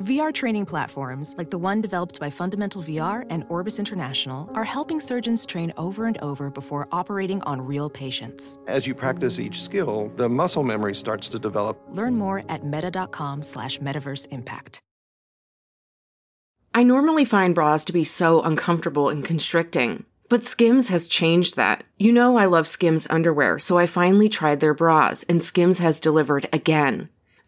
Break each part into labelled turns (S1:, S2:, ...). S1: VR training platforms, like the one developed by Fundamental VR and Orbis International, are helping surgeons train over and over before operating on real patients.
S2: As you practice each skill, the muscle memory starts to develop.
S1: Learn more at meta.com slash metaverse impact.
S3: I normally find bras to be so uncomfortable and constricting, but Skims has changed that. You know I love Skims underwear, so I finally tried their bras, and Skims has delivered again.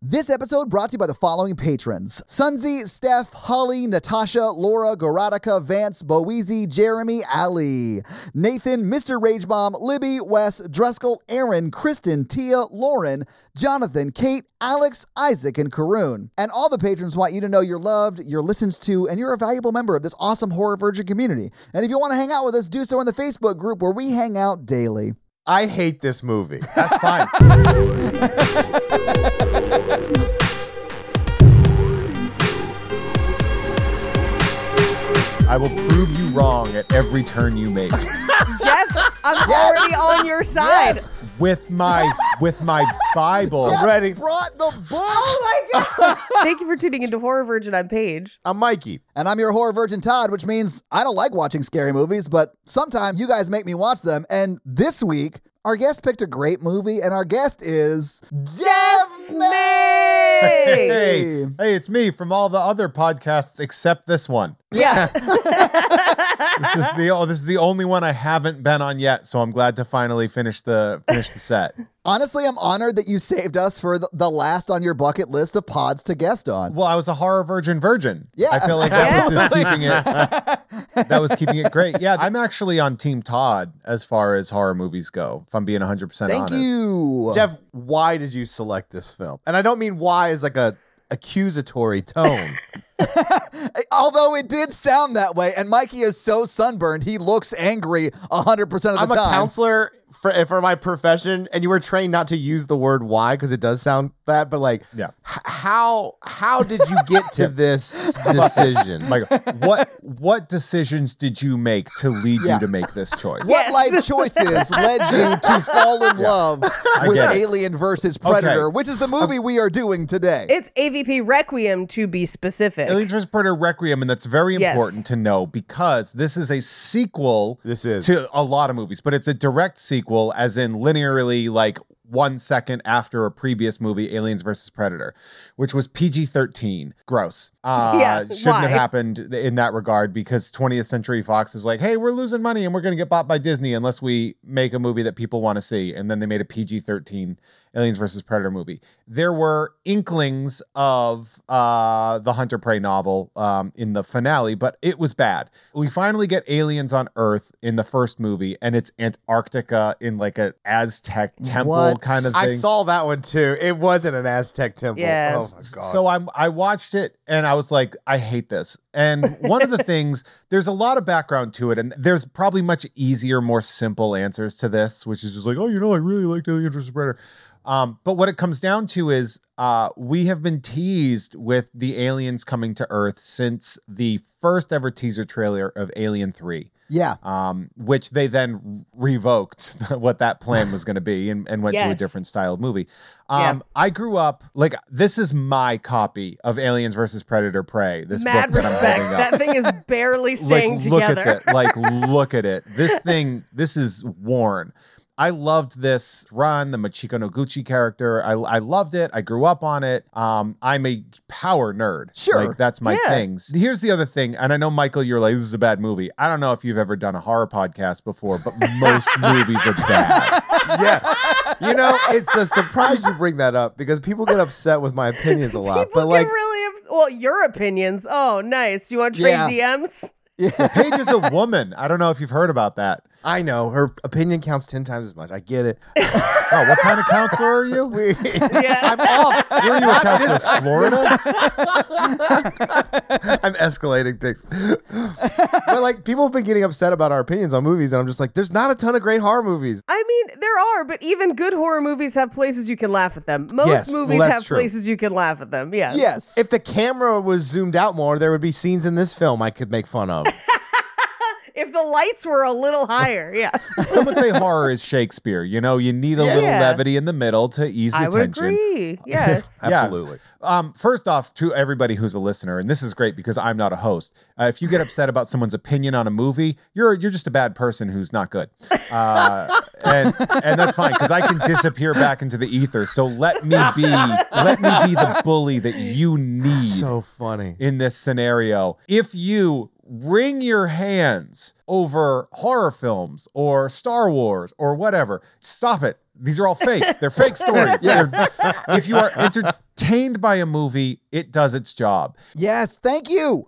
S4: This episode brought to you by the following patrons Sunzi, Steph, Holly, Natasha, Laura, Garatica, Vance, Boezy, Jeremy, Ali, Nathan, Mr. Rage Bomb, Libby, Wes, Dreskel, Aaron, Kristen, Tia, Lauren, Jonathan, Kate, Alex, Isaac, and Karoon. And all the patrons want you to know you're loved, you're listened to, and you're a valuable member of this awesome horror virgin community. And if you want to hang out with us, do so in the Facebook group where we hang out daily.
S5: I hate this movie. That's fine. I will prove you wrong at every turn you make
S6: Jeff, I'm already on your side.
S5: with my with my Bible.
S4: Jeff
S5: ready.
S4: Brought the books.
S6: Thank you for tuning into Horror Virgin. I'm Paige.
S5: I'm Mikey.
S4: And I'm your horror virgin Todd, which means I don't like watching scary movies, but sometimes you guys make me watch them. And this week, our guest picked a great movie, and our guest is Jeff
S6: May!
S5: Hey, hey, it's me from all the other podcasts except this one.
S4: Yeah.
S5: This is the oh, this is the only one I haven't been on yet. So I'm glad to finally finish the finish the set.
S4: Honestly, I'm honored that you saved us for the, the last on your bucket list of pods to guest on.
S5: Well, I was a horror virgin virgin.
S4: Yeah.
S5: I feel like that was just keeping it that was keeping it great. Yeah, I'm actually on Team Todd as far as horror movies go, if I'm being 100%
S4: Thank
S5: honest.
S4: you.
S7: Jeff, why did you select this film? And I don't mean why as like a accusatory tone.
S4: Although it did sound that way, and Mikey is so sunburned, he looks angry 100% of the
S7: I'm a
S4: time.
S7: counselor for, for my profession, and you were trained not to use the word why because it does sound that, but like,
S5: Yeah.
S7: h- how how did you get to this decision?
S5: Michael, what what decisions did you make to lead
S4: Yeah.
S5: you to make this choice?
S4: What
S6: Yes.
S4: life choices led you to fall in love with
S5: get it.
S4: Alien versus Predator,
S5: Okay.
S4: which is the movie we are doing today?
S6: It's AVP Requiem to be specific.
S5: Aliens vs. Predator Requiem, and that's very
S6: Yes.
S5: important to know because this is a sequel
S7: This is.
S5: to a lot of movies, but it's a direct sequel, as in linearly like one second after a previous movie, Aliens vs. Predator, which was PG 13. Gross. Uh,
S6: Yeah,
S5: shouldn't
S6: why?
S5: have happened in that regard because 20th Century Fox is like, hey, we're losing money and we're going to get bought by Disney unless we make a movie that people want to see. And then they made a PG 13 Aliens versus Predator movie. There were inklings of uh, the Hunter Prey novel um, in the finale, but it was bad. We finally get aliens on Earth in the first movie, and it's Antarctica in like a Aztec temple
S4: What?
S5: kind of thing.
S7: I saw that one too. It wasn't an Aztec temple.
S6: Yes.
S7: Oh my god.
S5: So I'm I watched it and I was like, I hate this. And one of the things, there's a lot of background to it, and there's probably much easier, more simple answers to this, which is just like, oh, you know, I really like the interest spreader. Um, but what it comes down to is uh, we have been teased with the aliens coming to Earth since the first ever teaser trailer of Alien 3.
S4: Yeah.
S5: um, which they then revoked what that plan was going to be and, and went to a
S6: Yes.
S5: different style of movie.
S6: Yeah.
S5: Um, I grew up like this is my copy of Aliens versus Predator Prey. This
S6: Mad
S5: book that I'm
S6: respects.
S5: holding up.
S6: That thing is barely staying
S5: like, look
S6: together.
S5: at that. Like, look at it. This thing, this is worn. I loved this run, the Machiko Noguchi character. I, I loved it. I grew up on it. Um, I'm a power nerd.
S4: Sure.
S5: Like, that's my
S6: Yeah.
S5: things. Here's the other thing, and I know Michael, you're like, this is a bad movie. I don't know if you've ever done a horror podcast before, but most movies are bad.
S7: yeah. You know, it's a surprise you bring that up because people get upset with my opinions a lot.
S6: People
S7: but like,
S6: get really ups- well. Your opinions. Oh, nice. You want to trade
S4: Yeah.
S6: DMs?
S5: Paige is a woman. I don't know if you've heard about that.
S7: I know her opinion counts ten times as much. I get it.
S5: Oh, what kind of counselor are you? Were you
S6: Yeah.
S7: I'm off.
S5: a counselor in Florida?
S7: I'm escalating things. but like, people have been getting upset about our opinions on movies, and I'm just like, there's not a ton of great horror movies.
S6: I mean, there are, but even good horror movies have places you can laugh at them. Most
S7: Yes, well,
S6: movies
S7: that's
S6: have
S7: true.
S6: places you can laugh at them. Yeah.
S4: Yes.
S7: If the camera was zoomed out more, there would be scenes in this film I could make fun of.
S6: If the lights were a little higher, yeah.
S5: Some would say horror is Shakespeare. You know, you need a
S6: Yeah.
S5: little
S6: Yeah.
S5: levity in the middle to ease the
S6: I would
S5: tension.
S6: agree. Yes.
S5: Yeah.
S7: Absolutely.
S5: Um, first off, to everybody who's a listener, and this is great because I'm not a host. Uh, if you get upset about someone's opinion on a movie, you're you're just a bad person who's not good, uh, and and that's fine because I can disappear back into the ether. So let me be let me be the bully that you need
S7: so funny.
S5: in this scenario. If you wring your hands over horror films or Star Wars or whatever, stop it. These are all fake. They're fake stories. They're- if you are entertained by a movie, it does its job.
S4: yes. Thank you.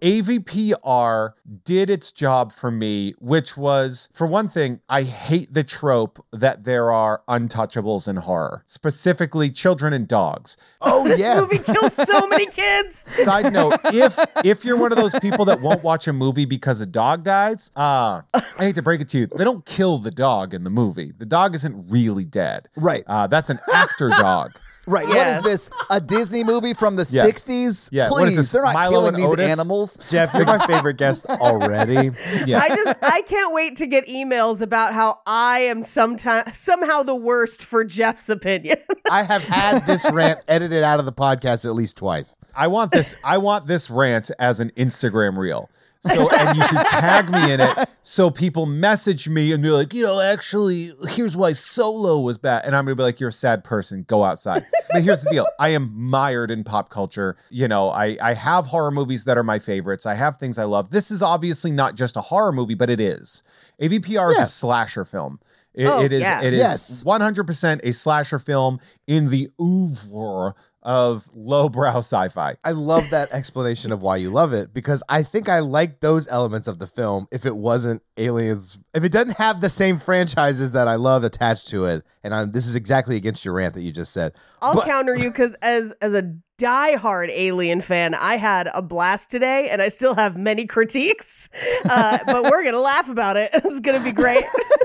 S5: AVPR did its job for me, which was, for one thing, I hate the trope that there are untouchables in horror, specifically children and dogs.
S7: Oh
S6: This
S7: yeah.
S6: movie kills so many kids.
S5: Side note: If if you're one of those people that won't watch a movie because a dog dies, uh, I hate to break it to you, they don't kill the dog in the movie. The dog isn't really dead.
S4: Right.
S5: Uh, that's an actor dog.
S4: Right. What
S6: Yeah.
S4: is this? A Disney movie from the
S5: Yeah.
S4: 60s?
S5: Yeah,
S4: Please.
S5: what is this,
S4: They're not
S5: Milo
S4: killing
S5: and
S4: these
S5: Otis?
S4: animals.
S7: Jeff, you're my favorite guest already.
S5: Yeah.
S6: I just I can't wait to get emails about how I am sometime somehow the worst for Jeff's opinion.
S7: I have had this rant edited out of the podcast at least twice.
S5: I want this. I want this rant as an Instagram reel. So and you should tag me in it so people message me and be like, you know, actually, here's why Solo was bad, and I'm gonna be like, you're a sad person. Go outside. But here's the deal: I am mired in pop culture. You know, I I have horror movies that are my favorites. I have things I love. This is obviously not just a horror movie, but it is. AVPR
S4: Yeah.
S5: is a slasher film. It,
S6: Oh,
S5: it is.
S6: yeah.
S5: It is
S4: Yes.
S5: 100% a slasher film in the oeuvre of lowbrow sci-fi.
S7: I love that explanation of why you love it because I think I like those elements of the film if it wasn't Aliens, if it doesn't have the same franchises that I love attached to it. And i this is exactly against your rant that you just said.
S6: I'll
S7: But-
S6: counter you because as as a diehard Alien fan, I had a blast today, and I still have many critiques. Uh, but we're gonna laugh about it. It's gonna be great.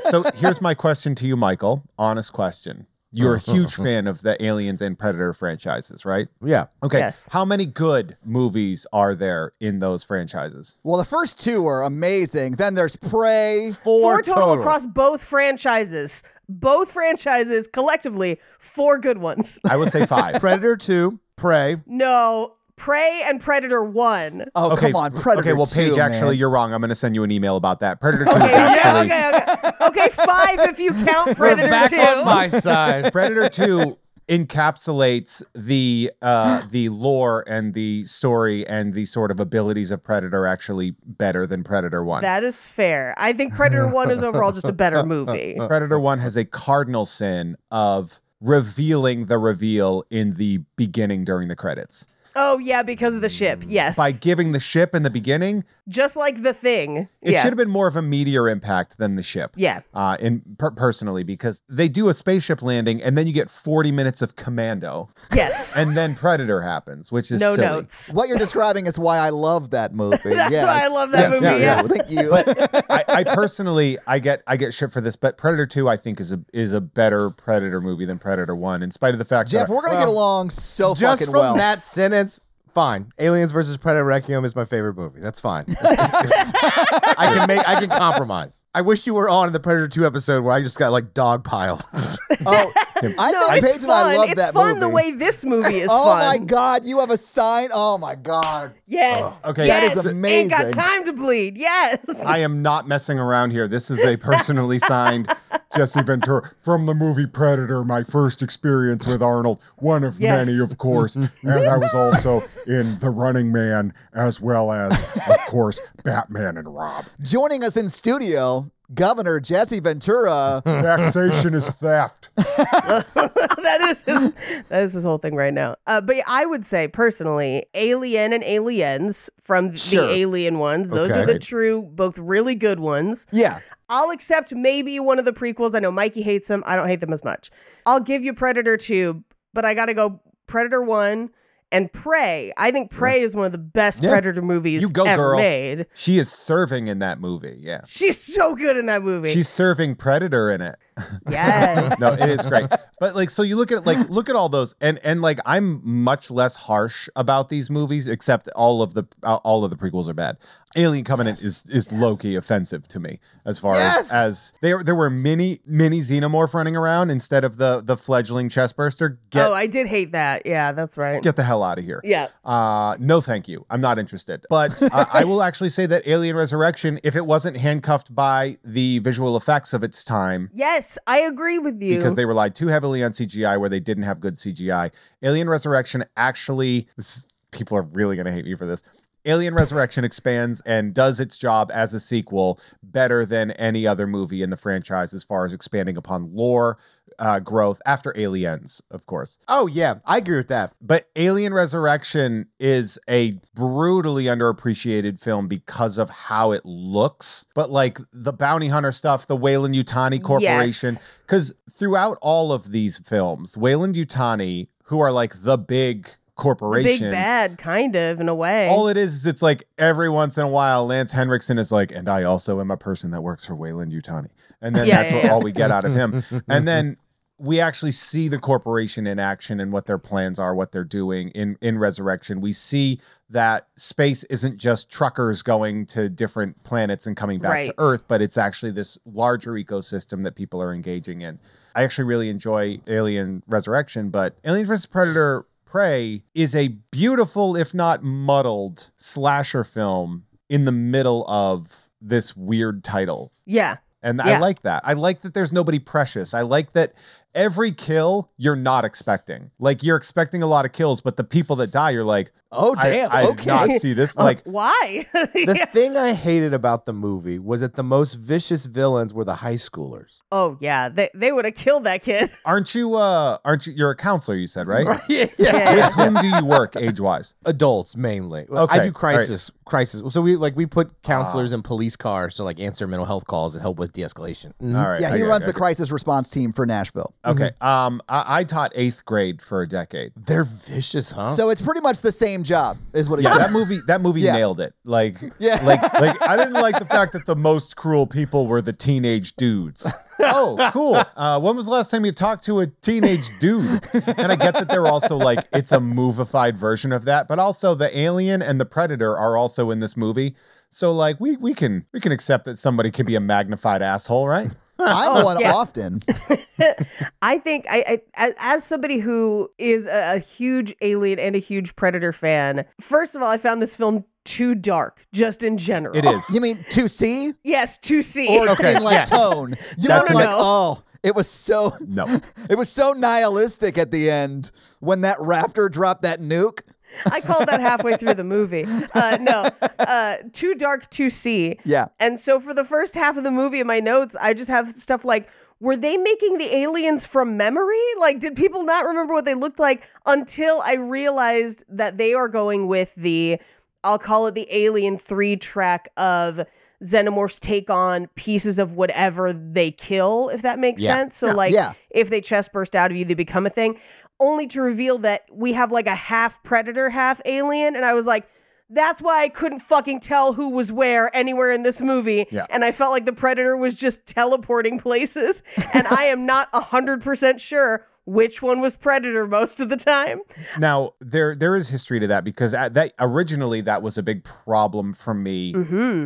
S5: so here's my question to you, Michael. Honest question. You're a huge fan of the Aliens and Predator franchises, right?
S7: Yeah.
S5: Okay.
S6: Yes.
S5: How many good movies are there in those franchises?
S4: Well, the first two are amazing. Then there's Prey.
S6: Four total across both franchises. Both franchises collectively, four good ones.
S5: I would say five.
S7: Predator 2, Prey.
S6: No, Prey and Predator One.
S4: Oh, come on. Predator.
S5: Okay, well, Paige,
S4: two,
S5: actually,
S4: man.
S5: you're wrong. I'm going to send you an email about that. Predator 2 is
S6: Okay, yeah,
S5: actually.
S6: okay, okay, okay. Five if you count Predator
S7: Back
S6: Two.
S7: on my side.
S5: Predator 2 encapsulates the uh the lore and the story and the sort of abilities of Predator actually better than Predator 1.
S6: That is fair. I think Predator One is overall just a better movie.
S5: Predator 1 has a cardinal sin of revealing the reveal in the beginning during the credits.
S6: Oh yeah, because of the ship. Yes,
S5: By giving the ship in the beginning,
S6: just like the thing.
S5: it
S6: yeah.
S5: should have been more of a meteor impact than the ship.
S6: Yeah.
S5: Uh, in per- personally, because they do a spaceship landing and then you get 40 minutes of commando
S6: Yes.
S5: and then Predator happens, which is
S6: no
S5: silly.
S6: notes.
S4: What you're describing is why I love that movie.
S6: That's
S4: yes.
S6: why I love that
S4: Thank
S6: movie,
S4: you.
S6: yeah.
S4: Thank you.
S5: I, I personally I get I get shit for this, but Predator 2 I think is a is a better Predator movie than Predator 1 in spite of the fact
S4: Jeff,
S5: that
S4: we're going to get along so
S7: Just
S4: fucking
S7: from
S4: well.
S7: that sentence, Fine. Aliens versus Predator Requiem is my favorite movie. That's fine. I can make I can compromise. I wish you were on the Predator 2 episode where I just got like dogpiled.
S4: Oh, I
S6: no,
S4: think
S6: it's
S4: Paige
S6: fun.
S4: and I love
S6: it's
S4: that
S6: fun
S4: movie.
S6: the way this movie is
S4: oh
S6: fun.
S4: my God, you have a sign. Oh my God.
S6: Yes.
S5: Oh, okay. That
S6: Yes.
S5: is
S4: amazing.
S6: Ain't got time to bleed. Yes.
S5: I am not messing around here. This is a personally signed Jesse Ventura from the movie Predator, my first experience with Arnold, one of
S6: Yes.
S5: many, of course. and I was also in The Running Man, as well as, of course, Batman and Rob.
S4: Joining us in studio, Governor Jesse Ventura.
S5: Taxation is theft.
S6: that is his, that is his whole thing right now. Uh, but yeah, I would say personally, Alien and Aliens from th-
S4: Sure.
S6: the Alien ones. Those
S5: Okay.
S6: are the true, both really good ones.
S4: yeah.
S6: I'll accept maybe one of the prequels. I know Mikey hates them. I don't hate them as much. I'll give you Predator 2, but I got to go Predator 1 and Prey. I think Prey is one of the best
S5: Yeah.
S6: Predator movies
S5: You go,
S6: ever
S5: girl.
S6: made.
S5: She is serving in that movie. Yeah.
S6: She's so good in that movie.
S5: She's serving Predator in it.
S6: yes.
S5: No, it is great. But like so you look at like look at all those and and like I'm much less harsh about these movies except all of the uh, all of the prequels are bad. Alien Covenant is is Loki offensive to me as far
S4: Yes!
S5: as as there there were many many xenomorph running around instead of the the fledgling chestburster. Get
S6: oh, I did hate that. Yeah, that's right.
S5: get the hell out of here.
S6: yeah.
S5: Uh, no, thank you. I'm not interested. But uh, I will actually say that Alien Resurrection, if it wasn't handcuffed by the visual effects of its time,
S6: Yes, I agree with you.
S5: because they relied too heavily on CGI where they didn't have good CGI. Alien Resurrection actually, this is- people are really going to hate me for this. Alien Resurrection expands and does its job as a sequel better than any other movie in the franchise as far as expanding upon lore uh, growth after Aliens, of course.
S7: oh yeah, I agree with that.
S5: But Alien Resurrection is a brutally underappreciated film because of how it looks. But like the bounty hunter stuff, the Wayland Utani Corporation,
S6: Yes.
S5: because throughout all of these films, Wayland Utani, who are like the big
S6: The big
S5: corporation,
S6: bad, kind of in a way.
S5: all it is is it's like every once in a while, Lance Henriksen is like, and I also am a person that works for Wayland Utani. And then
S6: Yeah,
S5: that's
S6: yeah,
S5: what
S6: yeah.
S5: all we get out of him. and then we actually see the corporation in action and what their plans are, what they're doing in, in Resurrection. We see that space isn't just truckers going to different planets and coming back
S6: Right.
S5: to Earth, but it's actually this larger ecosystem that people are engaging in. I actually really enjoy Alien Resurrection, but Aliens vs. Predator Prey is a beautiful, if not muddled, slasher film in the middle of this weird title.
S6: yeah.
S5: And I
S6: Yeah.
S5: like that. I like that there's nobody precious. I like that every kill you're not expecting. Like you're expecting a lot of kills, but the people that die, you're like,
S4: Oh,
S5: I-
S4: damn.
S5: I,
S4: okay.
S5: did not see this.
S6: Oh.
S5: Like,
S6: Why?
S7: The
S6: Yeah.
S7: thing I hated about the movie was that the most vicious villains were the high schoolers.
S6: Oh yeah, they they would have killed that kid.
S5: aren't you? Uh, aren't you? You're a counselor. You said right.
S7: yeah,
S5: With whom do you work age wise?
S7: adults mainly. Well,
S5: Okay,
S7: I do
S5: all
S7: crisis crisis. So we like we put counselors in police cars to like answer mental health calls and help with de-escalation.
S5: All right.
S4: Mm-hmm. yeah, he
S5: okay,
S4: runs the Mm-hmm.
S5: okay.
S4: crisis response team for Nashville.
S5: Okay. Um, I, I taught eighth grade for a decade.
S7: They're vicious, huh?
S4: So it's pretty much the same job, is what he
S5: Uh-huh. Yeah,
S4: said.
S5: that movie. That movie
S4: Yeah.
S5: nailed it. Like,
S4: Yeah.
S5: like, like. I didn't like the fact that the most cruel people were the teenage dudes. Oh, cool. Uh, when was the last time you talked to a teenage dude? And I get that they're also like it's a movified version of that, but also the alien and the predator are also in this movie. So like we we can we can accept that somebody can be a magnified asshole, right?
S4: I'm
S5: Oh,
S4: one
S6: yeah.
S4: often.
S6: I think I, I as, as somebody who is a, a huge Alien and a huge Predator fan. First of all, I found this film too dark, just in general.
S5: It is.
S4: You mean to see
S6: Yes, to see.
S4: or
S5: Okay,
S4: in like
S5: yes.
S4: tone? You
S5: That's
S4: were like,
S6: enough.
S4: oh, it was so
S5: No.
S4: it was so nihilistic at the end when that raptor dropped that nuke.
S6: I called that halfway through the movie. Uh, no, uh, too dark to see.
S4: Yeah.
S6: And so for the first half of the movie in my notes, I just have stuff like, were they making the aliens from memory? Like, did people not remember what they looked like until I realized that they are going with the, I'll call it the Alien 3 track of xenomorphs take on pieces of whatever they kill, if that makes
S7: Yeah.
S6: sense. So, like,
S4: Yeah.
S6: if they chest burst out of you, they become a thing, only to reveal that we have like a half predator, half alien. And I was like, that's why I couldn't fucking tell who was where anywhere in this movie.
S5: Yeah.
S6: And I felt like the predator was just teleporting places. And I am not 100% sure which one was Predator most of the time.
S5: Now there there is history to that because at that originally that was a big problem for me
S4: Mm-hmm.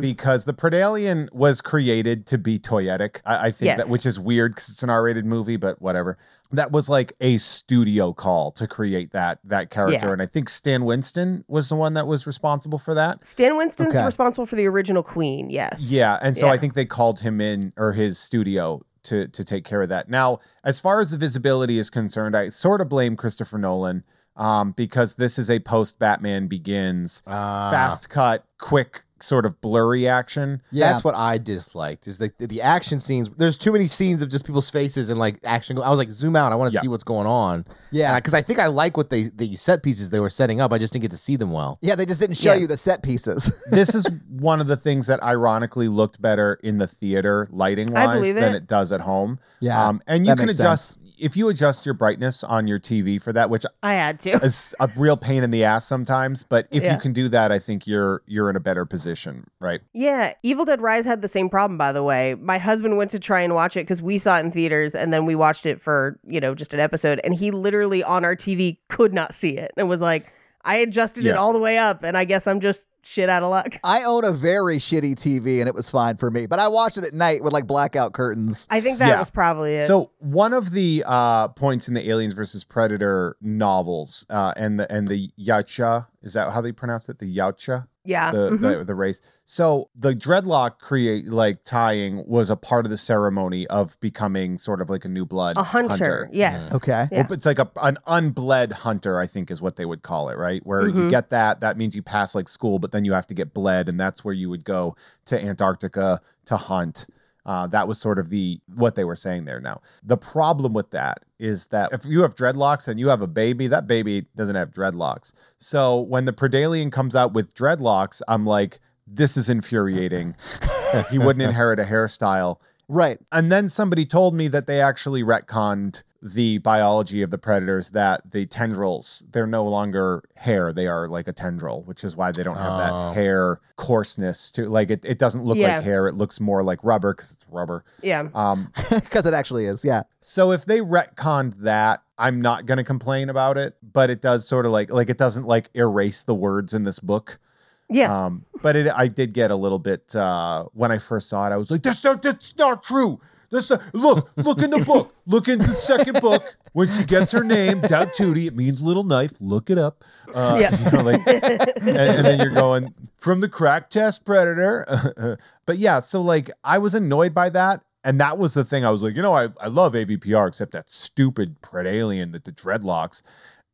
S5: because the Predalien was created to be toyetic. I, I think
S6: Yes.
S5: that which is weird because it's an R-rated movie, but whatever. That was like a studio call to create that that character,
S6: Yeah.
S5: and I think Stan Winston was the one that was responsible for that.
S6: Stan Winston's
S4: Okay.
S6: responsible for the original Queen, yes.
S5: Yeah, and so
S6: Yeah.
S5: I think they called him in or his studio to to take care of that. Now, as far as the visibility is concerned, I sort of blame Christopher Nolan um, because this is a post Batman Begins
S6: Uh-huh.
S7: Ah.
S5: fast cut, quick sort of blurry action.
S4: Yeah.
S7: That's what I disliked is the, the action scenes. There's too many scenes of just people's faces and like action. go- I was like, zoom out. I want to
S5: Yeah.
S7: see what's going on.
S4: Yeah.
S7: because I think I like what they the set pieces they were setting up. I just didn't get to see them well.
S4: Yeah, they just didn't show
S6: Yeah.
S4: you the set pieces.
S5: this is one of the things that ironically looked better in the theater lighting
S6: I
S5: wise
S6: believe
S5: than
S6: it.
S5: it does at home.
S4: Yeah,
S5: um, and you
S4: that
S5: can
S4: makes
S5: adjust if you adjust your brightness on your TV for that, which
S6: I had to.
S5: is a real pain in the ass sometimes. But if
S6: Yeah.
S5: you can do that, I think you're you're in a better position, right?
S6: Yeah, Evil Dead Rise had the same problem, by the way. My husband went to try and watch it because we saw it in theaters and then we watched it for, you know, just an episode. And he literally on our TV could not see it and was like, I adjusted it
S5: Yeah.
S6: all the way up and I guess I'm just shit out of luck.
S4: I own a very shitty TV and it was fine for me, but I watched it at night with like blackout curtains.
S6: I think that
S5: Yeah.
S6: was probably it.
S5: So one of the uh, points in the Aliens versus Predator novels uh, and the and the Yautja is that how they pronounce it? The Yautja.
S6: yeah.
S5: the,
S6: Mhm.
S5: the the race. So the dreadlock create like tying was a part of the ceremony of becoming sort of like a new blood
S6: a hunter. Yes.
S4: Okay.
S6: Yeah.
S5: It's like a an unbled hunter, I think, is what they would call it, right? Where you
S6: Mhm.
S5: get that, that means you pass like school, but then you have to get bled, and that's where you would go to Antarctica to hunt. Uh, that was sort of the what they were saying there. Now the problem with that is that if you have dreadlocks and you have a baby, that baby doesn't have dreadlocks. So when the Predalien comes out with dreadlocks, I'm like, this is infuriating. he wouldn't inherit a hairstyle.
S4: Right.
S5: And then somebody told me that they actually retconned the biology of the predators that the tendrils they're no longer hair they are like a tendril which is why they don't have
S7: Oh.
S5: that hair coarseness to like it, it doesn't look
S6: Yeah.
S5: like hair it looks more like rubber because it's rubber
S6: Yeah.
S5: um
S4: Because it actually is. Yeah.
S5: so if they retconned that i'm not going to complain about it but it does sort of like like it doesn't like erase the words in this book
S6: Yeah.
S5: um, but it, I did get a little bit uh, when I first saw it. I was like, "That's not, that's not true." That's not, look, look in the book. Look in the second book when she gets her name, Dab Tootie. It means little knife. Look it up. Uh,
S6: Yeah.
S5: you know, like- and, and then you're going from the crack test predator. but yeah, so like I was annoyed by that. And that was the thing I was like, you know, I, I love AVPR, except that stupid pred alien that the dreadlocks.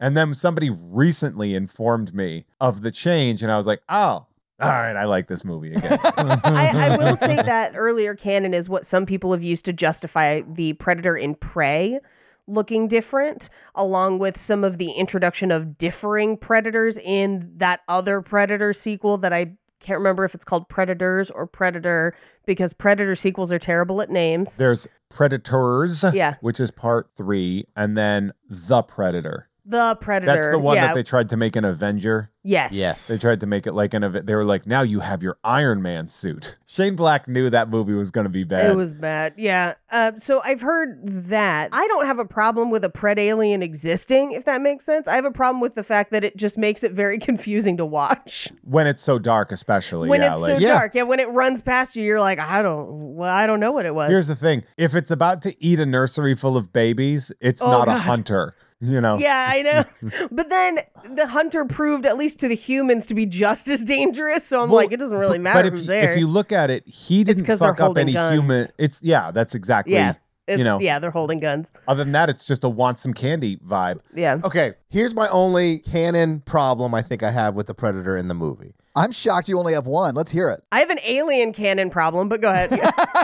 S5: And then somebody recently informed me of the change, and I was like, oh, all right, I like this movie again.
S6: I,
S5: Uh-huh.
S6: I will say that earlier canon is what some people have used to justify the predator in prey looking different, along with some of the introduction of differing predators in that other predator sequel that I can't remember if it's called Predators or Predator because predator sequels are terrible at names.
S5: There's Predators,
S6: Yeah.
S5: which is part three, and then The Predator.
S6: the predator.
S5: That's the one
S6: yeah.
S5: that they tried to make an Avenger.
S6: Yes.
S7: Yes.
S5: They tried to make it like an event. They were like, now you have your Iron Man suit. Shane Black knew that movie was going to be bad.
S6: It was bad. Yeah. Uh, so I've heard that. I don't have a problem with a pred alien existing, if that makes sense. I have a problem with the fact that it just makes it very confusing to watch
S5: when it's so dark, especially.
S6: when
S5: yeah,
S6: it's so
S5: like,
S7: Yeah.
S6: dark. Yeah. When it runs past you, you're like, I don't. Well, I don't know what it was.
S5: Here's the thing: if it's about to eat a nursery full of babies, it's
S6: Oh,
S5: not a
S6: God.
S5: hunter. You know.
S6: yeah, I know. but then the hunter proved, at least to the humans, to be just as dangerous. So I'm
S5: Well,
S6: like, it doesn't really
S5: but-
S6: matter
S5: But if,
S6: who's
S5: you-
S6: there.
S5: if you look at it, he didn't
S6: 'cause they're
S5: fuck up
S6: holding
S5: any
S6: guns.
S5: human. It's yeah, that's exactly.
S6: yeah, it's,
S5: you know.
S6: yeah, they're holding guns.
S5: Other than that, it's just a want some candy vibe.
S6: Yeah.
S7: Okay, here's my only canon problem I think I have with the Predator in the movie.
S4: I'm shocked you only have one. Let's hear it.
S6: I have an alien cannon problem, but go ahead.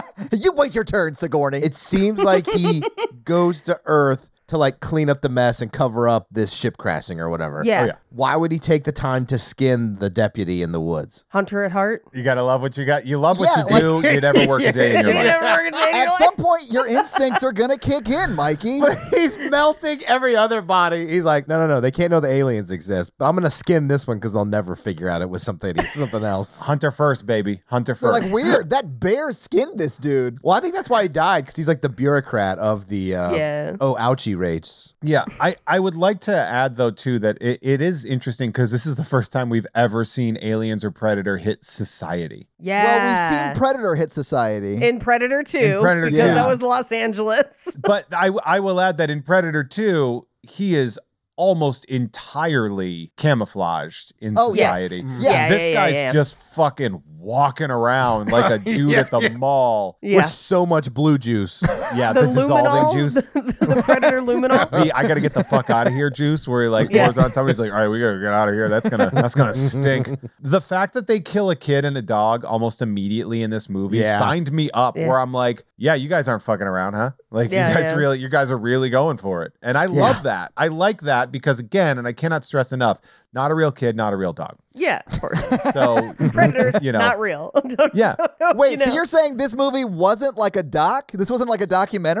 S4: You wait your turn, Sigourney.
S7: It seems like he goes to Earth to like clean up the mess and cover up this ship crashing or whatever.
S6: yeah.
S7: Why would he take the time to skin the deputy in the woods?
S6: Hunter at heart.
S5: You gotta love what you got. You love what
S4: Yeah,
S5: you do. you never work a day in your
S6: You
S5: life.
S6: never work a day in your
S4: At
S6: life.
S4: some point, your instincts are going to kick in, Mikey.
S7: He's melting every other body. He's like, no, no, no. They can't know the aliens exist. But I'm gonna skin this one because they'll never figure out it was something something else.
S5: Hunter first, baby. Hunter
S4: They're
S5: first.
S4: like, weird. That bear skinned this dude.
S7: Well, I think that's why he died because he's like the bureaucrat of the uh,
S6: Yeah.
S7: oh ouchie rates.
S5: Yeah, I, I would like to add though too that it, it is interesting because this is the first time we've ever seen aliens or predator hit society.
S6: Yeah.
S4: Well, we've seen Predator hit society.
S6: in Predator 2.
S5: In Predator
S6: because
S4: 2.
S6: that was Los Angeles.
S5: But I I will add that in Predator 2, he is almost entirely camouflaged in
S4: Oh, yes.
S5: society.
S4: Yeah.
S6: Yeah,
S5: this
S6: yeah, yeah,
S5: guy's
S6: yeah.
S5: just fucking walking around like a dude
S7: Yeah,
S5: at the
S7: yeah.
S5: mall.
S7: With
S6: Yeah.
S7: so much blue juice.
S5: Yeah,
S6: The
S5: the, dissolving
S6: luminol,
S5: juice.
S6: the, predator luminol.
S5: The I gotta get the fuck out of here juice where he like
S6: Yeah.
S5: pours on somebody's like, all right, we gotta get out of here. That's gonna that's gonna stink. The fact that they kill a kid and a dog almost immediately in this movie
S7: Yeah.
S5: signed me up
S6: Yeah.
S5: where I'm like, yeah, you guys aren't fucking around, huh? Like
S6: Yeah,
S5: you guys
S6: yeah.
S5: really you guys are really going for it. And I love that. I like that because again, and I cannot stress enough, not a real kid, not a real dog.
S6: Yeah, of course.
S5: So
S6: Predators,
S5: you know
S6: not real. Don't-
S5: Yeah.
S6: don't-
S4: Wait,
S6: you know.
S4: so you're saying this movie wasn't like a doc? This wasn't like a documentary?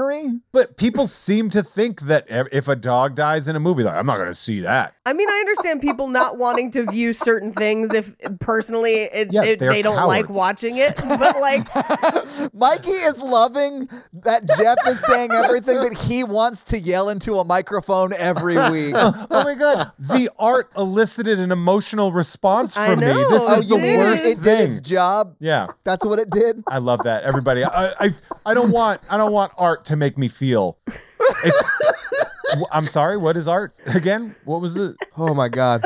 S5: but people seem to think that ev- if a dog dies in a movie, like, I'm not gonna see that.
S6: I mean, I understand people not wanting to view certain things if personally it,
S5: Yeah,
S6: it,
S5: they're
S6: they don't like
S5: cowards.
S6: watching it. But like,
S4: Mikey is loving that Jeff is saying everything that he wants to yell into a microphone every week.
S5: oh my god, the art elicited an emotional response
S6: I
S5: from me.
S6: know,
S5: This
S6: it
S5: is the
S6: did.
S5: worst
S4: Oh, it did
S5: thing.
S4: its job.
S5: Yeah,
S4: That's what it did.
S5: I love that. Everybody, I, I, I don't want, I don't want art to make me feel. It's. w- I'm sorry. What is art again? What was it?
S7: oh my god.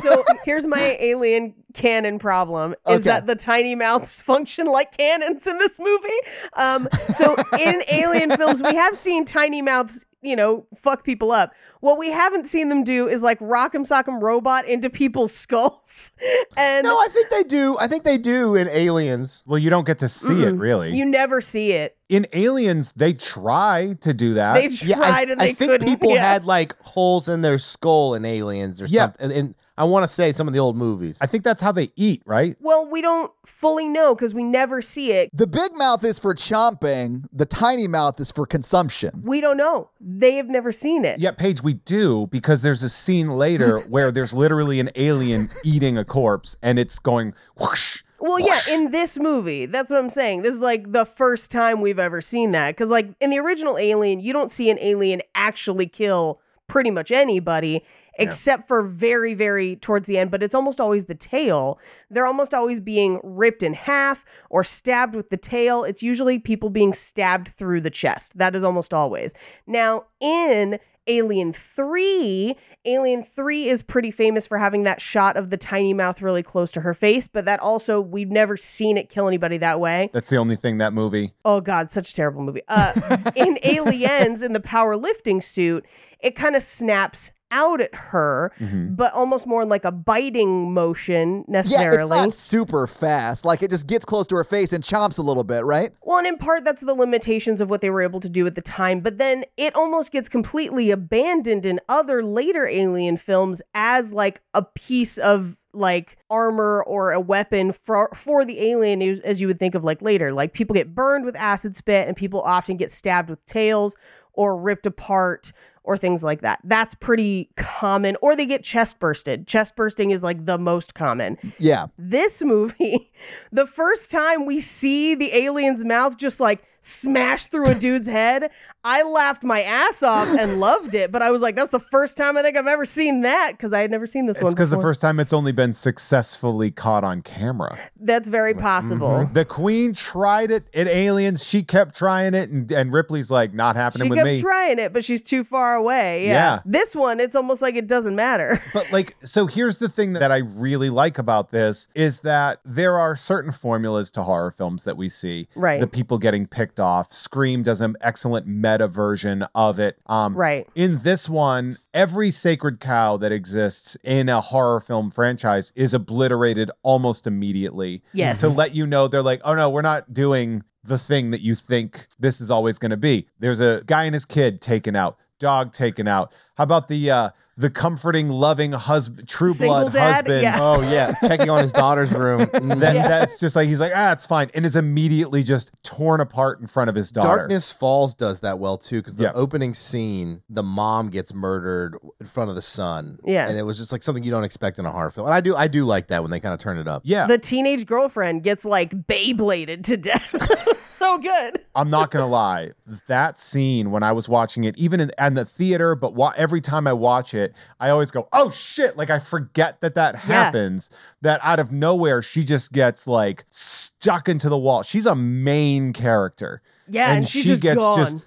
S6: so here's my alien cannon problem: is
S4: Okay.
S6: that the tiny mouths function like cannons in this movie. Um, so in alien films, we have seen tiny mouths, you know, fuck people up. What we haven't seen them do is like rock'em sock'em robot into people's skulls, and
S7: No, I think they do. I think they do in Aliens.
S5: Well, you don't get to see it really.
S6: you never see it.
S5: In Aliens, they try to do that.
S6: They tried
S7: I,
S6: and
S7: I
S6: they
S7: think
S6: couldn't.
S7: people
S6: yeah.
S7: had like holes in their skull in Aliens or
S5: Yeah.
S7: something. And I want to say some of the old movies.
S5: I think that's how they eat, right?
S6: Well, we don't fully know because we never see it.
S4: The big mouth is for chomping, the tiny mouth is for consumption.
S6: We don't know. They have never seen it.
S5: Yeah, Paige, we do because there's a scene later where there's literally an alien eating a corpse and it's going whoosh.
S6: Well, yeah, in this movie, that's what I'm saying. This is like the first time we've ever seen that. Because, like, in the original Alien, you don't see an alien actually kill pretty much anybody except for very, very towards the end, but it's almost always the tail. They're almost always being ripped in half or stabbed with the tail. It's usually people being stabbed through the chest. That is almost always. Now, in Alien 3. Alien 3 is pretty famous for having that shot of the tiny mouth really close to her face, but that also, we've never seen it kill anybody that way.
S5: That's the only thing that movie.
S6: Oh, God, such a terrible movie. Uh, in Aliens, in the powerlifting suit, it kind of snaps out at her, but almost more in like a biting motion
S4: Mm-hmm. Yeah, it's
S6: necessarily.
S4: not super fast. Like it just gets close to her face and chomps a little bit, right?
S6: Well, and in part, that's the limitations of what they were able to do at the time. But then it almost gets completely abandoned in other later alien films as like a piece of like armor or a weapon for for the alien as- as you would think of like later like people get burned with acid spit and people often get stabbed with tails or ripped apart or things like that that's pretty common or they get chest bursted chest bursting is like the most common
S4: Yeah.
S6: this movie, the first time we see the alien's mouth just like smash through a dude's head, I laughed my ass off and loved it. But I was like, that's the first time I think I've ever seen that because I had never seen this
S5: It's
S6: one.
S5: because the
S6: before.
S5: first time it's only been successfully caught on camera.
S6: That's very
S5: Mm-hmm.
S6: possible.
S5: The Queen tried it at Aliens. She kept trying it, and, and Ripley's like, not happening
S6: She
S5: with
S6: kept
S5: me.
S6: trying it, but she's too far away. Yeah.
S5: Yeah.
S6: This one, it's almost like it doesn't matter.
S5: but like, so here's the thing that I really like about this is that there are certain formulas to horror films that we see.
S6: Right.
S5: The people getting picked off. Scream does an excellent meta version of it. Um,
S6: Right.
S5: In this one, every sacred cow that exists in a horror film franchise is obliterated almost immediately.
S6: Yes.
S5: To let you know, they're like, oh no, we're not doing the thing that you think this is always going to be. There's a guy and his kid taken out, dog taken out. How about the uh the comforting, loving husband, true
S6: Single
S5: blood
S6: dad?
S5: husband?
S6: Yeah.
S7: Oh yeah, checking on his daughter's room. Mm.
S5: Then that's just like he's like, ah, it's fine, and is immediately just torn apart in front of his daughter.
S7: Darkness Falls does that well too because the
S5: Yeah.
S7: opening scene, the mom gets murdered in front of the son.
S6: Yeah.
S7: and it was just like something you don't expect in a horror film. And I do, I do like that when they kind of turn it up.
S5: Yeah,
S6: The teenage girlfriend gets like Beybladed to death. so good.
S5: I'm not gonna lie. That scene when I was watching it, even in, in the theater, but wa- every time I watch it, I always go, "Oh shit!" Like I forget that that happens. That out of nowhere, she just gets like stuck into the wall. She's a main character,
S6: Yeah, and, she's just gone.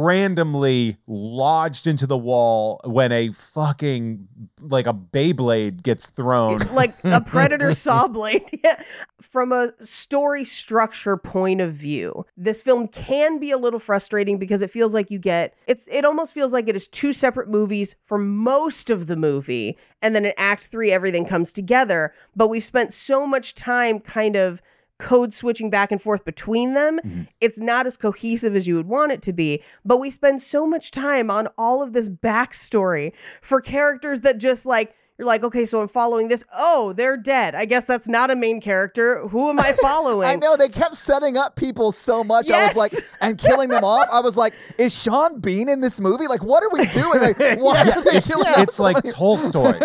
S5: randomly lodged into the wall when a fucking like a Beyblade gets thrown.
S6: like a predator saw blade. Yeah. From a story structure point of view, this film can be a little frustrating because it feels like you get it's it almost feels like it is two separate movies for most of the movie and then in act 3 everything comes together, but we've spent so much time kind of code switching back and forth between them. It's not as cohesive as you would want it to be, but we spend so much time on all of this backstory for characters that just like, you're like, okay, so I'm following this. Oh, they're dead. I guess that's not a main character. Who am I following?
S4: I know they kept setting up people so much. I was
S6: Yes.
S4: like, and killing them off. I was like, is Sean Bean in this movie? Like, what are we doing? Like, why are they
S5: it's,
S4: killing off
S5: it's like Tolstoy.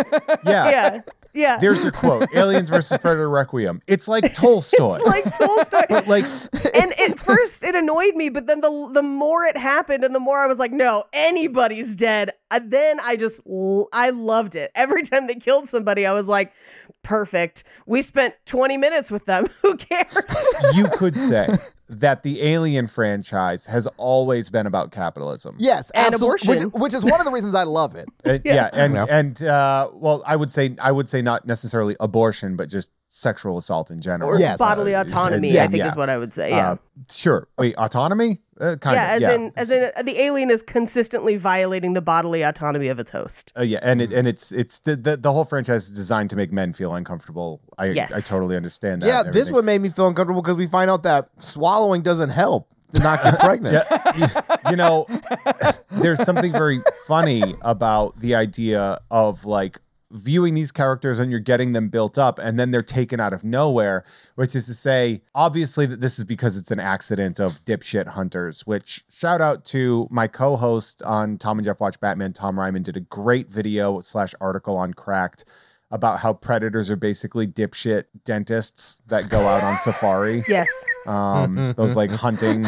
S6: Yeah. Yeah.
S5: There's your quote Aliens versus Predator Requiem. It's like Tolstoy.
S6: it's like Tolstoy.
S5: but like,
S6: and at first it annoyed me, but then the the more it happened, and the more I was like, no, anybody's dead. And then I just l- I loved it. Every time they killed somebody, I was like, perfect. We spent twenty minutes with them. Who cares?
S5: you could say that the Alien franchise has always been about capitalism.
S4: Yes,
S6: And
S4: absolutely. Which,
S6: abortion.
S4: which is one of the reasons I love it.
S5: Uh, yeah. and
S7: Yeah.
S5: and uh, well, I would say I would say not necessarily abortion, but just sexual assault in general.
S6: or
S4: Yes.
S6: bodily
S5: Uh,
S6: autonomy,
S5: yeah,
S6: I think
S5: yeah.
S6: is what I would say. Yeah.
S5: Uh, sure. Wait, autonomy? Uh, kind
S6: yeah,
S5: of.
S6: as
S5: yeah.
S6: in as in uh, the alien is consistently violating the bodily autonomy of its host.
S5: Uh, yeah, and it
S7: Mm-hmm.
S5: and it's it's the, the the whole franchise is designed to make men feel uncomfortable. I
S6: Yes.
S5: I totally understand that.
S7: yeah.
S5: and
S7: This
S5: everything.
S7: one made me feel uncomfortable because we find out that swallowing doesn't help to not get pregnant.
S5: you know, there's something very funny about the idea of like viewing these characters and you're getting them built up and then they're taken out of nowhere, which is to say, obviously, that this is because it's an accident of dipshit hunters, which shout out to my co host on Tom and Jeff Watch Batman, Tom Ryman, did a great video slash article on Cracked. About how predators are basically dipshit dentists that go out on safari.
S6: Yes,
S5: Um, those like hunting,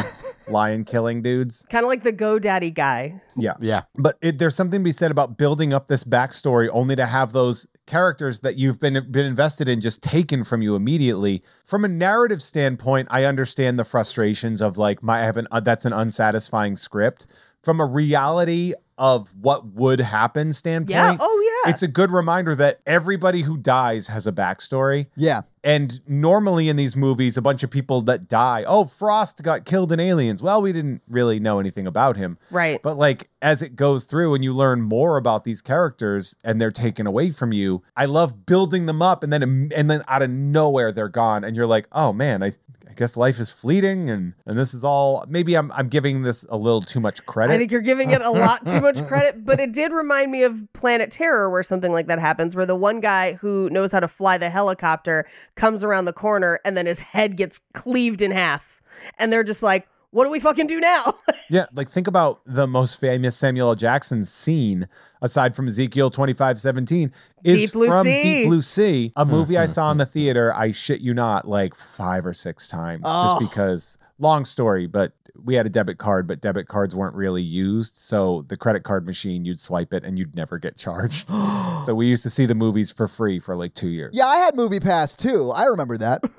S5: lion killing dudes.
S6: kind of like the GoDaddy guy.
S5: Yeah.
S7: Yeah.
S5: But it, there's something to be said about building up this backstory only to have those characters that you've been been invested in just taken from you immediately. From a narrative standpoint, I understand the frustrations of like my I have an uh, that's an unsatisfying script. From a reality of what would happen standpoint,
S6: Yeah. Oh yeah.
S5: it's a good reminder that everybody who dies has a backstory.
S4: Yeah.
S5: And normally in these movies, a bunch of people that die, oh, Frost got killed in Aliens. Well, we didn't really know anything about him.
S6: right.
S5: But like as it goes through and you learn more about these characters and they're taken away from you, I love building them up and then and then out of nowhere they're gone and you're like, "Oh man, I I guess life is fleeting and and this is all maybe I'm I'm giving this a little too much credit."
S6: I think you're giving it a lot too much credit, but it did remind me of Planet Terror, where something like that happens, where the one guy who knows how to fly the helicopter comes around the corner and then his head gets cleaved in half. And they're just like, what do we fucking do now?
S5: Yeah, like think about the most famous Samuel L. Jackson scene, aside from Ezekiel twenty five seventeen, is
S6: Deep Blue
S5: from
S6: Sea.
S5: Deep Blue Sea, a movie I saw in the theater. I shit you not, like five or six times, just because. Long story, but we had a debit card, but debit cards weren't really used, so the credit card machine you'd swipe it and you'd never get charged. so we used to see the movies for free for like two years.
S4: Yeah, I had Movie Pass too. I remember that.
S5: Oh,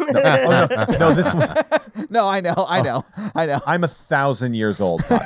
S5: no, no, this was,
S4: no, I know, I know, I know.
S5: I'm a thousand years old. Todd.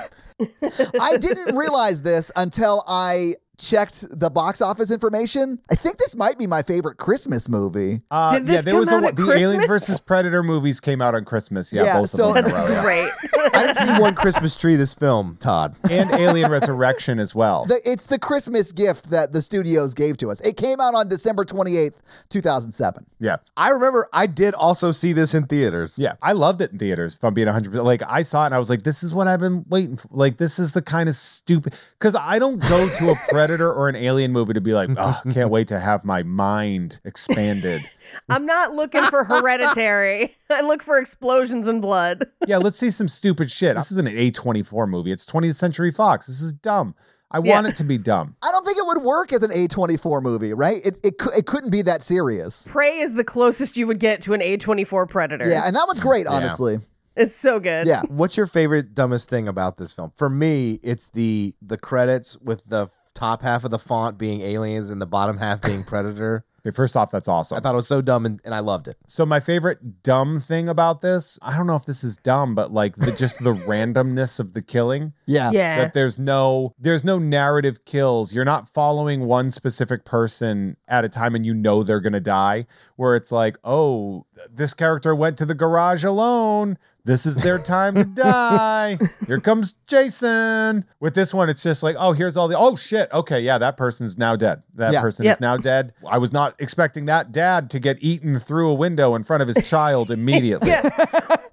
S4: I didn't realize this until I checked the box office information. I think this might be my favorite Christmas movie.
S5: Uh,
S6: Did this
S5: yeah, there
S6: come
S5: was a,
S6: out
S5: one-
S6: at
S5: the Alien
S6: Christmas?
S5: versus Predator movies came out on Christmas. Yeah,
S4: Yeah,
S5: both
S4: so-
S5: of them. in a
S6: That's
S5: row, yeah.
S6: great.
S7: I didn't see one Christmas tree this film, Todd.
S5: And Alien Resurrection as well.
S4: The, it's the Christmas gift that the studios gave to us. It came out on December 28th, 2007.
S5: yeah.
S7: I remember I did also see this in theaters.
S5: Yeah. I loved it in theaters, if I'm being 100%. Like, I saw it and I was like, this is what I've been waiting for. Like, this is the kind of stupid. Because I don't go to a Predator or an Alien movie to be like, oh, can't wait to have my mind expanded.
S6: I'm not looking for hereditary. I look for explosions and blood.
S5: yeah, let's see some stupid shit. This isn't an A24 movie. It's 20th Century Fox. This is dumb. I
S6: Yeah.
S5: want it to be dumb.
S4: I don't think it would work as an A24 movie, right? It, it, cou- it couldn't be that serious.
S6: Prey is the closest you would get to an A24 Predator.
S4: Yeah, and that one's great, honestly.
S6: It's so good.
S4: Yeah.
S7: What's your favorite dumbest thing about this film? For me, it's the the credits with the top half of the font being aliens and the bottom half being predator.
S5: Okay, first off, that's awesome.
S7: I thought it was so dumb and, and I loved it.
S5: So my favorite dumb thing about this, I don't know if this is dumb, but like the just the randomness of the killing.
S4: Yeah.
S6: Yeah.
S5: That there's no there's no narrative kills. You're not following one specific person at a time and you know they're gonna die. Where it's like, oh, this character went to the garage alone. This is their time to die. Here comes Jason. With this one, it's just like, oh, here's all the oh shit. Okay, yeah, that person's now dead. That
S4: Yeah.
S5: person
S6: Yep.
S5: is now dead. I was not expecting that dad to get eaten through a window in front of his child immediately.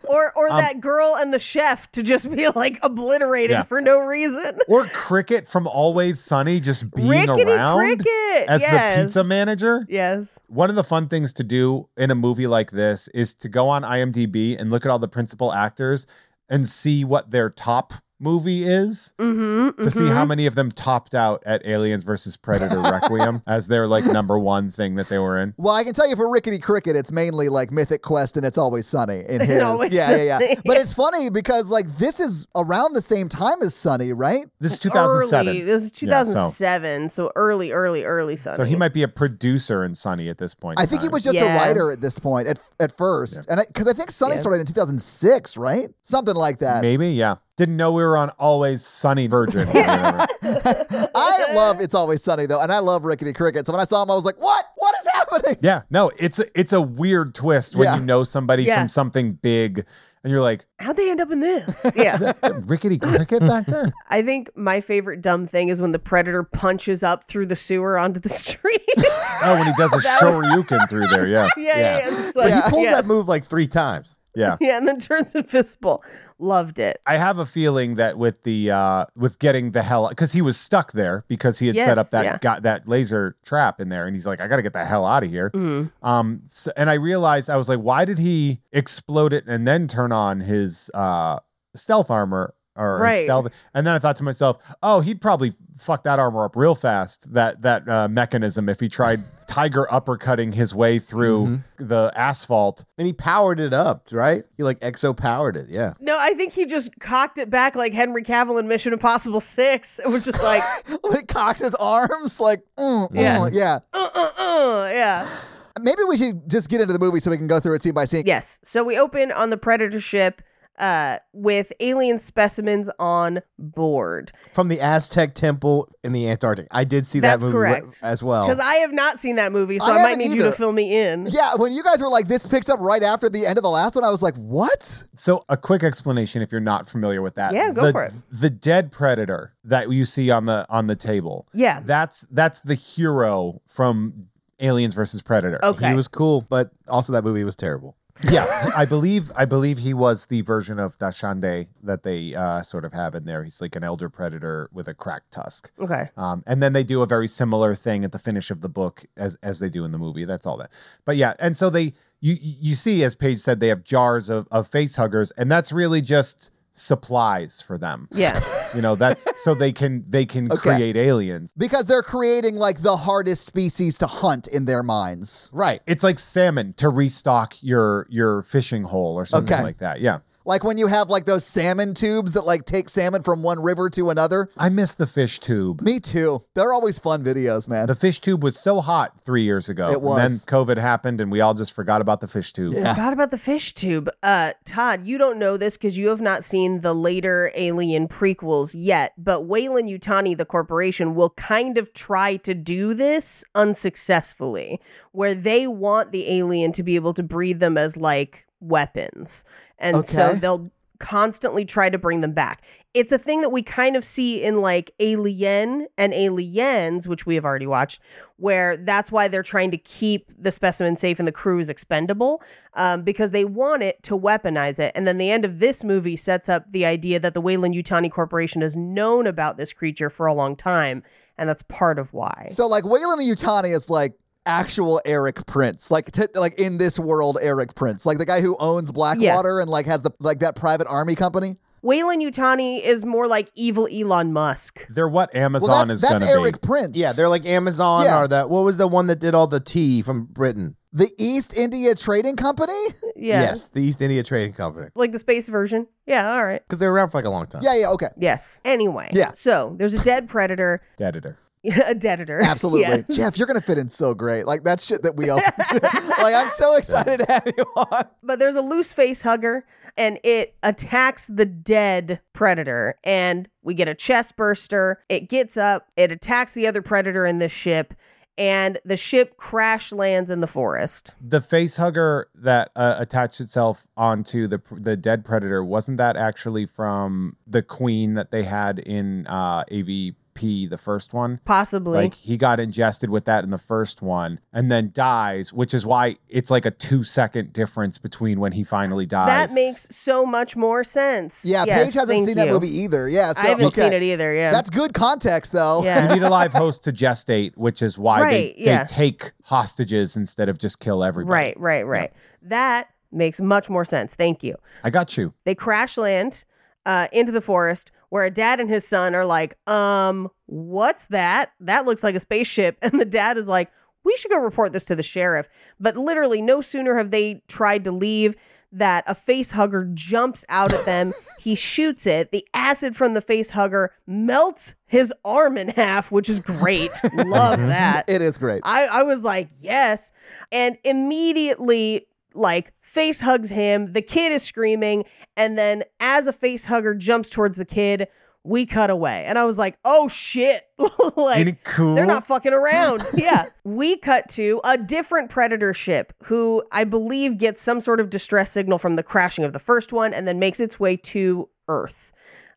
S6: Or
S5: um,
S6: or that girl and the chef to just be like obliterated
S5: Yeah.
S6: for no reason.
S5: Or Cricket from Always Sunny just being
S6: Rickety
S5: around
S6: Cricket,
S5: as the
S6: yes.
S5: pizza manager.
S6: Yes.
S5: One of the fun things to do in a movie like this is to go on IMDb and look at all the principal actors and see what their top movie is
S6: Mm-hmm.
S5: to see how many of them topped out at Aliens versus Predator Requiem as their like number one thing that they were in.
S4: Well, I can tell you for Rickety Cricket, it's mainly like Mythic Quest and It's Always Sunny in
S6: And
S4: his.
S6: Always
S4: yeah, yeah, yeah.
S6: Sunny.
S4: But it's funny because like this is around the same time as Sunny, right?
S5: This is 2007.
S6: Early. This is
S5: Yeah, so-
S6: 2007, so. early, early, early Sunny.
S5: So he might be a producer in Sunny at this point.
S4: I
S5: in
S4: think he
S5: time.
S4: was just a
S6: Yeah.
S4: writer at this point, at at first, and because I, think Sunny
S6: Yeah.
S4: started in 2006, right? Something like that.
S5: maybe, yeah. Didn't know we were on Always Sunny Virgin. or whatever.
S4: I love It's Always Sunny though, and I love Rickety Cricket. So when I saw him, I was like, "What? What is happening?"
S5: Yeah, no, it's a, it's a weird twist when
S4: Yeah.
S5: you know somebody
S6: Yeah.
S5: from something big, and you're like,
S6: How'd they end up in this? Yeah.
S5: rickety cricket back there.
S6: I think my favorite dumb thing is when the predator punches up through the sewer onto the street. yeah,
S5: Oh, when he does a shoryuken through there, yeah,
S6: yeah,
S7: Yeah.
S6: yeah. It's like-
S7: He pulls
S6: yeah.
S7: that move like three times.
S5: yeah.
S6: yeah, and then turns invisible. Loved it.
S5: I have a feeling that with the uh with getting the hell because he was stuck there because he had set
S6: Yes,
S5: up that
S6: yeah.
S5: got that laser trap in there, and he's like, I got to get the hell out of here.
S6: Mhm.
S5: Um, s- and I realized I was like, why did he explode it and then turn on his uh stealth armor or his
S6: Right.
S5: stealth? And then I thought to myself, oh, he'd probably fuck that armor up real fast. That that uh, mechanism if he tried tiger uppercutting his way through the asphalt.
S7: And he powered it up, right? He like exo powered it. Yeah.
S6: No, I think he just cocked it back like Henry Cavill in Mission Impossible 6. It was just like,
S4: when he cocks his arms, like, mm, yeah.
S6: Yeah.
S4: yeah.
S6: uh, uh, uh, yeah.
S4: Maybe we should just get into the movie so we can go through it scene by scene.
S6: Yes. So we open on the Predator ship uh, with alien specimens on board.
S7: From the Aztec temple in the Antarctic. I did see that
S6: That's
S7: movie wa-
S6: correct.
S7: as well.
S6: Because I have not seen that movie, so
S4: I
S6: I, might
S4: haven't
S6: need you to
S4: either.
S6: fill me in.
S4: Yeah, when you guys were like, this picks up right after the end of the last one, I was like, what?
S5: So, a quick explanation if you're not familiar with that.
S6: Yeah, go
S5: the,
S6: for it.
S5: The dead predator that you see on the on the table.
S6: Yeah.
S5: That's that's the hero from Aliens versus Predator.
S6: Okay.
S7: He was cool, but also that movie was terrible.
S5: Yeah, I believe I believe he was the version of Dashande that they uh, sort of have in there. He's like an elder predator with a cracked tusk.
S6: okay.
S5: Um, and then they do a very similar thing at the finish of the book as as they do in the movie. That's all that. But yeah, and so they you you see as Paige said they have jars of of face huggers, and that's really just supplies for them.
S6: Yeah.
S5: You know, that's so they can they can
S4: Okay.
S5: create aliens.
S4: Because they're creating like the hardest species to hunt in their minds.
S7: Right.
S5: It's like salmon to restock your your fishing hole or something
S4: Okay.
S5: like that. Yeah.
S4: Like when you have like those salmon tubes that like take salmon from one river to another.
S5: I miss the fish tube.
S4: Me too. They're always fun videos, man.
S5: The fish tube was so hot three years ago.
S4: It
S5: And then
S4: was.
S5: COVID happened, and we all just forgot about the fish tube.
S4: Yeah.
S6: Forgot about the fish tube. Uh, Todd, you don't know this because you have not seen the later Alien prequels yet, but Wayland Utani, the corporation, will kind of try to do this unsuccessfully, where they want the alien to be able to breed them as like weapons. And so
S4: Okay.
S6: they'll constantly try to bring them back. It's a thing that we kind of see in like Alien and Aliens, which we have already watched, where that's why they're trying to keep the specimen safe and the crew is expendable um, because they want it to weaponize it. And then the end of this movie sets up the idea that the Wayland Yutani Corporation has known about this creature for a long time. And that's part of why.
S4: So like Waylon and Utani is like actual Eric Prince, like t- like in this world Eric Prince, like the guy who owns Blackwater and like has the like that private army company.
S6: Wayland Yutani is more like evil Elon Musk.
S5: They're what Amazon
S4: Well, that's
S5: is
S4: that's
S5: gonna
S4: Eric
S5: be.
S4: Prince.
S7: Yeah, they're like Amazon
S4: Yeah.
S7: or that. What was the one that did all the tea from Britain?
S4: the East India Trading Company.
S6: Yeah.
S7: Yes, the East India Trading Company.
S6: Like the space version. Yeah, all right.
S7: Because they were around for like a long time.
S4: Yeah, yeah, okay,
S6: Yes. Anyway.
S4: Yeah.
S6: So there's a dead predator,
S5: The editor.
S6: a deaditor.
S4: absolutely.
S6: Yes.
S4: Jeff, you're gonna fit in so great. Like that shit that we all like. I'm so excited to have you on.
S6: But there's a loose face hugger and it attacks the dead predator and we get a chest burster. It gets up, it attacks the other predator in the ship and the ship crash lands in the forest.
S5: The face hugger that uh, attached itself onto the pr- the dead predator wasn't that actually from the queen that they had in uh, AVP, the first one.
S6: Possibly.
S5: Like he got ingested with that in the first one and then dies, which is why it's like a two second difference between when he finally dies.
S6: that makes so much more sense.
S4: Yeah,
S6: Yes,
S4: Paige hasn't
S6: thank
S4: seen that
S6: you.
S4: movie either. Yeah, so,
S6: I haven't
S4: okay.
S6: seen it either. Yeah.
S4: That's good context though.
S6: yeah.
S5: you need a live host to gestate, which is why
S6: Right,
S5: they,
S6: yeah.
S5: they take hostages instead of just kill everybody.
S6: Right, right, right. That makes much more sense. Thank you.
S5: I got you.
S6: They crash land uh, into the forest where a dad and his son are like, um, what's that? That looks like a spaceship. And the dad is like, we should go report this to the sheriff. But literally, no sooner have they tried to leave that a face hugger jumps out at them. he shoots it. The acid from the face hugger melts his arm in half, which is great. Love that.
S4: It is great.
S6: I, I was like, yes. And immediately, like, face hugs him. The kid is screaming. And then, as a face hugger jumps towards the kid, we cut away. And I was like, oh shit. like,
S5: Ain't it cool?
S6: they're not fucking around. yeah. We cut to a different predator ship who I believe gets some sort of distress signal from the crashing of the first one and then makes its way to Earth.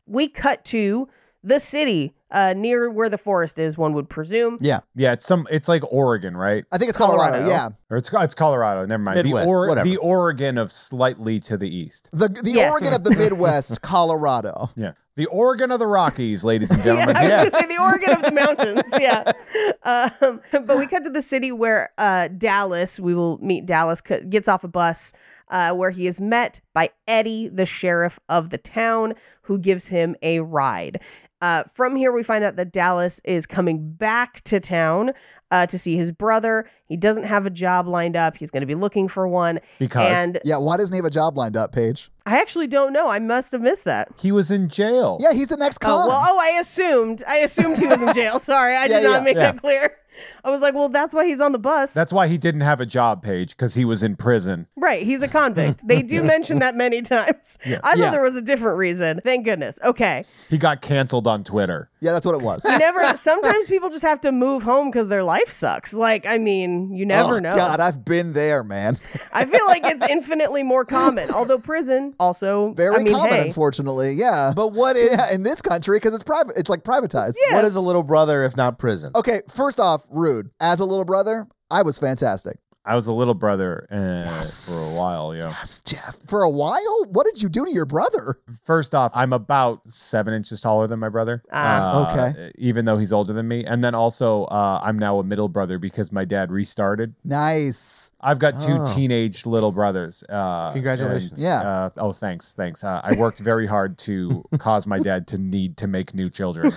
S6: We cut to the city uh, near where the forest is, one would presume.
S4: yeah,
S5: Yeah, it's some. It's like Oregon, right?
S4: I think it's Colorado.
S6: Colorado.
S4: Yeah,
S5: Or it's it's Colorado. Never mind.
S7: Midwest,
S5: the or,
S7: whatever.
S5: the Oregon of slightly to the east.
S4: the the
S6: Yes.
S4: Oregon of the Midwest, Colorado.
S5: Yeah, the Oregon of the Rockies, ladies and
S6: yeah,
S5: gentlemen.
S6: I was gonna say the Oregon of the mountains. Yeah, um, but we cut to the city where uh, Dallas. We will meet Dallas. c- Gets off a bus uh, where he is met by Eddie, the sheriff of the town, who gives him a ride. Uh, from here, we find out that Dallas is coming back to town uh, to see his brother. He doesn't have a job lined up. He's going to be looking for one.
S5: Because?
S6: and
S4: Yeah, why doesn't he have a job lined up, Paige?
S6: I actually don't know. I must have missed that.
S5: He was in jail.
S4: Yeah, he's the next con.
S6: Oh, well, oh, I assumed. I assumed he was in jail. Sorry, I
S4: Yeah,
S6: did not
S4: yeah,
S6: make
S5: yeah.
S6: that clear. I was like, well, that's why he's on the bus.
S5: That's why he didn't have a job, Paige, because he was in prison.
S6: right. He's a convict. They do mention that many times. I thought
S4: Yeah.
S6: there was a different reason. Thank goodness. Okay.
S5: He got canceled on Twitter.
S4: Yeah, that's what it was. Oh,
S6: You never. sometimes people just have to move home because their life sucks. Like, I mean, you never
S4: oh,
S6: know.
S4: God, I've been there, man.
S6: I feel like it's infinitely more common. Although prison also
S4: Very
S6: I mean,
S4: common,
S6: hey.
S4: unfortunately. Yeah.
S7: But what is
S4: yeah, in this country, because it's private, it's like privatized.
S7: what is a little brother if not prison?
S6: Oh.
S4: Okay, first off, rude. As a little brother, I was fantastic.
S5: I was a little brother uh, for a while. Yeah.
S4: Yes, Jeff. For a while, what did you do to your brother?
S5: First off, I'm about seven inches taller than my brother.
S6: Ah.
S5: uh,
S4: Okay.
S5: Even though he's older than me, and then also uh, I'm now a middle brother because my dad restarted.
S4: Nice.
S5: I've got two
S7: Oh.
S5: teenage little brothers. Uh,
S7: Congratulations.
S5: and,
S4: Yeah.
S5: Uh, oh, thanks, thanks. Uh, I worked very hard to cause my dad to need to make new children.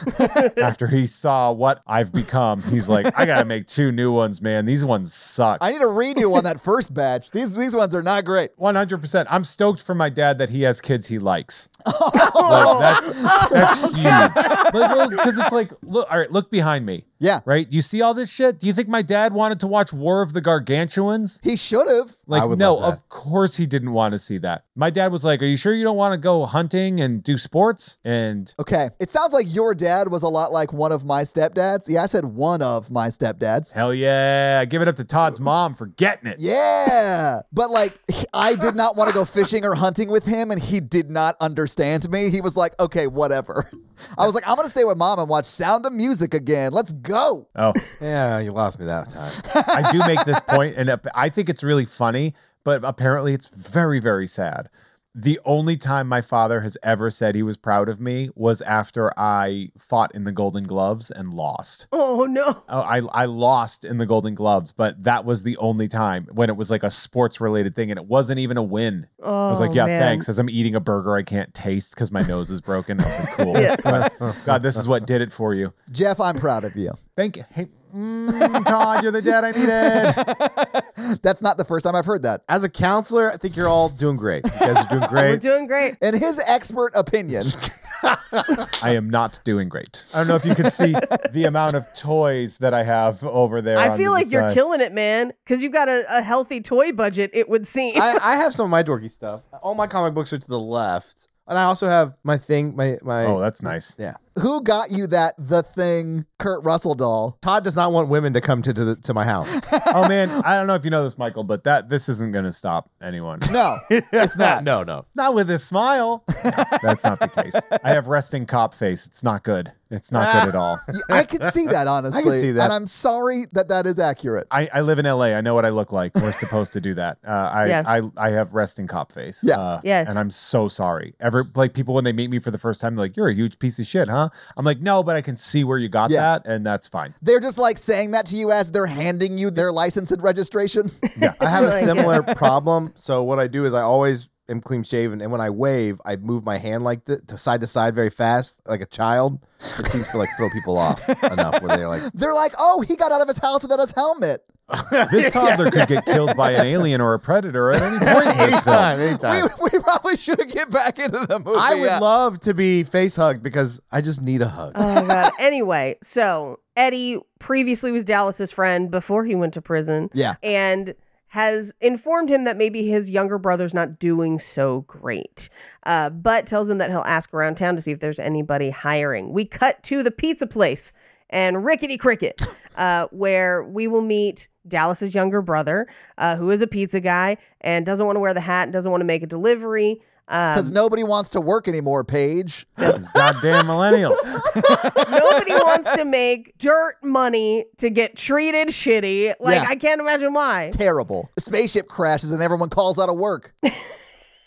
S5: After he saw what I've become, he's like, "I gotta make two new ones, man. These ones suck."
S4: I need a redo on that first batch. These these ones are not great.
S5: One hundred percent. I'm stoked for my dad that he has kids he likes. Like, that's that's huge. like, well, because it's like, look, all right, look behind me,
S4: Yeah.
S5: right? You see all this shit? Do you think my dad wanted to watch War of the Gargantuans?
S4: He should have.
S7: I
S5: Like,
S7: would
S5: no,
S7: love that.
S5: of course he didn't want to see that. My dad was like, Are you sure you don't want to go hunting and do sports? And
S4: Okay. It sounds like your dad was a lot like one of my stepdads. Yeah, I said one of my stepdads.
S5: hell yeah, give it up to Todd's mom for getting it.
S4: Yeah. But like, he- I did not want to go fishing or hunting with him, and he did not understand me. He was like, okay, whatever. I was like, I'm going to stay with mom and watch Sound of Music again. Let's go.
S5: Oh,
S7: Yeah, you lost me that time.
S5: I do make this point, and ap- I think it's really funny, but apparently it's very, very sad. The only time my father has ever said he was proud of me was after I fought in the Golden Gloves and lost.
S6: Oh no.
S5: Oh, I I lost in the Golden Gloves, but that was the only time when it was like a sports related thing, and it wasn't even a win.
S6: Oh,
S5: I was like, yeah,
S6: man.
S5: thanks. As I'm eating a burger, I can't taste because my nose is broken. I was like, cool. But, God, this is what did it for you.
S4: Jeff, I'm proud of you.
S5: Thank you. Hey, mm, Todd, you're the dad I needed.
S4: That's not the first time I've heard that.
S7: As a counselor, I think you're all doing great. You guys are doing
S6: We're
S7: great.
S6: doing great.
S4: In his expert opinion,
S5: I am not doing great. I don't know if you can see the amount of toys that I have over there.
S6: I
S5: on
S6: feel
S5: the
S6: like
S4: uh,
S6: you're
S5: side.
S6: killing it, man, because you've got a, a healthy toy budget, it would seem.
S7: I, I have some of my dorky stuff. All my comic books are to the left, and I also have my thing. My my.
S5: Oh, that's nice.
S7: yeah.
S4: who got you that the thing Kurt Russell doll?
S7: Todd does not want women to come to to, the, to my house.
S5: Oh man, I don't know if you know this, Michael, but that this isn't going to stop anyone.
S4: No, it's not.
S7: no, no.
S5: Not with a smile. That's not the case. I have resting cop face. It's not good. It's not good at all.
S4: Y- I could see that honestly.
S7: see that.
S4: and I'm sorry that that is accurate.
S5: I, I live in LA. I know what I look like. We're supposed to do that. Uh, I,
S6: Yeah.
S5: I I have resting cop face.
S4: Yeah.
S5: Uh,
S6: Yes.
S5: And I'm so sorry. Ever like people when they meet me for the first time, they're like, "You're a huge piece of shit, huh?" I'm like, "No, but I can see where you got
S4: Yeah.
S5: that, and that's fine."
S4: They're just like saying that to you as they're handing you their license and registration.
S7: I have a
S6: Really?
S7: similar problem. So what I do is I always am clean shaven, and when I wave, I move my hand like this to side to side very fast, like a child. It seems to like throw people off enough where they're like,
S4: they're like, "Oh, he got out of his house without his helmet.
S5: This toddler could get killed by an alien or a predator at any point. in this film.
S7: anytime, anytime.
S4: We, we probably should get back into the movie."
S7: Uh. I would
S4: yeah. Uh,
S7: love to be face hugged because I just need a hug.
S6: oh my god. Anyway, so Eddie previously was Dallas's friend before he went to prison.
S4: Yeah.
S6: And has informed him that maybe his younger brother's not doing so great, uh, but tells him that he'll ask around town to see if there's anybody hiring. We cut to the pizza place and Rickety Cricket, uh, where we will meet Dallas's younger brother, uh, who is a pizza guy and doesn't want to wear the hat and doesn't want to make a delivery. Um,
S4: because nobody wants to work anymore. Paige,
S5: Goddamn millennials.
S6: Nobody wants to make dirt money to get treated shitty. Like,
S4: Yeah.
S6: I can't imagine why.
S4: terrible. Spaceship crashes and everyone calls out of work.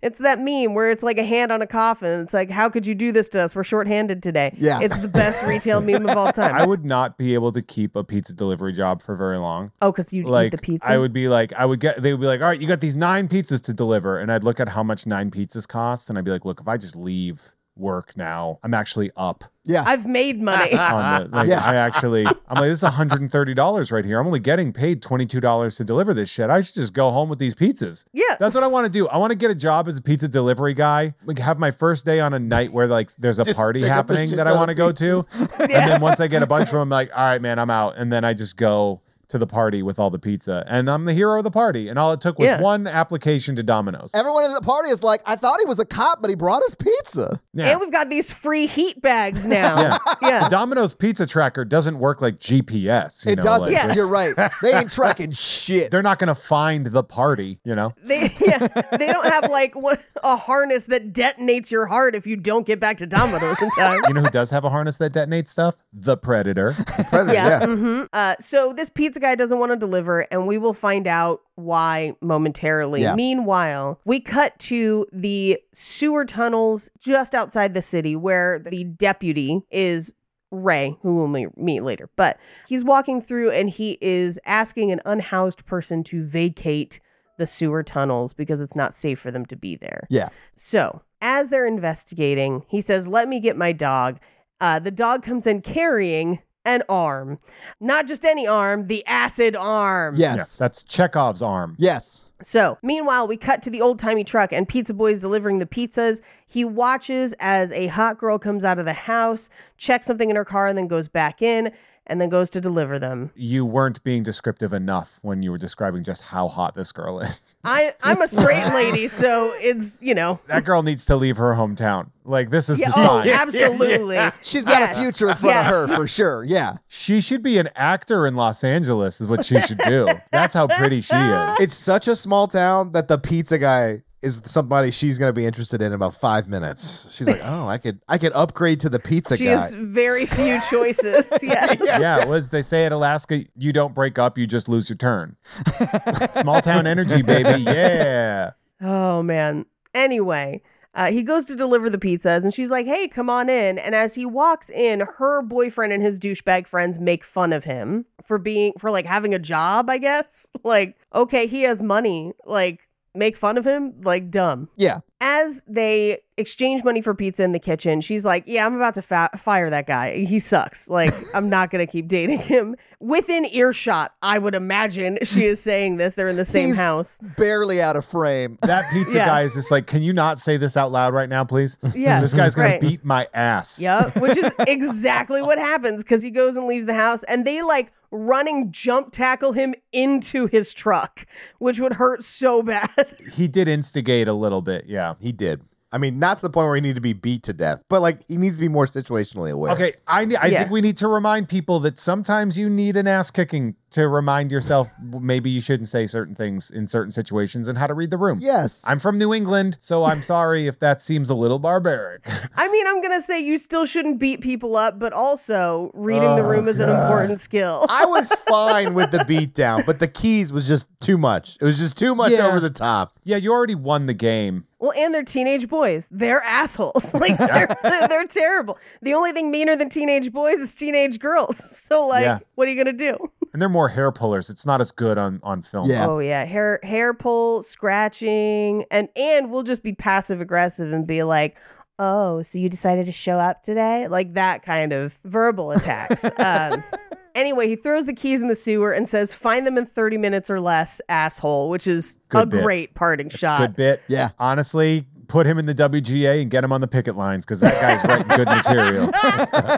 S6: It's that meme where it's like a hand on a coffin. It's like, how could you do this to us? We're shorthanded today.
S4: Yeah.
S6: It's the best retail meme of all
S5: I
S6: time.
S5: would not be able to keep a pizza delivery job for very long.
S6: Oh, because you
S5: like
S6: eat the pizza.
S5: I would be like, I would get. They would be like, all right, you got these nine pizzas to deliver, and I'd look at how much nine pizzas cost, and I'd be like, look, if I just leave work now, I'm actually up
S4: Yeah,
S6: I've made money.
S5: on the. Like,
S4: Yeah.
S5: I actually, I'm like, this is 130 dollars right here. I'm only getting paid 22 dollars to deliver this shit. I should just go home with these pizzas.
S6: yeah.
S5: That's what I want to do. I want to get a job as a pizza delivery guy. Like have my first day on a night where like there's a party
S7: pick up a
S5: happening
S7: shit
S5: that I
S7: ton
S5: want to
S7: of
S5: go to, and then once I get a bunch of them, I'm like, all right, man, I'm out, and then I just go to the party with all the pizza, and I'm the hero of the party, and all it took was
S6: Yeah.
S5: one application to Domino's.
S4: everyone at the party is like, "I thought he was a cop, but he brought us pizza."
S5: Yeah.
S6: And we've got these free heat bags now.
S5: Yeah.
S6: Yeah.
S5: The Domino's pizza tracker doesn't work like GPS. You
S4: It
S5: know,
S4: doesn't.
S5: like,
S6: Yeah.
S5: it's-
S4: You're right. They ain't tracking shit.
S5: They're not going to find the party, you know.
S6: They yeah, they don't have like one, a harness that detonates your heart if you don't get back to Domino's in time.
S5: You know who does have a harness that detonates stuff? The Predator.
S7: Predator,
S6: yeah.
S7: yeah.
S6: mhm. Uh, so this pizza guy doesn't want to deliver, and we will find out why momentarily.
S4: Yeah.
S6: Meanwhile, we cut to the sewer tunnels just outside the city where the deputy is. Ray, who we'll me- meet later, but he's walking through and he is asking an unhoused person to vacate the sewer tunnels because it's not safe for them to be there.
S4: Yeah.
S6: So, as they're investigating, he says, Let me get my dog. Uh, the dog comes in carrying an arm, not just any arm, the acid arm.
S4: Yes.
S5: That's Chekhov's arm.
S4: Yes.
S6: So, meanwhile, we cut to the old timey truck and Pizza Boy's delivering the pizzas. He watches as a hot girl comes out of the house, checks something in her car, and then goes back in and then goes to deliver them.
S5: You weren't being descriptive enough when you were describing just how hot this girl is.
S6: I, I'm a straight lady, so it's, you know.
S5: That girl needs to leave her hometown. Like this is
S6: Yeah,
S5: the
S6: oh,
S5: sign.
S6: absolutely.
S4: She's got
S6: Yes.
S4: a future in front
S6: Yes.
S4: of her for sure. Yeah.
S5: She should be an actor in Los Angeles, is what she should do. That's how pretty she is.
S7: It's such a small town that the pizza guy is somebody she's gonna be interested in in about five minutes. She's like, oh, I could I could upgrade to the pizza
S6: She
S7: guy.
S6: has very few choices. Yeah.
S5: Yeah, well, as they say at Alaska, you don't break up, you just lose your turn. Small town energy, baby. Yeah.
S6: Oh man. Anyway, uh, he goes to deliver the pizzas, and she's like, "Hey, come on in." And as he walks in, her boyfriend and his douchebag friends make fun of him for being for like having a job. I guess like, okay, he has money. Like, make fun of him. Like, dumb.
S4: Yeah.
S6: As they exchange money for pizza in the kitchen, she's like, "Yeah, I'm about to fa- fire that guy. He sucks. Like, I'm not gonna keep dating him." Within earshot, I would imagine she is saying this. They're in the same
S4: He's-
S6: house.
S4: Barely out of frame.
S5: That pizza
S6: Yeah.
S5: guy is just like, can you not say this out loud right now, please?
S6: Yeah,
S5: This guy's going
S6: right.
S5: to beat my ass.
S6: Yep. Which is exactly what happens because he goes and leaves the house and they like running jump tackle him into his truck, which would hurt so bad.
S5: He did instigate a little bit. Yeah.
S7: he did. I mean, not to the point where he needed to be beat to death, but like he needs to be more situationally aware.
S5: Okay, I ne- I
S6: Yeah.
S5: think we need to remind people that sometimes you need an ass kicking to remind yourself maybe you shouldn't say certain things in certain situations and how to read the room.
S4: Yes.
S5: I'm from New England, so I'm sorry if that seems a little barbaric.
S6: I mean, I'm going to say you still shouldn't beat people up, but also reading the room is an important skill.
S7: I was fine with the beatdown, but the keys was just too much. It was just too much
S4: Yeah.
S7: over the top.
S5: Yeah, you already won the game.
S6: Well, and they're teenage boys. They're assholes. Like, they're, they're terrible. The only thing meaner than teenage boys is teenage girls. So, like,
S5: Yeah.
S6: what are you going to do?
S5: And they're more hair pullers. It's not as good on on film.
S4: Yeah.
S6: Oh yeah, hair hair pull, scratching, and and we'll just be passive aggressive and be like, "Oh, so you decided to show up today?" Like that kind of verbal attacks. um, anyway, he throws the keys in the sewer and says, "Find them in thirty minutes or less, asshole," which is
S5: Good
S6: a
S5: bit.
S6: great parting
S5: Good
S6: shot.
S5: bit.
S4: Yeah.
S5: Honestly, put him in the WGA and get him on the picket lines because that guy's writing good material.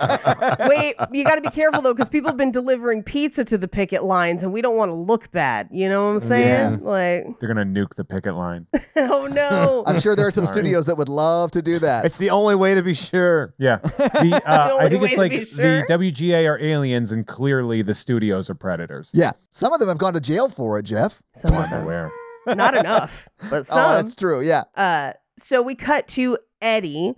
S6: Wait, you got to be careful though, because people have been delivering pizza to the picket lines, and we don't want to look bad. You know what I'm saying? Like,
S5: They're gonna nuke the picket line.
S6: oh no.
S4: I'm sure there are some studios that would love to do that.
S7: It's the only way to be sure.
S5: Yeah. The, uh, I
S6: only
S5: think
S6: way
S5: it's
S6: to
S5: like
S6: be sure.
S5: the WGA are aliens, and clearly the studios are predators.
S4: yeah. Some of them have gone to jail for it, Jeff.
S6: Some of
S5: I'm
S6: them.
S5: aware.
S6: Not enough, but some.
S4: Oh, that's true. Yeah.
S6: Uh, so we cut to Eddie,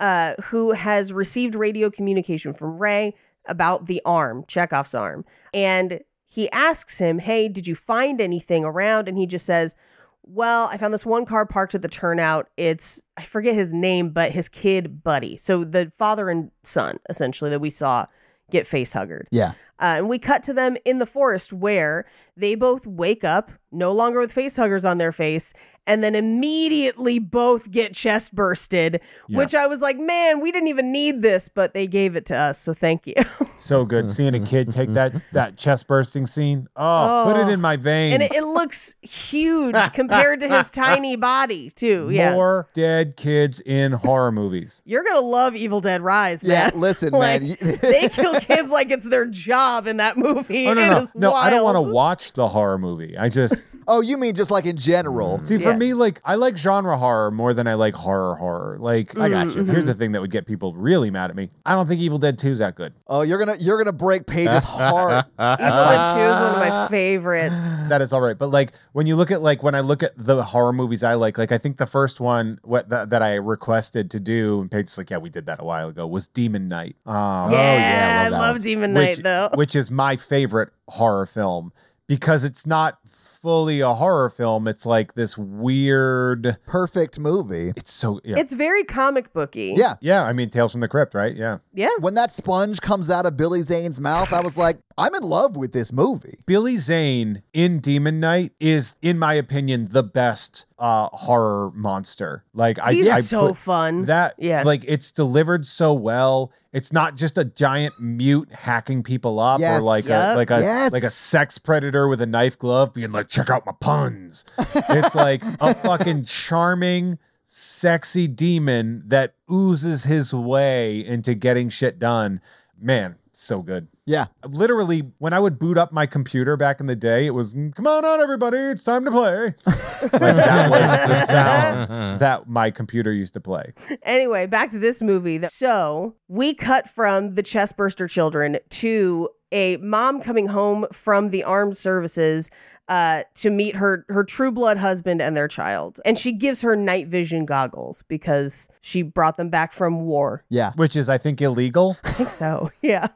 S6: uh, who has received radio communication from Ray about the arm, Chekhov's arm. And he asks him, Hey, did you find anything around? And he just says, Well, I found this one car parked at the turnout. It's, I forget his name, but his kid, Buddy. So the father and son, essentially, that we saw get face huggered.
S4: Yeah.
S6: Uh, and we cut to them in the forest where they both wake up, no longer with face huggers on their face, and then immediately both get chest bursted,
S5: Yeah.
S6: which I was like, man, we didn't even need this, but they gave it to us. So thank you.
S5: So good. Seeing a kid take that that chest bursting scene. Oh, put it in my veins.
S6: and it, it looks huge compared to his tiny body, too. Yeah.
S5: More dead kids in horror movies.
S6: You're going to love Evil Dead Rise,
S4: Yeah,
S6: man.
S4: listen,
S6: Like,
S4: man.
S6: they kill kids like it's their job in that movie.
S5: Oh no,
S6: It
S5: no,
S6: is
S5: no! I don't want
S6: wild.
S5: to watch the horror movie. I just
S4: Oh, you mean just like in general?
S7: Mm.
S5: See, for
S6: Yeah.
S5: me, like I like genre horror more than I like horror horror. Like I got you.
S6: Mm-hmm.
S5: Here's the thing that would get people really mad at me. I don't think Evil Dead 2 is that good.
S4: Oh, you're gonna you're gonna break Paige's heart.
S6: Evil Dead 2 is one of my favorites.
S5: That is all right. But like when you look at like when I look at the horror movies I like, like I think the first one what that, that I requested to do, and Paige's like, yeah, we did that a while ago, was Demon Night. Um,
S6: yeah, I
S5: that
S6: love
S5: one.
S6: Demon
S5: Which-
S6: Knight, though.
S5: Which is my favorite horror film because it's not fully a horror film. It's like this weird.
S4: Perfect movie.
S5: It's so yeah.
S6: It's very comic booky.
S4: Yeah.
S5: yeah, I mean Tales from the Crypt, right? Yeah.
S6: Yeah.
S4: When that sponge comes out of Billy Zane's mouth, I was like, I'm in love with this movie.
S5: Billy Zane in Demon Knight is, in my opinion, the best uh, horror monster. Like I,
S6: He's
S5: I
S6: so
S5: put
S6: fun.
S5: that.
S6: Mm-hmm. yeah.
S5: like it's delivered so well. It's not just a giant mute hacking people up,
S4: Yes.
S5: or like a
S6: Yep.
S5: like a
S4: Yes.
S5: like a sex predator with a knife glove, being like, "Check out my puns." it's like a fucking charming. Sexy demon that oozes his way into getting shit done. Man, so good
S4: Yeah.
S5: literally when I would boot up my computer back in the day, it was "Mm, come on out everybody, it's time to play. like that was the
S7: Mm-hmm.
S5: sound that my computer used to play.
S6: Anyway, back to this movie. Th- So we cut from the Chestburster children to a mom coming home from the armed services uh, to meet her her true blood husband and their child, and she gives her night vision goggles because she brought them back from war.
S4: Yeah.
S5: Which is I think illegal.
S6: I think so. Yeah.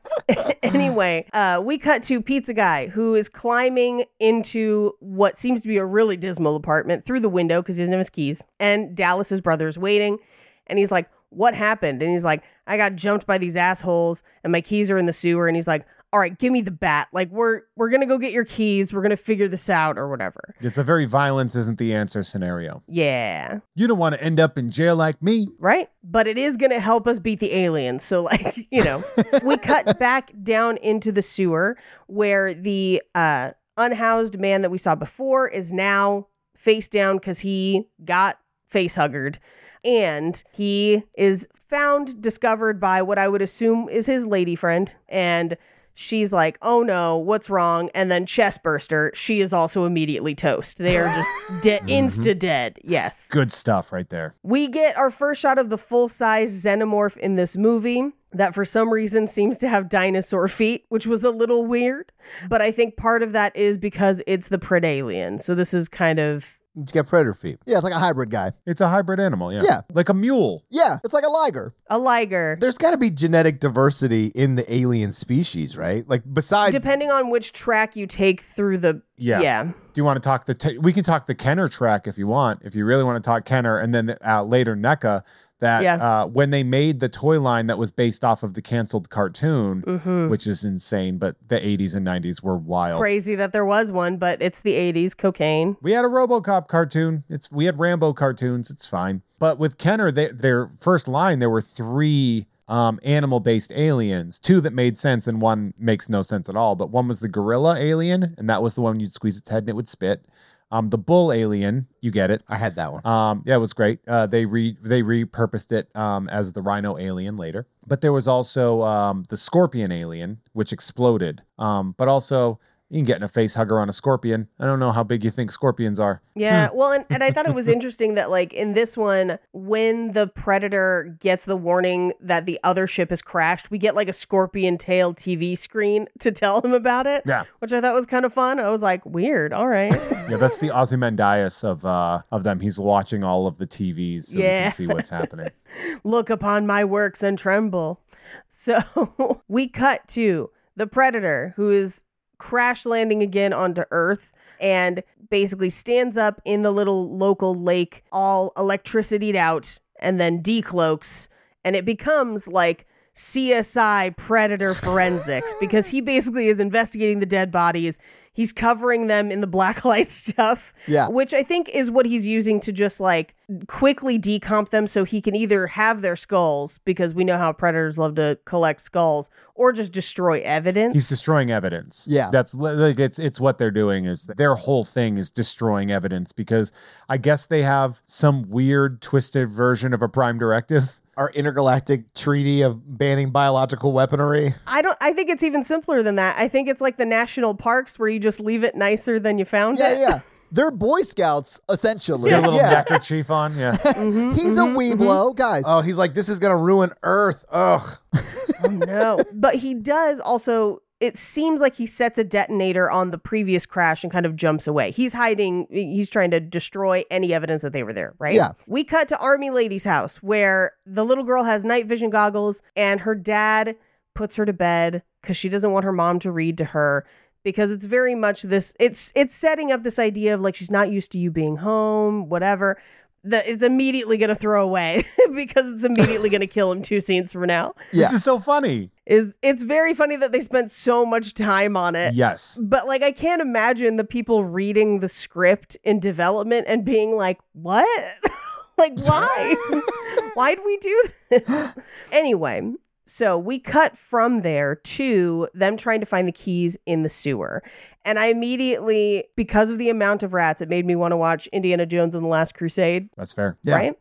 S6: anyway, uh, we cut to Pizza Guy, who is climbing into what seems to be a really dismal apartment through the window because he doesn't have his keys. And Dallas's brother is waiting. And he's like, What happened? And he's like, I got jumped by these assholes and my keys are in the sewer. And he's like, All right, give me the bat. Like, we're we're gonna go get your keys. We're gonna figure this out or whatever.
S5: It's a very violence isn't the answer scenario.
S6: Yeah.
S5: You don't want to end up in jail like me.
S6: right? But it is going to help us beat the aliens. So, like, you know, we cut back down into the sewer where the uh, unhoused man that we saw before is now face down because he got face huggered. And he is found, discovered by what I would assume is his lady friend. And she's like, oh no, what's wrong? And then Chestburster, she is also immediately toast. They are just de- insta dead. Yes.
S5: Good stuff right there.
S6: We get our first shot of the full size xenomorph in this movie that for some reason seems to have dinosaur feet, which was a little weird. But I think part of that is because it's the predalien. So this is kind of
S7: You got predator feet.
S4: Yeah, it's like a hybrid guy.
S5: It's a hybrid animal, yeah.
S4: Yeah.
S5: Like a mule.
S4: Yeah, it's like a liger.
S6: a liger.
S7: There's got to be genetic diversity in the alien species, right? Like besides,
S6: Depending on which track you take through the
S5: Yeah.
S6: yeah
S5: Do you want to talk the? T- we can talk the Kenner track if you want. If you really want to talk Kenner, and then uh, later NECA. That
S6: Yeah.
S5: uh, when they made the toy line that was based off of the canceled cartoon,
S6: Mm-hmm.
S5: which is insane, but the 80s and 90s were wild.
S6: crazy that there was one, but it's the '80s cocaine.
S5: We had a RoboCop cartoon. It's we had Rambo cartoons. It's fine. But with Kenner, they, their first line, there were three um, animal-based aliens. Two that made sense, and one makes no sense at all. But one was the gorilla alien, and that was the one you'd squeeze its head and it would spit. Um, the bull alien, you get it.
S7: I had that one.
S5: Um, yeah, it was great. Uh, they re they repurposed it um, as the Rhino Alien later, but there was also um, the Scorpion Alien, which exploded. Um, but also, you can get in a face hugger on a scorpion. I don't know how big you think scorpions are.
S6: Yeah, well, and, and I thought it was interesting that, like, in this one, when the Predator gets the warning that the other ship has crashed, we get like a scorpion tail TV screen to tell him about it.
S5: Yeah.
S6: Which I thought was kind of fun. I was like, weird. All right.
S5: Yeah, that's the Ozymandias of uh, of them. He's watching all of the TVs so he
S6: Yeah.
S5: can see what's happening.
S6: Look upon my works and tremble. So we cut to the Predator, who is crash landing again onto Earth and basically stands up in the little local lake, all electricityed out, and then decloaks. And it becomes like CSI Predator Forensics because he basically is investigating the dead bodies. He's covering them in the black light stuff.
S4: Yeah.
S6: Which I think is what he's using to just like quickly decomp them so he can either have their skulls, because we know how predators love to collect skulls, or just destroy evidence.
S5: He's destroying evidence.
S4: Yeah.
S5: that's li- like it's it's what they're doing is their whole thing is destroying evidence because I guess they have some weird twisted version of a prime directive.
S7: Our intergalactic treaty of banning biological weaponry.
S6: I don't. I think it's even simpler than that. I think it's like the national parks where you just leave it nicer than you found
S4: Yeah,
S6: it.
S4: yeah. They're Boy Scouts, essentially.
S5: Get a little
S4: Yeah.
S5: neckerchief on. Yeah.
S4: He's a
S7: Mm-hmm,
S4: Weeblo. Guys,
S7: Oh, he's like, this is gonna ruin Earth. Ugh.
S6: Oh no! but he does also. It seems like he sets a detonator on the previous crash and kind of jumps away. He's hiding. He's trying to destroy any evidence that they were there. Right?
S4: Yeah.
S6: We cut to Army Lady's house where the little girl has night vision goggles and her dad puts her to bed because she doesn't want her mom to read to her because it's very much this it's it's setting up this idea of like she's not used to you being home whatever that it's immediately going to throw away because it's immediately going to kill him two scenes from now.
S4: Yeah.
S5: Which is so funny.
S6: Is it's very funny that they spent so much time on
S4: Eh.
S6: it.
S5: Yes.
S6: But like I can't imagine the people reading the script in development and being like, "What? like why? Why'd we do this?" Anyway, so we cut from there to them trying to find the keys in the sewer. And I immediately because of the amount of rats, it made me want to watch Indiana Jones and the Last Crusade
S5: That's fair.
S4: Yeah.
S6: right?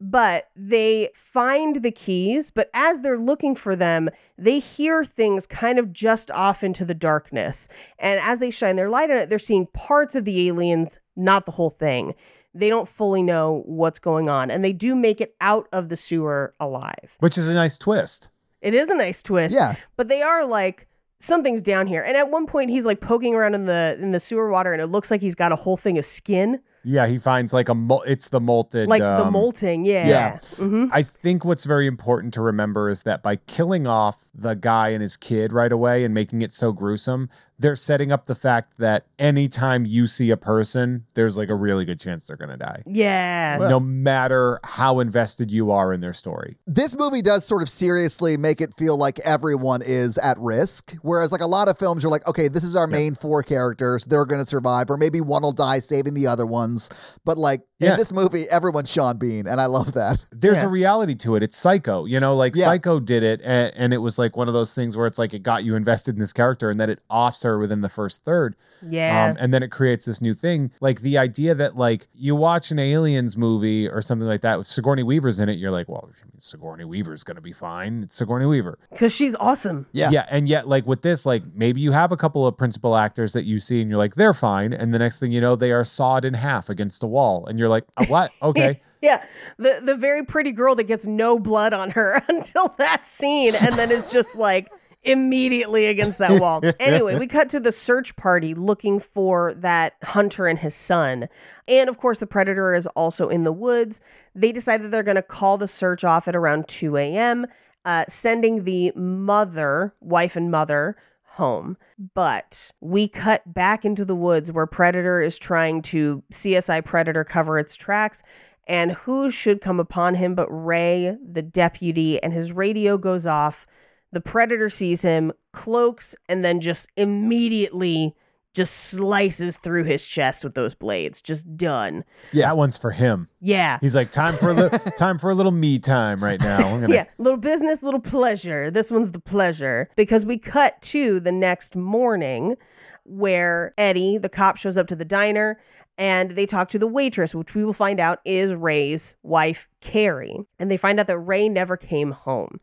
S6: But they find the keys, but as they're looking for them, they hear things kind of just off into the darkness. And as they shine their light on it, they're seeing parts of the aliens, not the whole thing. They don't fully know what's going on, and they do make it out of the sewer alive.
S5: Which is a nice twist.
S6: It is a nice twist.
S4: Yeah.
S6: But they are like something's down here. And at one point he's like poking around in the in the sewer water and it looks like he's got a whole thing of skin,
S5: Yeah, he finds like a mol- it's the molted
S6: like the
S5: um,
S6: molting. Yeah.
S5: yeah.
S6: Mhm.
S5: I think what's very important to remember is that by killing off the guy and his kid right away and making it so gruesome, they're setting up the fact that anytime you see a person, there's like a really good chance they're going to die.
S6: Yeah.
S5: no matter how invested you are in their story.
S4: This movie does sort of seriously make it feel like everyone is at risk. Whereas, like a lot of films, you're like, okay, this is our main four characters. They're going to survive, or maybe one will die saving the other ones. But, like,
S5: Yeah.
S4: in this movie, everyone's Sean Bean, and I love that.
S5: There's
S6: Yeah.
S5: a reality to it. It's Psycho, you know, like
S4: Yeah.
S5: Psycho did it, and, and it was like one of those things where it's like it got you invested in this character, and then it offs her within the first third.
S6: Yeah.
S5: Um, and then it creates this new thing. Like the idea that like you watch an aliens movie or something like that with Sigourney Weaver's in it, you're like, well, Sigourney Weaver's gonna be fine. It's Sigourney Weaver.
S6: Because she's awesome.
S4: Yeah.
S5: Yeah. And yet, like with this, like maybe you have a couple of principal actors that you see and you're like, they're fine. And the next thing you know, they are sawed in half against a wall. And you're like, "Uh, what? Okay.
S6: Yeah. The the very pretty girl that gets no blood on her until that scene and then is just like immediately against that wall. anyway, we cut to the search party looking for that hunter and his son. And of course the predator is also in the woods. They decide that they're gonna call the search off at around 2 a.m. Uh, sending the mother, wife and mother, home. But we cut back into the woods where Predator is trying to CSI Predator cover its tracks. And who should come upon him but Ray, the deputy, and his radio goes off. The Predator sees him, cloaks, and then just immediately just slices through his chest with those blades. Just done.
S5: Yeah. That one's for him.
S6: Yeah.
S5: He's like, time for a little time for a little me time right now. I'm gonna
S6: yeah, little business, little pleasure. This one's the pleasure because we cut to the next morning where Eddie, the cop, shows up to the diner and they talk to the waitress, which we will find out is Ray's wife, Carrie. And they find out that Ray never came home.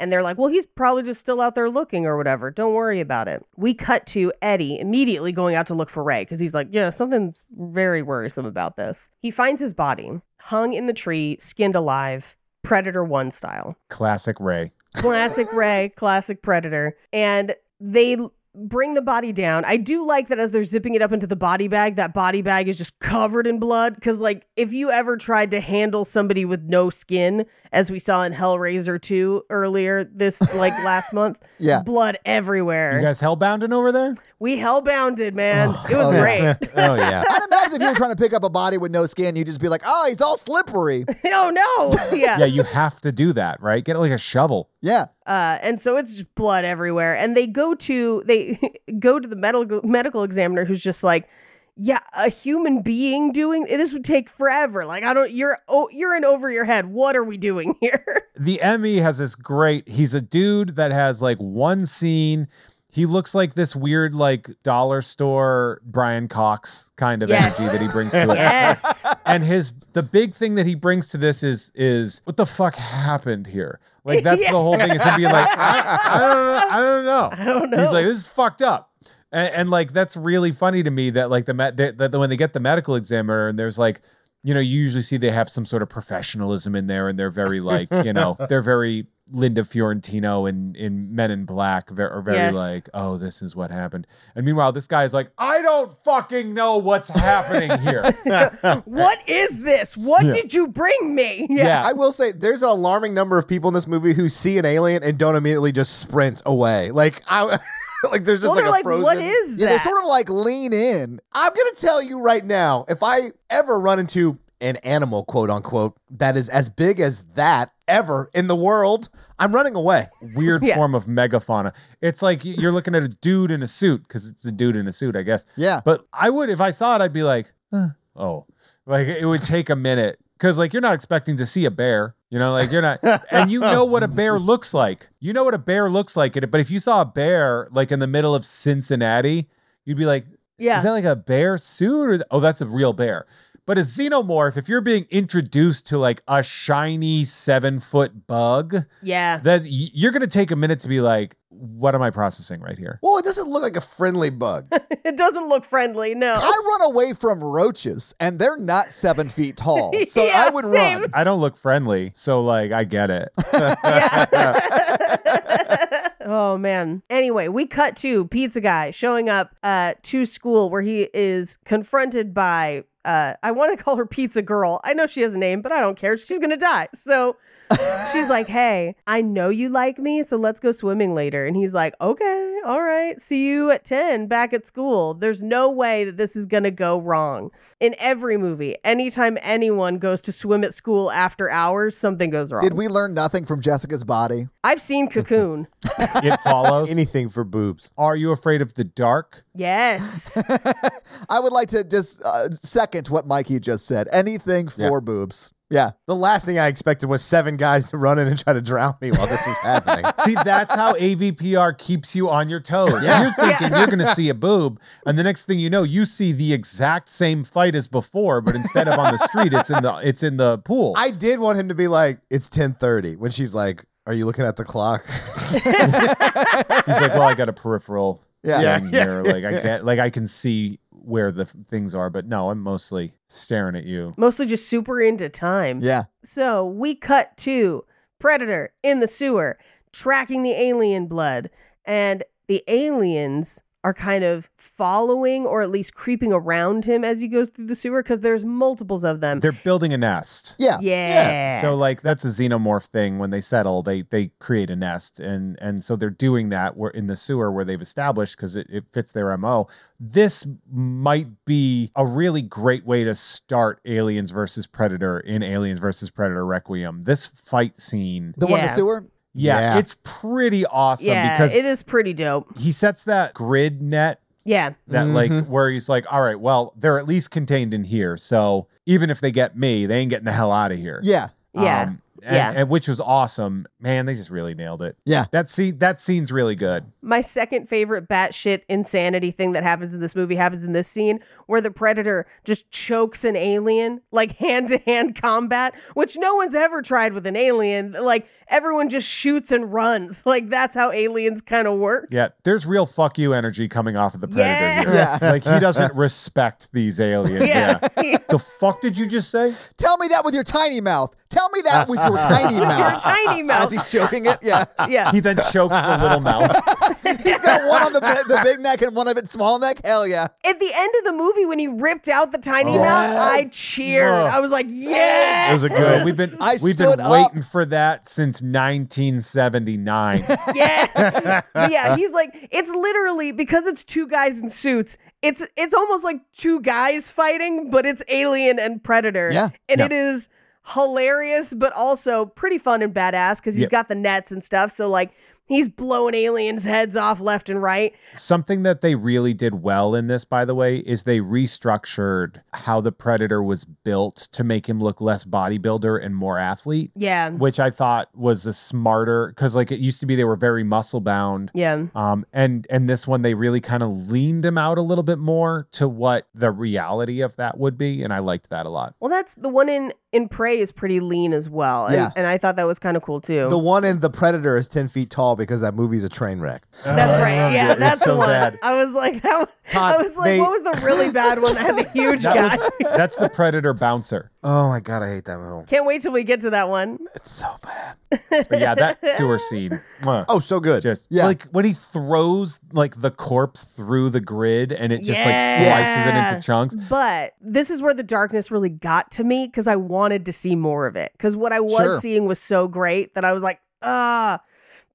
S6: And they're like, well, he's probably just still out there looking or whatever. Don't worry about it. We cut to Eddie immediately going out to look for Ray because he's like, yeah, something's very worrisome about this. He finds his body hung in the tree, skinned alive, Predator 1 style.
S5: classic Ray.
S6: Classic Ray, classic Predator. And they l- bring the body down. I do like that as they're zipping it up into the body bag, that body bag is just covered in blood. Because, like, if you ever tried to handle somebody with no skin, as we saw in Hellraiser 2 earlier this, like, last month,
S4: Yeah.
S6: blood everywhere.
S5: You guys hellbounding over there?
S6: we hellbounded, man. it was
S4: oh,
S6: great.
S7: oh yeah.
S4: I'd imagine if you were trying to pick up a body with no skin, you'd just be like, oh, he's all slippery.
S6: oh, no.
S5: Yeah, you have to do that, right? Get like a shovel.
S4: Yeah.
S6: uh, and so it's just blood everywhere. And they go to they go to the medical medical examiner, who's just like, "Yeah, a human being doing this would take forever. Like, I don't. You're oh, you're in over your head. What are we doing here?
S5: the Emmy has this great. He's a dude that has like one scene. He looks like this weird, like dollar store Brian Cox kind of
S6: Yes.
S5: energy that he brings to it.
S6: yes,
S5: And his the big thing that he brings to this is is what the fuck happened here? Like that's
S6: Yeah.
S5: the whole thing. Is him being like, I, I don't know, I don't know.
S6: I don't know.
S5: He's like, this is fucked up. And, and like, that's really funny to me that like the, med- that, that when they get the medical examiner and there's like, you know, you usually see they have some sort of professionalism in there and they're very like, you know, they're very Linda Fiorentino in, in Men in Black ve- or very
S6: Yes.
S5: like, oh, this is what happened. And meanwhile, this guy is like, I don't fucking know what's happening here.
S6: what is this? What did you bring me?
S5: yeah.
S7: I will say there's an alarming number of people in this movie who see an alien and don't immediately just sprint away. Like I like there's
S6: well,
S7: just
S6: they're
S7: like a
S6: like,
S7: frozen
S6: what is
S4: Yeah,
S6: that?
S4: they sort of like lean in.
S7: I'm gonna tell you right now, if I ever run into an animal, quote unquote, that is as big as that ever in the world, I'm running away.
S5: Weird
S6: Yeah.
S5: form of megafauna. It's like y- you're looking at a dude in a suit because it's a dude in a suit, I guess.
S4: Yeah.
S5: But I would, if I saw it, I'd be like, "Huh, oh, like it would take a minute because like you're not expecting to see a bear, you know, like you're not, and you know what a bear looks like. You know what a bear looks like, and- but if you saw a bear like in the middle of Cincinnati, you'd be like,
S6: Yeah.
S5: is that like a bear suit? Or is- oh, that's a real bear. But a xenomorph, if you're being introduced to like a shiny seven foot bug,
S6: yeah.
S5: that y- you're gonna take a minute to be like, what am I processing right here?
S7: Well, it doesn't look like a friendly bug.
S6: It doesn't look friendly. No.
S4: I run away from roaches, and they're not seven feet tall, so
S6: Yeah,
S4: I would
S6: same.
S4: run.
S5: I don't look friendly, so like I get it.
S6: oh man. Anyway, we cut to pizza guy showing up uh to school where he is confronted by uh I want to call her pizza girl. I know she has a name, but I don't care. She's going to die. So she's like, "Hey, I know you like me, so let's go swimming later." And he's like, "Okay, all right. See you at 10 back at school. There's no way that this is going to go wrong." In every movie, anytime anyone goes to swim at school after hours, something goes wrong.
S4: Did we learn nothing from Jessica's body?
S6: I've seen Cocoon.
S5: It follows.
S7: Anything for boobs.
S5: Are you afraid of the dark?
S6: Yes.
S4: I would like to just uh, second what Mikey just said. Anything for boobs. Yeah.
S7: The last thing I expected was seven guys to run in and try to drown me while this was happening.
S5: See, that's how AVPR keeps you on your toes. You're thinking you're going to see a boob, and the next thing you know, you see the exact same fight as before, but instead of on the street, it's in the it's in the pool.
S7: I did want him to be like, "It's 10:30." When she's like, "Are you looking at the clock?"
S5: He's like, "Well, I got a peripheral
S4: Yeah.
S5: yeah, thing here. Like I get, like I can see where the f- things are, but no, I'm mostly staring at you."
S6: Mostly just super into time.
S4: Yeah.
S6: So we cut to Predator in the sewer tracking the alien blood, and the aliens are kind of following or at least creeping around him as he goes through the sewer because there's multiples of them.
S5: They're building a nest.
S4: Yeah.
S6: yeah.
S5: So like that's a xenomorph thing. When they settle, they they create a nest, and and so they're doing that. Where in the sewer where they've established because it, it fits their mo. This might be a really great way to start Aliens versus Predator in Aliens versus Predator Requiem. This fight scene,
S4: The one in the
S6: Yeah.
S4: sewer?
S5: yeah,
S7: Yeah.
S5: it's pretty awesome
S6: yeah,
S5: because
S6: it is pretty dope.
S5: he sets that grid net
S6: Yeah.
S5: that like
S6: Mm-hmm.
S5: where he's like, all right, well they're at least contained in here, so even if they get me, they ain't getting the hell out of here.
S4: Yeah.
S6: Yeah.
S5: Um, and,
S6: Yeah.
S5: and- which was awesome. Man, they just really nailed it.
S4: Yeah.
S5: That scene that scene's really good.
S6: My second favorite batshit insanity thing that happens in this movie happens in this scene where the predator just chokes an alien, like hand to hand combat, which no one's ever tried with an alien. Like everyone just shoots and runs. Like that's how aliens kind of work.
S5: Yeah. There's real fuck you energy coming off of the predator.
S6: Yeah.
S5: here. Like he doesn't respect these aliens.
S6: Yeah.
S5: the fuck did you just say?
S4: Tell me that with your tiny mouth. Tell me that with your tiny
S6: Your
S4: mouth.
S6: tiny
S4: As
S6: mouth.
S4: he's choking it. Yeah.
S6: Yeah.
S5: He then chokes the little mouth.
S4: He's got one on the, bi- the big neck and one of its small neck. Hell yeah.
S6: At the end of the movie, when he ripped out the tiny
S4: Oh.
S6: mouth, I
S4: Yes.
S6: cheered.
S5: Oh.
S6: I was like, yeah.
S5: It was a good. We've been
S4: I
S5: we've been
S4: stood up.
S5: waiting for that since 1979.
S6: Yes. But yeah, he's like, it's literally because it's two guys in suits. It's it's almost like two guys fighting, but it's alien and predator.
S4: Yeah.
S6: And
S5: Yeah.
S6: it is hilarious, but also pretty fun and badass because he's
S5: Yep.
S6: got the nets and stuff. So like he's blowing aliens' heads off left and right.
S5: Something that they really did well in this, by the way, is they restructured how the Predator was built to make him look less bodybuilder and more athlete,
S6: Yeah.
S5: which I thought was a smarter because like it used to be they were very muscle bound.
S6: Yeah.
S5: Um, and and this one they really kind of leaned him out a little bit more to what the reality of that would be, and I liked that a lot.
S6: Well, that's the one in in Prey is pretty lean as well. And,
S4: Yeah.
S6: and I thought that was kind of cool too.
S7: the one in The Predator is 10 feet tall because that movie's a train wreck.
S6: That's right. Oh, Yeah,
S5: It's
S6: that's
S5: so
S6: the one.
S5: bad.
S6: I was like, that. Was,
S7: Todd,
S6: I was like,
S7: they-
S6: what was the really bad one that had the huge
S5: That
S6: guy?
S5: was- that's the Predator bouncer.
S7: Oh my god, I hate that movie.
S6: Can't wait till we get to that one.
S7: It's so bad.
S5: But yeah, that sewer scene. mwah.
S7: Oh, so good.
S5: just
S4: Yeah.
S5: like when he throws like the corpse through the grid and it just like slices it
S6: Yeah.
S5: into chunks.
S6: But this is where the darkness really got to me because I wanted to see more of it. Because what I was
S4: Sure.
S6: seeing was so great that I was like, ah,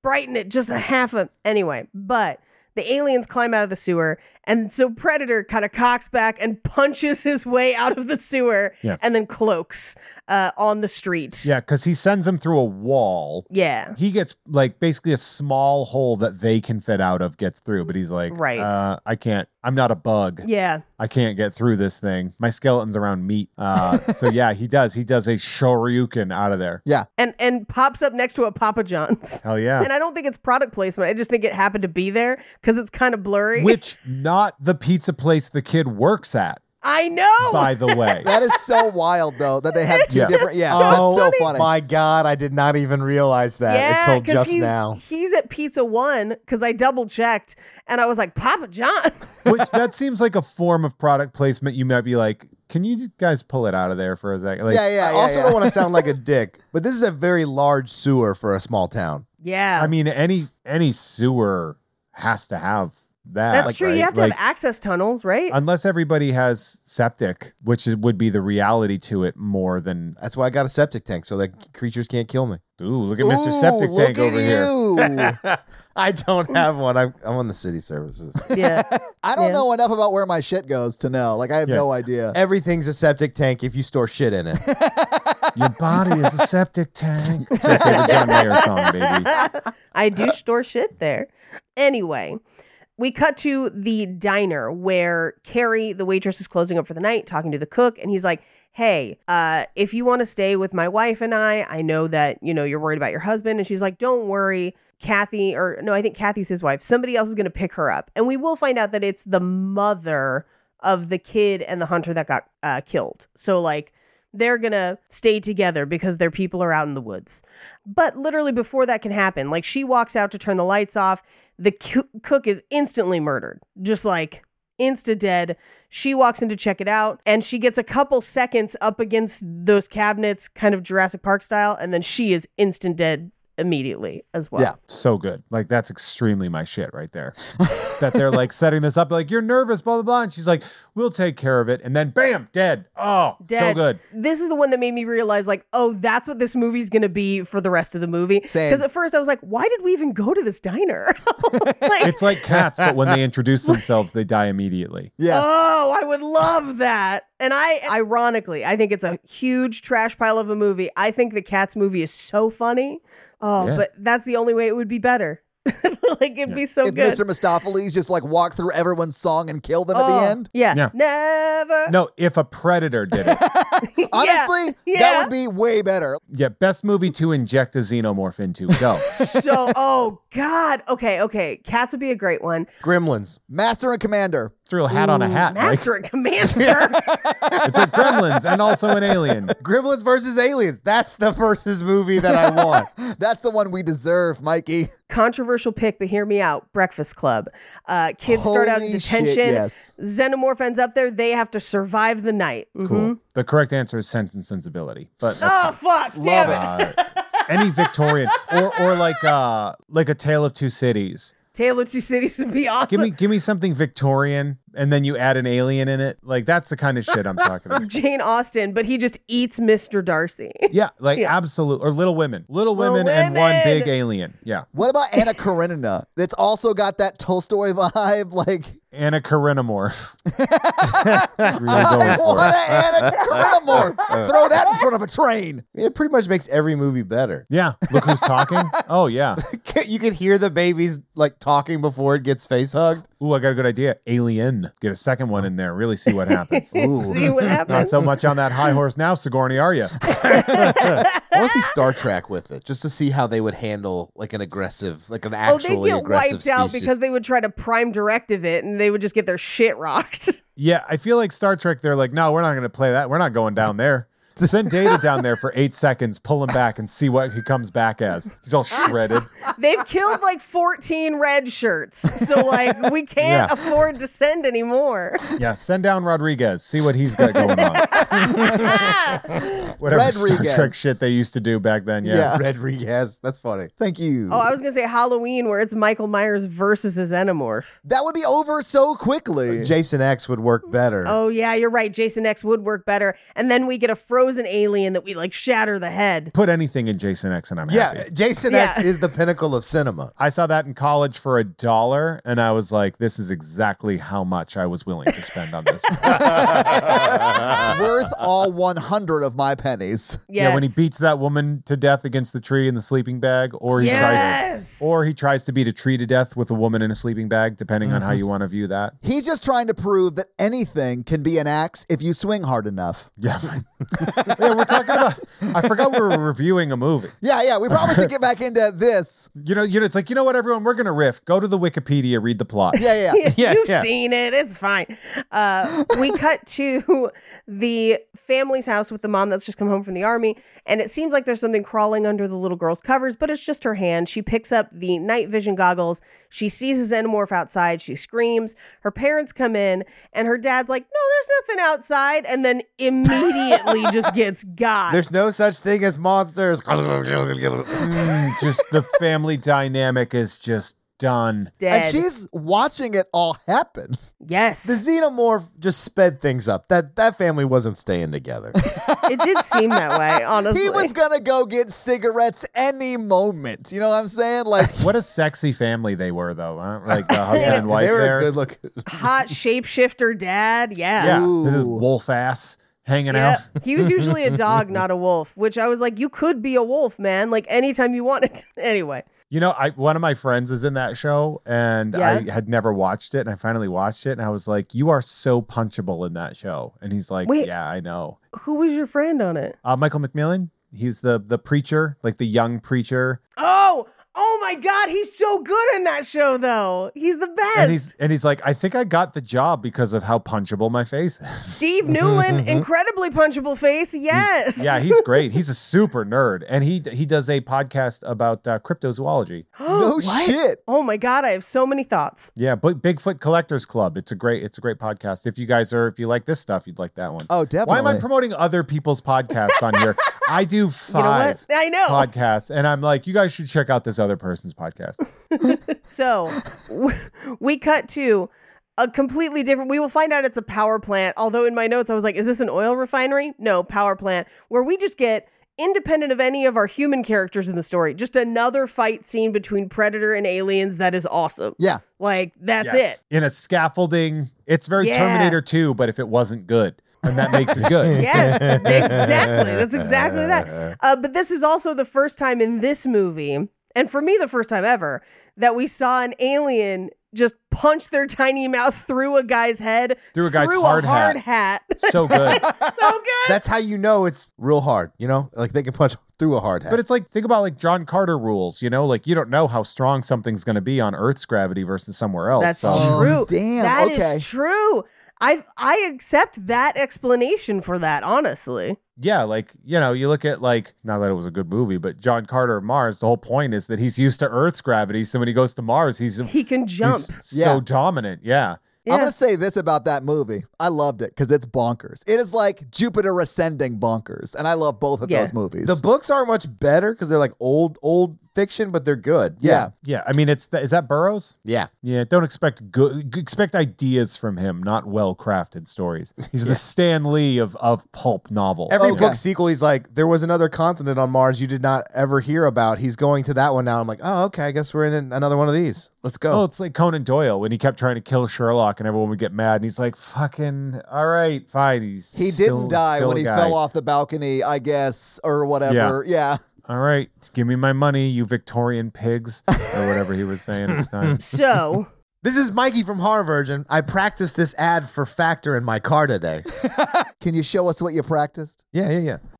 S6: brighten it just a half a. Anyway, but the aliens climb out of the sewer And so Predator kind of cocks back and punches his way out of the sewer
S5: Yeah.
S6: and then cloaks uh, on the street.
S5: Yeah, because he sends him through a wall.
S6: Yeah.
S5: He gets like basically a small hole that they can fit out of gets through, but he's like,
S6: Right.
S5: uh, I can't. I'm not a bug.
S6: Yeah.
S5: I can't get through this thing. My skeleton's around meat. Uh, so yeah, he does. He does a shoryuken out of there.
S4: Yeah.
S6: And and pops up next to a Papa John's.
S5: Hell yeah.
S6: And I don't think it's product placement. I just think it happened to be there because it's kind of blurry.
S5: Which not the pizza place the kid works at,
S6: I know.
S5: by the way.
S4: That is so wild, though, that they have two
S5: Yeah.
S4: different. Yeah,
S7: oh
S4: that's so funny.
S7: my god, I did not even realize that
S6: yeah,
S7: until just
S6: he's
S7: now.
S6: he's at Pizza One because I double checked and I was like Papa John.
S5: Which that seems like a form of product placement. You might be like, can you guys pull it out of there for a second? Like,
S4: yeah, yeah,
S7: I
S4: yeah,
S7: also
S4: yeah.
S7: don't want to sound like a dick, but this is a very large sewer for a small town.
S6: yeah,
S5: I mean, any any sewer has to have that.
S6: that's
S5: like,
S6: true.
S5: right?
S6: You have to
S5: Like,
S6: have access tunnels, right?
S5: Unless everybody has septic, which is, would be the reality to it more than
S7: That's why I got a septic tank so that creatures can't kill me.
S5: ooh, look at Mr. Septic
S4: Ooh,
S5: Tank
S4: look at
S5: over here.
S4: you.
S7: I don't have one. I'm, I'm on the city services.
S6: yeah,
S4: I don't
S6: Yeah.
S4: know enough about where my shit goes to know. Like, I have
S5: Yeah.
S4: no idea.
S7: Everything's a septic tank if you store shit in it.
S5: Your body is a septic tank. It's my favorite John Mayer song, baby.
S6: I do store shit there. Anyway, we cut to the diner where Carrie, the waitress, is closing up for the night, talking to the cook, and he's like, "Hey, uh, if you want to stay with my wife and I, I know that you know you're worried about your husband." And she's like, "Don't worry, Kathy, or no, I think Kathy's his wife. Somebody else is going to pick her up." And we will find out that it's the mother of the kid and the hunter that got uh, killed. So like. They're gonna stay together because their people are out in the woods. But literally before that can happen, like she walks out to turn the lights off, the cu- cook is instantly murdered, just like insta dead. She walks in to check it out, and she gets a couple seconds up against those cabinets, kind of Jurassic Park style, and then she is instant dead immediately as well.
S4: Yeah.
S5: So good. Like that's extremely my shit right there. that they're like setting this up, like, you're nervous, blah, blah, blah. And she's like, We'll take care of it. And then bam, dead. Oh, so
S6: Dead.
S5: good.
S6: This is the one that made me realize, like, oh, that's what this movie's gonna be for the rest of the movie.
S4: Same.
S6: Because at first I was like, why did we even go to this diner?
S5: It's like cats, but when they introduce themselves, they die immediately.
S4: Yes.
S6: Oh, I would love that. And I, ironically, I think it's a huge trash pile of a movie. I think the Cats movie is so funny. Oh,
S5: Yeah.
S6: but that's the only way it would be better. like it'd be so
S4: if
S6: good.
S4: Mr. Mistopheles just like walked through everyone's song and killed them at
S6: Oh,
S4: the end.
S6: Yeah.
S5: Yeah.
S6: Never.
S5: No, if a predator did it.
S6: Yeah.
S4: Honestly, that
S6: Yeah.
S4: would be way better.
S5: Yeah, best movie to inject a xenomorph into. Go.
S6: so, oh God. Okay, okay. Cats would be a great one.
S7: Gremlins.
S4: Master and Commander.
S5: Threw a hat on a hat. Mike.
S6: Master and Commander.
S5: It's like Gremlins and also an alien.
S6: Mm-hmm.
S7: Gremlins versus aliens. That's the versus movie that I want.
S4: That's the one we deserve, Mikey.
S6: Controversial pick, but hear me out. Breakfast Club. Uh, kids start out in
S4: Holy shit,
S6: detention.
S4: yes.
S6: Xenomorph ends up there. They have to survive the night. Mm-hmm.
S5: Cool. The correct answer is Sense and Sensibility, but that's
S6: Oh fuck! Damn it.
S5: Uh, any Victorian or or like uh like a Tale of Two Cities.
S6: Tale of Two Cities would be awesome.
S5: Give me give me something Victorian and then you add an alien in it. Like that's the kind of shit I'm talking about.
S6: Jane Austen, but he just eats Mr. Darcy.
S5: Yeah, like
S6: Yeah.
S5: absolute or Little Women. Little
S6: Little
S5: Women and one
S6: Women.
S5: big alien. Yeah.
S4: What about Anna Karenina? That's also got that Tolstoy vibe. Like,
S5: Anna Karenamorph.
S4: I want an Anna Karenina. Throw that in front of a train.
S7: I mean, it pretty much makes every movie better.
S5: Yeah. Look who's talking. Oh yeah.
S7: you can hear the babies like talking before it gets face hugged.
S5: Ooh, I got a good idea. Alien. Get a second one in there. Really see what happens.
S6: See what
S5: Not
S6: happens.
S5: so much on that high horse now, Sigourney, are you?
S7: I want to see Star Trek with it just to see how they would handle like an aggressive, like an
S6: Oh, they
S7: actually
S6: get
S7: aggressive
S6: wiped out
S7: species.
S6: because they would try to prime directive it and they would just get their shit rocked.
S5: Yeah, I feel like Star Trek, they're like, no, we're not going to play that. We're not going down there. Send Data down there for eight seconds, pull him back, and see what he comes back as. He's all shredded.
S6: They've killed like 14 red shirts. So, like, we can't
S7: Yeah.
S6: afford to send anymore.
S5: Yeah, send down Rodriguez, see what he's got going on. whatever
S4: Red
S5: Star
S4: Regas.
S5: Trek shit they used to do back then. Yeah.
S4: Yeah.
S7: Rodriguez. That's funny.
S4: Thank you.
S6: Oh, I was gonna say Halloween, where it's Michael Myers versus his Xenomorph.
S4: that would be over so quickly.
S7: Jason X would work better.
S6: Oh yeah, you're right. Jason X would work better, and then we get a frozen alien that we like shatter the head.
S5: Put anything in Jason X and I'm happy.
S7: yeah, Jason X
S6: Yeah.
S7: is the pinnacle of cinema.
S5: I saw that in college for a dollar, and I was like, this is exactly how much I was willing to spend on this.
S4: Worth all 100 of my pennies.
S6: Yes.
S5: Yeah, when he beats that woman to death against the tree in the sleeping bag, or he
S6: Yes.
S5: tries, or he tries to beat a tree to death with a woman in a sleeping bag, depending on how you want to view that.
S4: He's just trying to prove that anything can be an axe if you swing hard enough.
S5: Yeah, yeah, we're talking about. I forgot we were reviewing a movie.
S4: Yeah, yeah. We probably should get back into this.
S5: You know, you know, it's like you know what, everyone, we're gonna riff. Go to the Wikipedia, read the plot.
S4: Yeah, yeah. yeah.
S7: Yeah,
S6: You've
S7: yeah.
S6: seen it. It's fine. Uh, we cut to the family's house with the mom that's just come home from the army, and it seems like there's something crawling under the little girl's covers, but it's just her hand. She picks up the night vision goggles. She sees a xenomorph outside. She screams. Her parents come in, and her dad's like, "No, there's nothing outside," and then immediately just gets got.
S7: There's no such thing as monsters.
S5: Mm, just the family dynamic is just done.
S6: dead.
S4: And she's watching it all happen.
S6: yes,
S7: The xenomorph just sped things up. That that family wasn't staying together.
S6: it did seem that way. Honestly,
S4: He was going to go get cigarettes any moment. You know what I'm saying? Like,
S5: What a sexy family they were, though. Huh? Like the husband and wife
S7: they were
S5: there.
S7: good looking.
S6: hot shapeshifter dad.
S5: yeah,
S4: Ooh.
S5: this is wolf ass hanging
S6: Yeah.
S5: out.
S6: he was usually a dog, not a wolf, which I was like, you could be a wolf, man. Like anytime you wanted. to." Anyway,
S5: You know, I one of my friends is in that show and I
S6: Yeah.
S5: had never watched it and I finally watched it and I was like, You are so punchable in that show. And he's like,
S6: Wait.
S5: Yeah, I know.
S6: who was your friend on it?
S5: Uh, Michael McMillan, he's the the preacher, like the young preacher.
S6: Oh, oh my God, he's so good in that show, though. He's the
S5: And
S6: best.
S5: he's and he's like, I think I got the job because of how punchable my face is.
S6: Steve Newland, incredibly punchable face. Yes.
S5: yeah, Mm-hmm, he's great. He's a super nerd. And he he does a podcast about uh, cryptozoology.
S4: no shit.
S6: Oh my God, I have so many thoughts.
S5: Yeah, but Bigfoot Collectors Club. It's a great it's a great podcast. If you guys are if you like this stuff, you'd like that one.
S4: Oh,
S5: Why am I
S4: definitely.
S5: promoting other people's podcasts on here? I do five
S6: what? I know.
S5: podcasts, and I'm like, you guys should check out this other person's podcast.
S6: So w- we cut to a completely different. We will find out it's a power plant. Although in my notes, I was like, is this an oil refinery? No, power plant, where we just get. Independent of any of our human characters in the story, just another fight scene between Predator and aliens that is awesome.
S4: Yeah.
S6: Like, that's it.
S5: In a scaffolding. It's very
S6: Yeah.
S5: Terminator 2, but if it wasn't good, and that makes it good.
S6: Yeah, exactly. That's exactly that. Uh, but this is also the first time in this movie, and for me, the first time ever, that we saw an alien just punch their tiny mouth through a guy's head,
S5: Through a guy's hard hat.
S6: hat.
S5: So good.
S6: so good.
S7: That's how you know it's real hard. You know, like they can punch through a hard hat.
S5: But it's like think about like John Carter rules, you know, like you don't know how strong something's going to be on Earth's gravity versus somewhere else.
S6: That's
S5: so
S4: Oh,
S6: true.
S4: damn,
S6: That is
S4: okay.
S6: true. I I accept that explanation for that. Honestly,
S5: yeah, like you know, you look at like not that it was a good movie, but John Carter of Mars. The whole point is that he's used to Earth's gravity, so when he goes to Mars, he's,
S6: he can jump.
S5: he's
S4: Yeah.
S5: so dominant. Yeah,
S6: Yeah.
S4: I'm going to say this about that movie. I loved it because it's bonkers. It is like Jupiter ascending bonkers. And I love both of
S6: Yeah.
S4: those movies.
S7: the books aren't much better because they're like old old fiction, but they're good.
S4: yeah.
S5: yeah. I mean, it's th- is that Burroughs?
S7: yeah.
S5: Yeah, don't expect good. Expect ideas from him, not well-crafted stories. He's the Stan Lee of of pulp novels.
S7: Every
S5: you know?
S7: book sequel, he's like, there was another continent on Mars you did not ever hear about. He's going to that one now. I'm like, oh, okay, I guess we're in an- another one of these. Let's go.
S5: Oh, it's like Conan Doyle when he kept trying to kill Sherlock, and everyone would get mad, and he's like, "Fucking all right, fine." He's
S4: He
S5: still-
S4: didn't die
S5: still
S4: when
S5: a
S4: he
S5: guy.
S4: fell off the balcony, I guess, or whatever. Yeah.
S5: All right, give me my money, you Victorian pigs, or whatever he was saying at the time.
S6: so
S7: this is Mikey from Harvirgin. I practiced this ad for Factor in my car today.
S4: Can you show us what you practiced?
S7: yeah, yeah, yeah.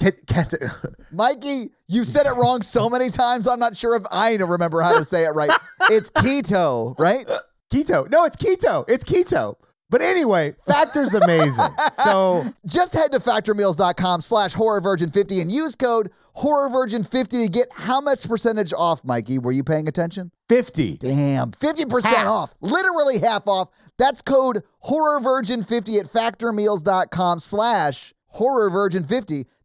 S7: Ket- keto.
S4: Mikey, you said it wrong so many times. I'm not sure if I remember how to say it right. It's keto, right?
S7: keto. No, it's keto. It's keto. But anyway, Factor's amazing. so
S4: Just head to factormeals.com slash horrorvirgin50 and use code horrorvirgin50 to get how much percentage off, Mikey? Were you paying attention?
S7: 50.
S4: Damn, 50% off. Literally half off. That's code horrorvirgin50 at factormeals.com slash horrorvirgin50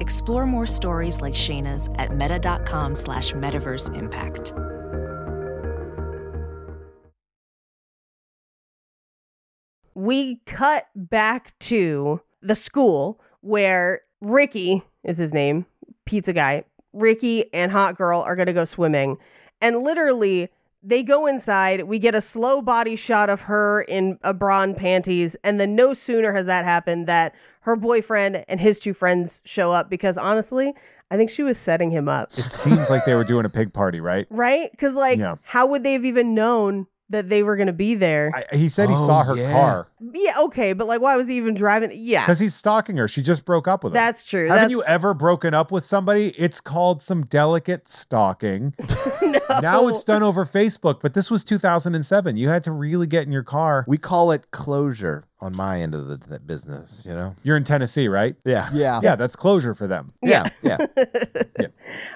S1: Explore more stories like Shayna's at meta.com slash metaverse impact.
S6: we cut back to the school where Ricky is his name, pizza guy. Ricky and Hot Girl are going to go swimming. And literally, they go inside. We get a slow body shot of her in a bra and panties. And then, no sooner has that happened that her boyfriend and his two friends show up because honestly, I think she was setting him up.
S5: It seems like they were doing a pig party, right?
S6: Right? Because, like,
S5: Yeah.
S6: how would they have even known that they were going to be there?
S5: I, he said he
S4: Oh,
S5: saw her
S4: yeah.
S5: car
S6: yeah, okay. But, like, why was he even driving? Yeah.
S5: because he's stalking her. She just broke up with him.
S6: That's true.
S5: Haven't
S6: That's
S5: you ever broken up with somebody? It's called some delicate stalking. Now it's done over Facebook, but this was 2007. You had to really get in your car.
S7: We call it closure on my end of the, the business, you know?
S5: You're in Tennessee, right?
S7: Yeah.
S4: Yeah.
S5: Yeah, that's closure for them.
S7: Yeah. Yeah.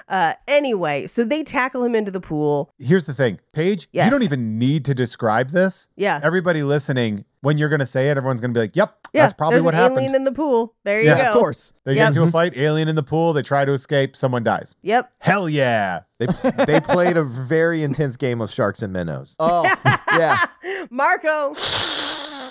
S6: uh, anyway, so they tackle him into the pool.
S5: Here's the thing, Paige,
S6: Yes.
S5: you don't even need to describe this.
S6: Yeah.
S5: Everybody listening, when you're going to say it, everyone's going to be like, yep,
S6: Yeah,
S5: that's probably
S6: there's
S5: what
S6: an
S5: happened.
S6: Alien in the pool. There you
S5: Yeah,
S6: go.
S4: Of course.
S5: they
S6: Yep.
S5: get into a fight, alien in the pool, they try to escape, someone dies.
S6: Yep.
S5: Hell yeah.
S7: They, they played a very intense game of sharks and minnows.
S4: Oh, yeah.
S6: Marco.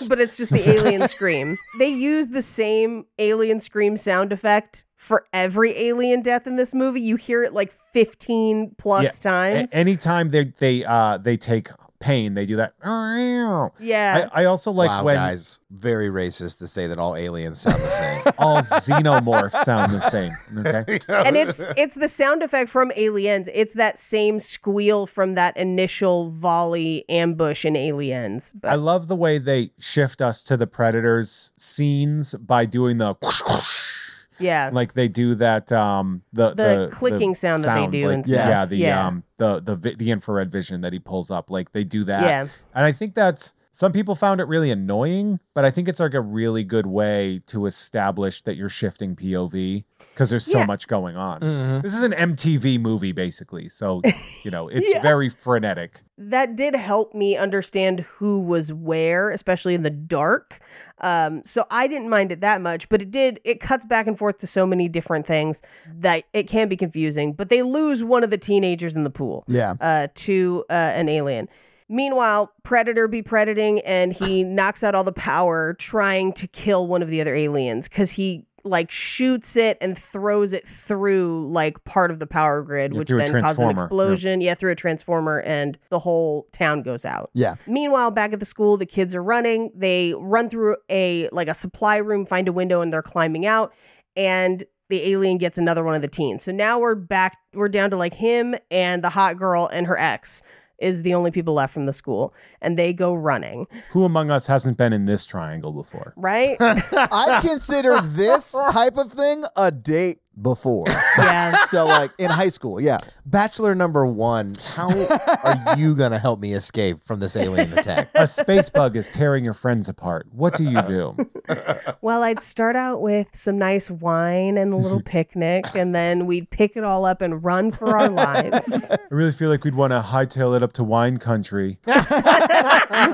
S6: But it's just the alien scream. They use the same alien scream sound effect for every alien death in this movie. You hear it like 15 plus
S5: Yeah.
S6: times.
S5: A- anytime they they uh they take pain, they do that.
S6: yeah.
S5: I, I also like
S7: wow,
S5: when
S7: guys, very racist to say that all aliens sound the same.
S5: all xenomorphs sound the same. Okay.
S6: and it's it's the sound effect from Aliens. It's that same squeal from that initial volley ambush in Aliens. But
S5: I love the way they shift us to the predators scenes by doing the whoosh, whoosh.
S6: yeah.
S5: Uh, like they do that um the
S6: The clicking sound that they do
S5: like,
S6: and
S5: yeah,
S6: stuff.
S5: the
S6: Yeah.
S5: um the the vi- the infrared vision that he pulls up like they do that
S6: Yeah.
S5: and I think that's some people found it really annoying but I think it's like a really good way to establish that you're shifting POV because there's so
S6: Yeah.
S5: much going on
S7: Mm-hmm.
S5: this is an MTV movie basically so you know it's
S6: Yeah.
S5: very frenetic
S6: that did help me understand who was where, especially in the dark. Um, so I didn't mind it that much, but it did. It cuts back and forth to so many different things that it can be confusing. But they lose one of the teenagers in the pool
S4: Yeah.
S6: uh, to uh, an alien. Meanwhile, Predator be predating, and he knocks out all the power trying to kill one of the other aliens because he like shoots it and throws it through like part of the power grid,
S5: Yeah,
S6: which
S5: through a
S6: then causes an
S5: transformer. Yeah.
S6: explosion. Yeah, through a transformer, and the whole town goes out.
S4: Yeah.
S6: Meanwhile, back at the school, the kids are running. They run through a like a supply room, find a window, and they're climbing out. And the alien gets another one of the teens. So now we're back. We're down to like him and the hot girl and her ex is the only people left from the school, and they go running.
S5: who among us hasn't been in this triangle before
S6: Right?
S4: I consider this type of thing a date. before.
S6: Yeah.
S4: so like in high school, yeah.
S7: Bachelor number one, how are you going to help me escape from this alien attack?
S5: A space bug is tearing your friends apart. What do you do?
S6: Well, I'd start out with some nice wine and a little picnic, and then we'd pick it all up and run for our lives.
S5: I really feel like we'd want to hightail it up to wine country. Where we can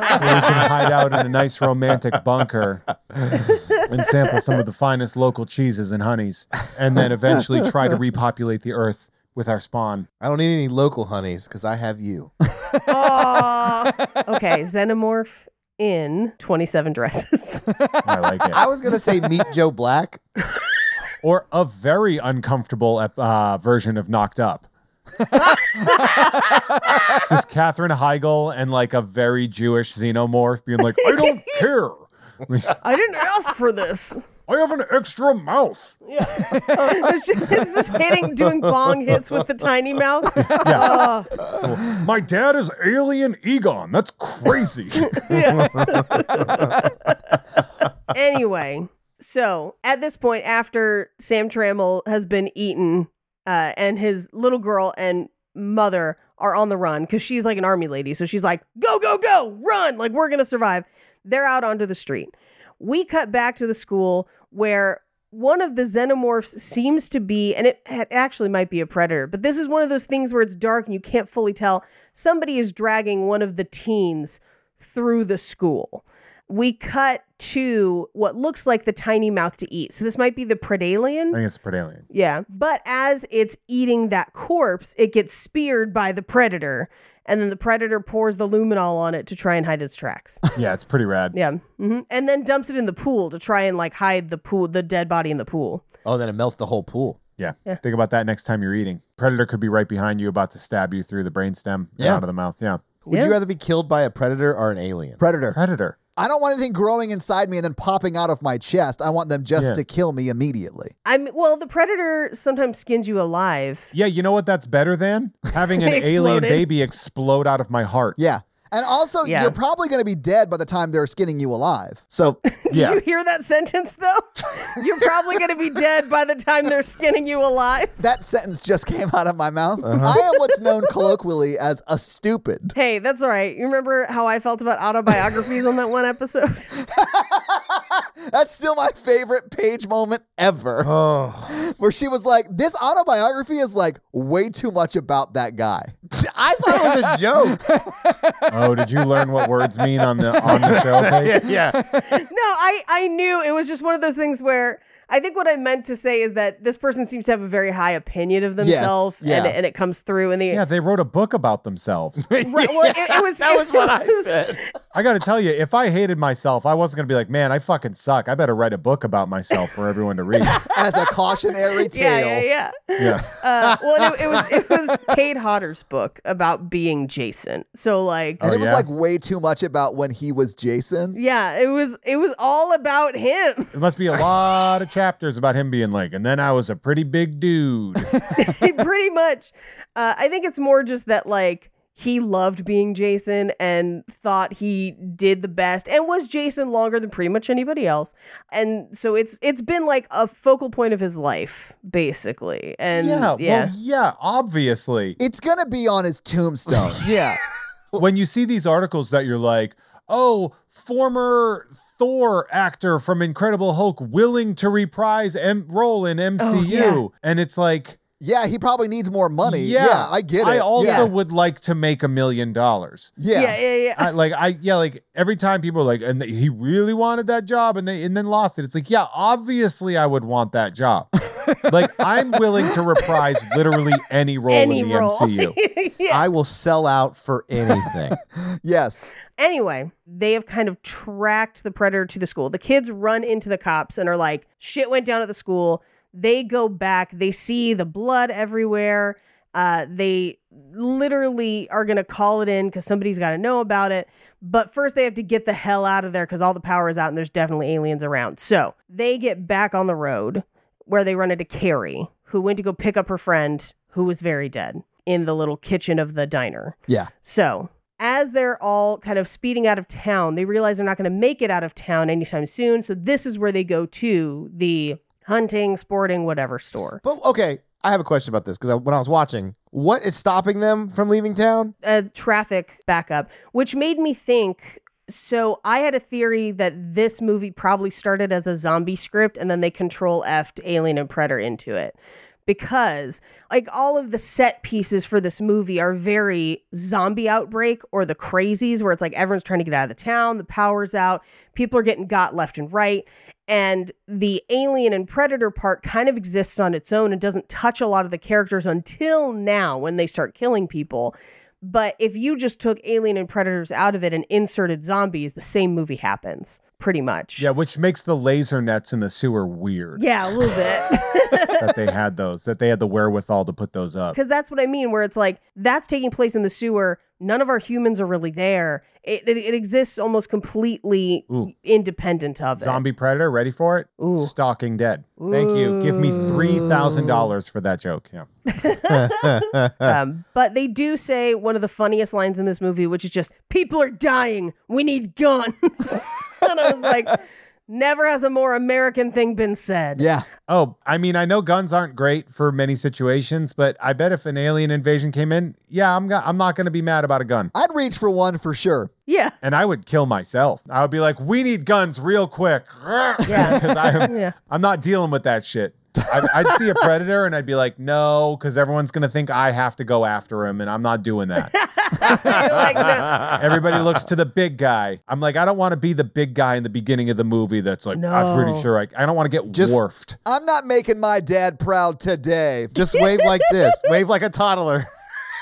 S5: hide out in a nice romantic bunker and sample some of the finest local cheeses and honeys, and then eventually try to repopulate the earth with our spawn.
S7: I don't need any local honeys because I have you.
S6: Aw. okay, Xenomorph in 27 dresses.
S5: I like
S7: I
S5: it.
S7: was going to say meet Joe Black.
S5: Or a very uncomfortable ep- uh, version of Knocked Up. Just Katherine Heigl and like a very Jewish xenomorph being like, I don't care.
S6: I didn't ask for this.
S5: I have an extra mouth.
S6: Yeah. it's, just, it's just hitting, doing bong hits with the tiny mouth. Oh,
S5: My dad is alien Egon. That's crazy.
S6: anyway, so at this point, after Sam Trammell has been eaten, uh, and his little girl and mother are on the run because she's like an army lady, so she's like, "Go, go, go, run! Like we're gonna survive." They're out onto the street. We cut back to the school where one of the xenomorphs seems to be, and it, it actually might be a predator, but this is one of those things where it's dark and you can't fully tell. Somebody is dragging one of the teens through the school. We cut to what looks like the tiny mouth to eat. So this might be the predalien.
S5: I think it's a predalien.
S6: Yeah. But as it's eating that corpse, it gets speared by the predator. And then the predator pours the luminol on it to try and hide its tracks.
S5: Yeah, it's pretty rad.
S6: yeah. hmm And then dumps it in the pool to try and like hide the pool, the dead body in the pool.
S7: Oh, then it melts the whole pool.
S5: Yeah.
S6: Yeah.
S5: Think about that next time you're eating. Predator could be right behind you, about to stab you through the brainstem and
S7: Yeah.
S5: out of the mouth. Yeah.
S7: Would
S6: Yeah.
S7: you rather be killed by a predator or an alien?
S4: Predator.
S5: Predator.
S4: I don't want anything growing inside me and then popping out of my chest. I want them just
S5: Yeah.
S4: to kill me immediately.
S6: I mean, well, the predator sometimes skins you alive.
S5: Yeah, you know what that's better than? Having an alien
S6: Exploded.
S5: baby explode out of my heart.
S4: Yeah. And also,
S6: Yeah.
S4: you're probably going to be dead by the time they're skinning you alive. So,
S6: Did you hear that sentence though? You're probably going to be dead by the time they're skinning you alive.
S4: that sentence just came out of my mouth. I am what's known colloquially as a stupid.
S6: Hey, that's all right. You remember how I felt about autobiographies on that one episode?
S4: That's still my favorite page moment ever.
S7: Oh,
S4: Where she was like, This autobiography is like way too much about that guy.
S7: I thought it was a joke.
S5: Oh, did you learn what words mean on the on the show? Paige?
S7: yeah.
S6: No, I I knew it was just one of those things where I think what I meant to say is that this person seems to have a very high opinion of themselves,
S4: yeah.
S6: and and it comes through in the.
S5: Yeah, they wrote a book about themselves.
S6: Right, well, it, it was
S7: That was what I
S6: was-
S7: said.
S5: I got to tell you, if I hated myself, I wasn't going to be like, man, I fucking suck. I better write a book about myself for everyone to read.
S4: As a cautionary
S6: Yeah,
S4: tale.
S6: yeah, yeah.
S5: Yeah.
S6: Uh, well, it, it was it was Kate Hodder's book about being Jason. So like,
S4: And
S5: Oh,
S4: it was
S5: yeah?
S4: like way too much about when he was Jason.
S6: yeah, it was it was all about him.
S5: There must be a lot of chapters about him being like, and then I was a pretty big dude.
S6: pretty much. Uh, I think it's more just that like he loved being Jason and thought he did the best and was Jason longer than pretty much anybody else. And so it's it's been like a focal point of his life basically. And yeah,
S5: yeah, well, yeah, obviously.
S4: It's going to be on his tombstone. yeah.
S5: When you see these articles that you're like, oh, former Thor actor from Incredible Hulk willing to reprise M- role in MCU, and it's like,
S4: Yeah, he probably needs more money. Yeah, I get it.
S5: I also
S4: yeah.
S5: would like to make a million dollars.
S4: yeah.
S6: yeah, yeah, yeah.
S5: I, like I yeah like every time people are like and they, he really wanted that job and they and then lost it it's like yeah obviously I would want that job like I'm willing to reprise literally any role
S6: Any
S5: in the
S6: role.
S5: MCU
S6: yeah.
S7: I will sell out for anything.
S4: Yes.
S6: Anyway, they have kind of tracked the predator to the school. The kids run into the cops and are like, shit went down at the school. They go back, they see the blood everywhere. Uh, they literally are going to call it in because somebody's got to know about it. But first, they have to get the hell out of there because all the power is out and there's definitely aliens around. So they get back on the road where they run into Carrie, who went to go pick up her friend who was very dead in the little kitchen of the diner.
S4: Yeah.
S6: So, as they're all kind of speeding out of town, they realize they're not going to make it out of town anytime soon. So, this is where they go to the hunting, sporting, whatever store.
S7: But okay, I have a question about this because I, when I was watching, what is stopping them from leaving town?
S6: a traffic backup, which made me think. So I had a theory that this movie probably started as a zombie script and then they control effed Alien and Predator into it. Because, like, all of the set pieces for this movie are very zombie outbreak or the crazies, where it's like everyone's trying to get out of the town, the power's out, people are getting got left and right. And the alien and predator part kind of exists on its own and doesn't touch a lot of the characters until now when they start killing people. But if you just took Alien and Predators out of it and inserted zombies, the same movie happens pretty much.
S5: Yeah, which makes the laser nets in the sewer weird.
S6: Yeah, a little bit.
S5: that they had those, that they had the wherewithal to put those up.
S6: Because that's what I mean, where it's like, that's taking place in the sewer. None of our humans are really there. It, it, it exists almost completely
S5: Ooh.
S6: independent of it.
S5: Zombie predator, ready for it?
S6: Ooh.
S5: Stalking dead. Thank you. Give me three thousand dollars for that joke. Yeah.
S6: Um, but they do say one of the funniest lines in this movie, which is just, people are dying. We need guns. and I was like, never has a more American thing been said.
S4: Yeah.
S5: Oh, I mean, I know guns aren't great for many situations, but I bet if an alien invasion came in, yeah, I'm go- I'm not going to be mad about a gun.
S4: I'd reach for one for sure.
S6: Yeah.
S5: And I would kill myself. I would be like, "We need guns real quick." Yeah, because I'm
S6: Yeah.
S5: I'm not dealing with that shit. I, I'd see a predator and I'd be like, "No," because everyone's going to think I have to go after him, and I'm not doing that.
S6: You're like, no.
S5: Everybody looks to the big guy. I'm like, I don't want to be the big guy in the beginning of the movie. That's like, I'm pretty
S6: No.
S5: sure I, I don't want to get
S7: Just-
S5: dwarfed.
S4: I'm not making my dad proud today.
S7: Just wave like this, wave like a toddler.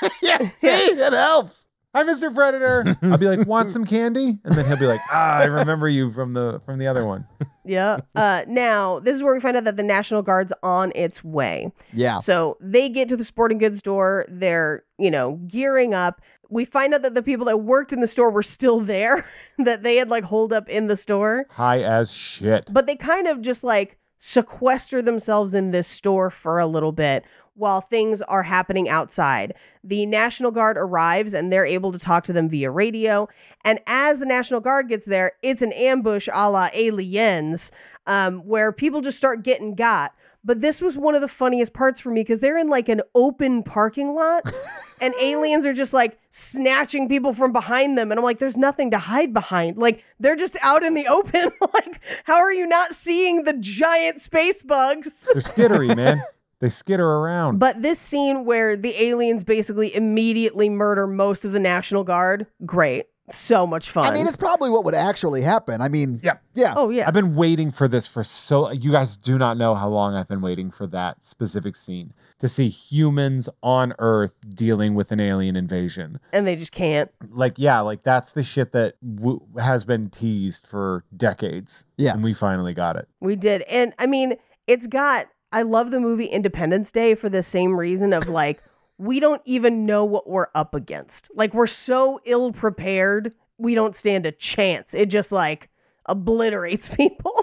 S7: yeah, see, it helps.
S5: Hi, Mr. Predator. I'll be like, want some candy? And then he'll be like, ah, I remember you from the from the other one.
S6: Yeah. Uh, now, this is where we find out that the National Guard's on its way.
S4: Yeah.
S6: So they get to the sporting goods store. They're, you know, gearing up. We find out that the people that worked in the store were still there, that they had like holed up in the store.
S5: High as shit.
S6: But they kind of just like sequester themselves in this store for a little bit while things are happening outside. The National Guard arrives and they're able to talk to them via radio. And as the National Guard gets there, it's an ambush a la Aliens, um, where people just start getting got. But this was one of the funniest parts for me because they're in like an open parking lot and aliens are just like snatching people from behind them. And I'm like, there's nothing to hide behind. Like, they're just out in the open. like, how are you not seeing the giant space bugs?
S5: They're skittery, man. They skitter around.
S6: But this scene where the aliens basically immediately murder most of the National Guard, great. So much fun.
S4: I mean, it's probably what would actually happen. I mean,
S5: Yeah.
S4: Yeah.
S6: oh, yeah.
S5: I've been waiting for this for so you guys do not know how long I've been waiting for that specific scene to see humans on Earth dealing with an alien invasion.
S6: and they just can't.
S5: like yeah like that's the shit that w- has been teased for decades
S4: Yeah.
S5: and we finally got it
S6: We did. And I mean, it's got I love the movie Independence Day for the same reason of like we don't even know what we're up against. Like we're so ill prepared, we don't stand a chance. It just like obliterates people.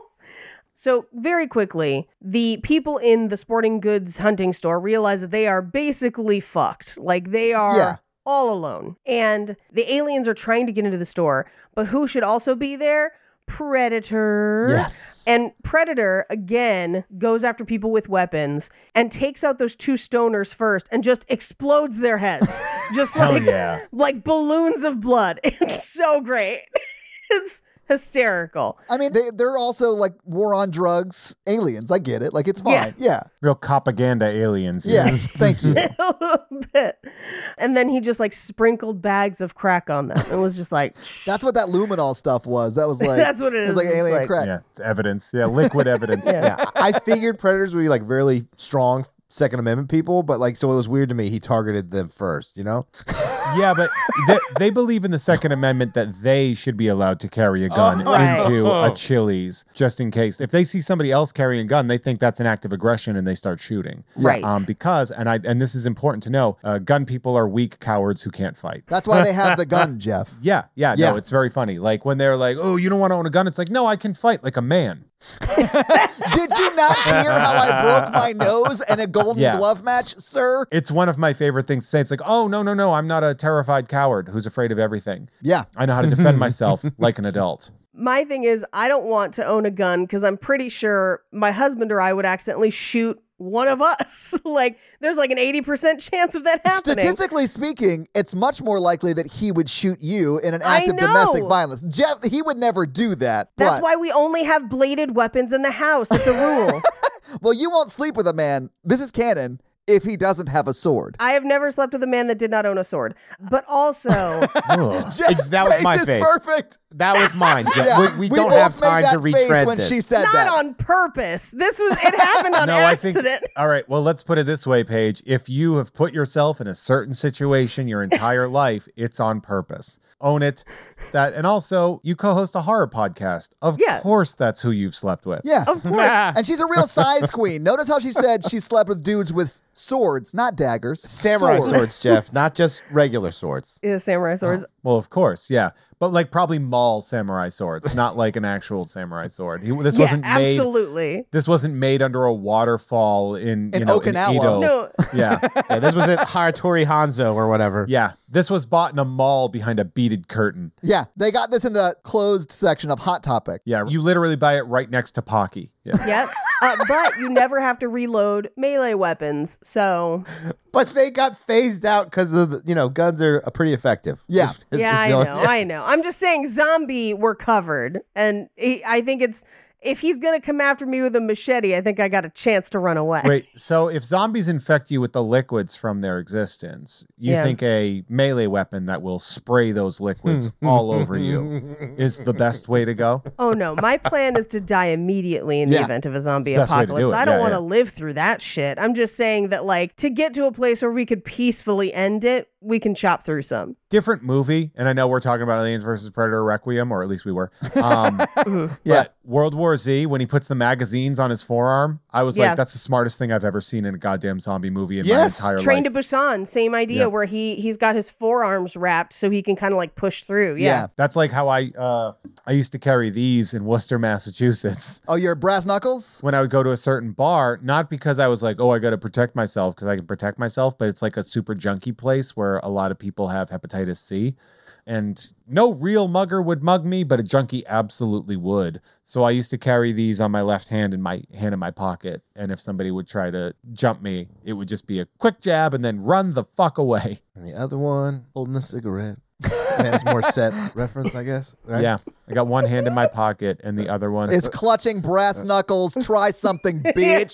S6: So, very quickly, the people in the sporting goods hunting store realize that they are basically fucked. Like, they are
S4: Yeah.
S6: all alone. And the aliens are trying to get into the store, but who should also be there? Predator.
S4: Yes.
S6: And Predator, again, goes after people with weapons and takes out those two stoners first and just explodes their heads. just like,
S5: yeah.
S6: like balloons of blood. It's so great. it's hysterical.
S4: I mean, they, they're also like war on drugs aliens. I get it. Like, it's
S6: Yeah.
S4: fine. Yeah.
S5: real propaganda aliens here.
S4: Yes. Thank you.
S6: a little bit. And then he just like sprinkled bags of crack on them and was just like,
S4: That's what that luminol stuff was. That was like,
S6: That's what it
S4: it
S6: is.
S4: was like
S6: It's
S4: alien
S6: like-
S4: crack.
S5: yeah it's evidence yeah liquid evidence
S7: Yeah, I I figured predators would be like really strong Second Amendment people, but like, so it was weird to me. He targeted them first, you know.
S5: yeah but they, they believe in the second amendment that they should be allowed to carry a gun
S6: Oh. Right.
S5: into a chili's just in case if they see somebody else carrying a gun they think that's an act of aggression and they start shooting
S6: Right.
S5: um, because and i and this is important to know uh, gun people are weak cowards who can't fight
S4: That's why they have the gun, Jeff.
S5: Yeah, yeah,
S4: Yeah.
S5: no, it's very funny. Like when they're like, "Oh, you don't want to own a gun," it's like, "No, I can fight like a man."
S4: Did you not hear how I broke my nose in a golden
S5: Yeah.
S4: glove match, sir?
S5: It's one of my favorite things to say. It's like, "Oh, no, no, no, I'm not a terrified coward who's afraid of everything.
S4: Yeah.
S5: I know how to defend myself like an adult."
S6: my thing is I don't want to own a gun because I'm pretty sure my husband or I would accidentally shoot one of us. like there's like an 80% chance of that happening.
S4: Statistically speaking, it's much more likely that he would shoot you in an act
S6: I
S4: of domestic
S6: know.
S4: violence. Jeff, he would never do that.
S6: That's
S4: but-
S6: why we only have bladed weapons in the house. It's a rule.
S4: Well, you won't sleep with a man. This is canon. If he doesn't have a sword,
S6: I have never slept with a man that did not own a sword. But also,
S4: Jeff's
S7: that was
S4: face
S7: my
S4: is
S7: face.
S4: perfect.
S7: That was mine. Jeff.
S4: Yeah,
S7: we, we
S4: we
S7: don't
S4: both
S7: have
S4: made
S7: time
S4: that
S7: to
S4: face
S7: retread
S4: when
S7: this.
S4: she said
S6: not
S4: that.
S6: on purpose. This was it happened on
S5: no,
S6: accident.
S5: I think. All right. Well, let's put it this way, Paige. If you have put yourself in a certain situation your entire life, it's on purpose. Own it. That and also you co-host a horror podcast. Of
S6: Yeah.
S5: course, that's who you've slept with.
S4: yeah,
S6: Of course.
S4: and she's a real size queen. Notice how she said she slept with dudes with swords, not daggers.
S7: Samurai swords. Jeff, not just regular swords.
S6: Yeah,
S5: Oh,
S6: samurai swords.
S5: Well, of course, yeah, but like probably mall samurai swords, not like an actual samurai sword. He, this
S6: yeah,
S5: wasn't made.
S6: absolutely.
S5: This wasn't made under a waterfall in,
S4: In
S5: you know,
S4: Okinawa.
S5: In Edo.
S6: No,
S5: Yeah,
S7: Yeah, this was at Haratori Hanzo or whatever.
S5: yeah. This was bought in a mall behind a beaded curtain.
S4: Yeah, they got this in the closed section of Hot Topic.
S5: Yeah, you literally buy it right next to Pocky. Yeah.
S6: yep. Uh, but you never have to reload melee weapons. So
S7: But they got phased out because the you know guns are uh, pretty effective.
S4: Yeah.
S6: yeah, I
S7: the
S6: know,
S7: only-
S6: I know. I'm just saying, zombie, we're covered, and he, I think it's if he's gonna come after me with a machete, I think I got a chance to run away.
S5: Wait, so if zombies infect you with the liquids from their existence, you
S6: Yeah.
S5: think a melee weapon that will spray those liquids
S4: Hmm.
S5: all over you is the best way to go?
S6: Oh no, my plan is to die immediately in the
S4: Yeah.
S6: event of a zombie
S5: It's the best way to do
S6: apocalypse.
S5: it.
S6: I don't
S5: Yeah,
S6: want to
S5: yeah.
S6: live through that shit. I'm just saying that, like, to get to a place where we could peacefully end it, we can chop through some.
S5: Different movie, and I know we're talking about Aliens versus Predator Requiem, or at least we were. Um,
S4: Yeah.
S5: But World War Z, when he puts the magazines on his forearm, I was
S6: Yeah.
S5: like, that's the smartest thing I've ever seen in a goddamn zombie movie in
S7: Yes.
S5: my entire
S6: Train
S5: life.
S6: to Busan, same idea,
S5: Yeah.
S6: where he he's got his forearms wrapped so he can kind of like push through. Yeah.
S4: Yeah.
S5: that's like how I uh, I used to carry these in Worcester, Massachusetts.
S4: Oh, your brass knuckles?
S5: when I would go to a certain bar, not because I was like, oh, I got to protect myself because I can protect myself, but it's like a super junky place where a lot of people have hepatitis C. And no real mugger would mug me, but a junkie absolutely would. So I used to carry these on my left hand and my hand in my pocket. And if somebody would try to jump me, it would just be a quick jab and then run the fuck away.
S7: And the other one holding a cigarette. That's more set reference, I guess. Right?
S5: Yeah. I got one hand in my pocket and the other one.
S4: It's clutching brass knuckles. Try something, bitch.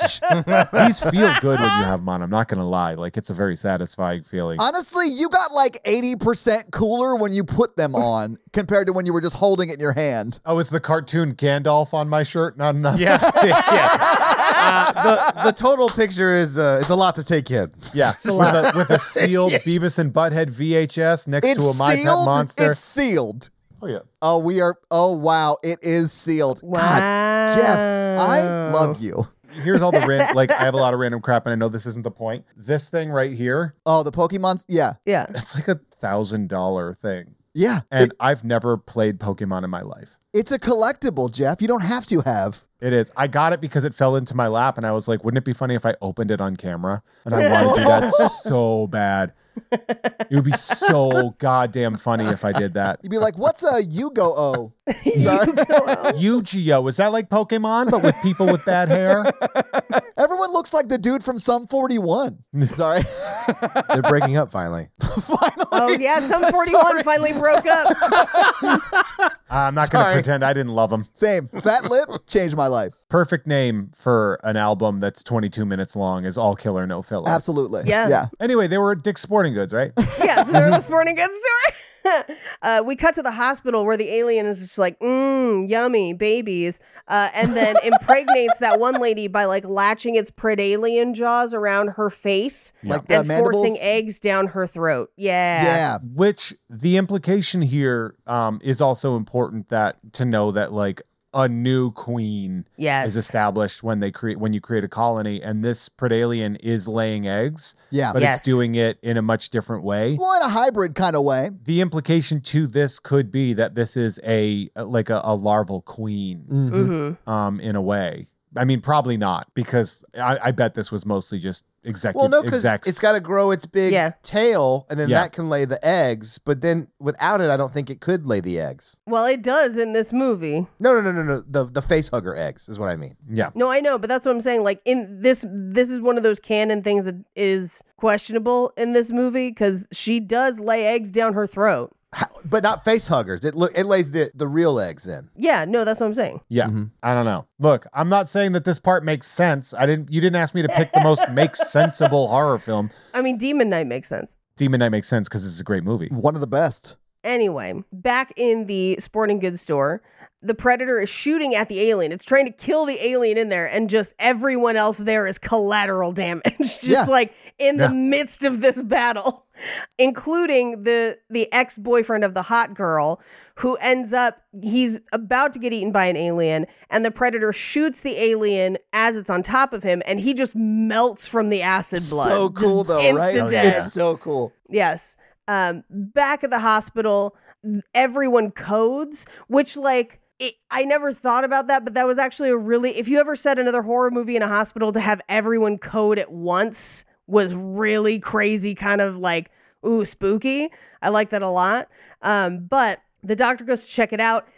S5: These feel good when you have them on. I'm not going to lie. Like, it's a very satisfying feeling.
S4: Honestly, you got like 80% cooler when you put them on compared to when you were just holding it in your hand.
S5: Oh, it's the cartoon Gandalf on my shirt? Not enough. Yeah.
S7: Uh, the the total picture is uh, it's a lot to take in.
S5: Yeah. with, a, with a sealed Beavis and Butthead VHS next
S4: It's
S5: to a My Pet
S4: sealed.
S5: Monster.
S4: It's sealed.
S5: Oh, yeah.
S4: Oh, we are. Oh, wow. It is sealed. God, Jeff, I
S6: Wow.
S4: love you.
S5: Here's all the random, like, I have a lot of random crap, and I know this isn't the point. This thing right here,
S4: Oh, the Pokemon. Yeah.
S6: Yeah.
S5: that's like a thousand dollar thing.
S4: Yeah.
S5: And
S4: It-
S5: I've never played Pokemon in my life.
S4: it's a collectible, Jeff. You don't have to have.
S5: It is. I got it because it fell into my lap, and I was like, wouldn't it be funny if I opened it on camera? And I wanted to do that so bad. It would be so goddamn funny if I did that.
S4: You'd be like, what's a Yu Go Oh? Sorry.
S5: Yu-Gi-Oh! Is that like Pokemon, but with people with bad hair?
S4: Everyone looks like the dude from Sum 41. Sorry.
S7: They're breaking up finally.
S5: Uh,
S6: Oh yeah, some 41 finally broke up.
S5: I'm not going to
S7: Sorry.
S5: pretend I didn't love them.
S4: Same. Fat Lip changed my life.
S5: Perfect name for an album that's 22 minutes long is All Killer No Filler.
S4: Absolutely.
S6: Yeah.
S4: Yeah.
S5: Anyway, they were at Dick's Sporting Goods, right?
S6: yeah, so there was born again story. Uh, we cut to the hospital where the alien is just like, mmm, yummy, babies. Uh, and then impregnates that one lady by like latching its pred alien jaws around her face
S4: Like the
S6: and forcing
S4: mandibles?
S6: eggs down her throat. Yeah.
S4: Yeah.
S5: Which the implication here um, is also important that to know that like a new queen
S6: Yes.
S5: is established when they create when you create a colony, and this predalien is laying eggs,
S4: Yeah.
S5: but
S6: Yes.
S5: it's doing it in a much different way.
S4: Well, in a hybrid kind of way.
S5: the implication to this could be that this is a like a, a larval queen
S7: Mm.
S6: Mhm.
S5: um in a way I mean, probably not because I, I bet this was mostly just executive
S7: Well, no, because
S5: execs.
S7: it's got to grow its big
S6: Yeah.
S7: tail, and then
S5: Yeah.
S7: that can lay the eggs. But then without it, I don't think it could lay the eggs.
S6: Well, it does in this movie.
S7: No, no, no, no, no. The the face hugger eggs is what I mean.
S5: yeah.
S6: No, I know, but that's what I'm saying. Like in this, this is one of those canon things that is questionable in this movie because she does lay eggs down her throat.
S7: How, but not face huggers. It look it lays the the real eggs in.
S6: Yeah, no, that's what I'm saying.
S5: Yeah,
S7: Mm-hmm.
S6: Mm-hmm.
S5: I don't know. Look, I'm not saying that this part makes sense. I didn't. You didn't ask me to pick the most make sensible horror film.
S6: I mean, Demon Knight makes sense.
S5: Demon Knight makes sense because it's a great movie.
S7: Mm.
S4: One of the best.
S6: Anyway, back in the sporting goods store, the predator is shooting at the alien. It's trying to kill the alien in there, and just everyone else there is collateral damage. just
S4: Yeah.
S6: like in
S5: Yeah.
S6: the midst of this battle, including the the ex boyfriend of the hot girl, who ends up he's about to get eaten by an alien, and the predator shoots the alien as it's on top of him, and he just melts from the acid blood.
S4: So cool
S6: Just
S4: though,
S6: insta
S5: Oh,
S4: right?
S6: dead.
S4: It's so cool.
S6: Yes. Um, back at the hospital, everyone codes, which like it, I never thought about that, but that was actually a really if you ever set another horror movie in a hospital to have everyone code at once was really crazy, kind of like ooh spooky. I like that a lot. Um, but the doctor goes to check it out.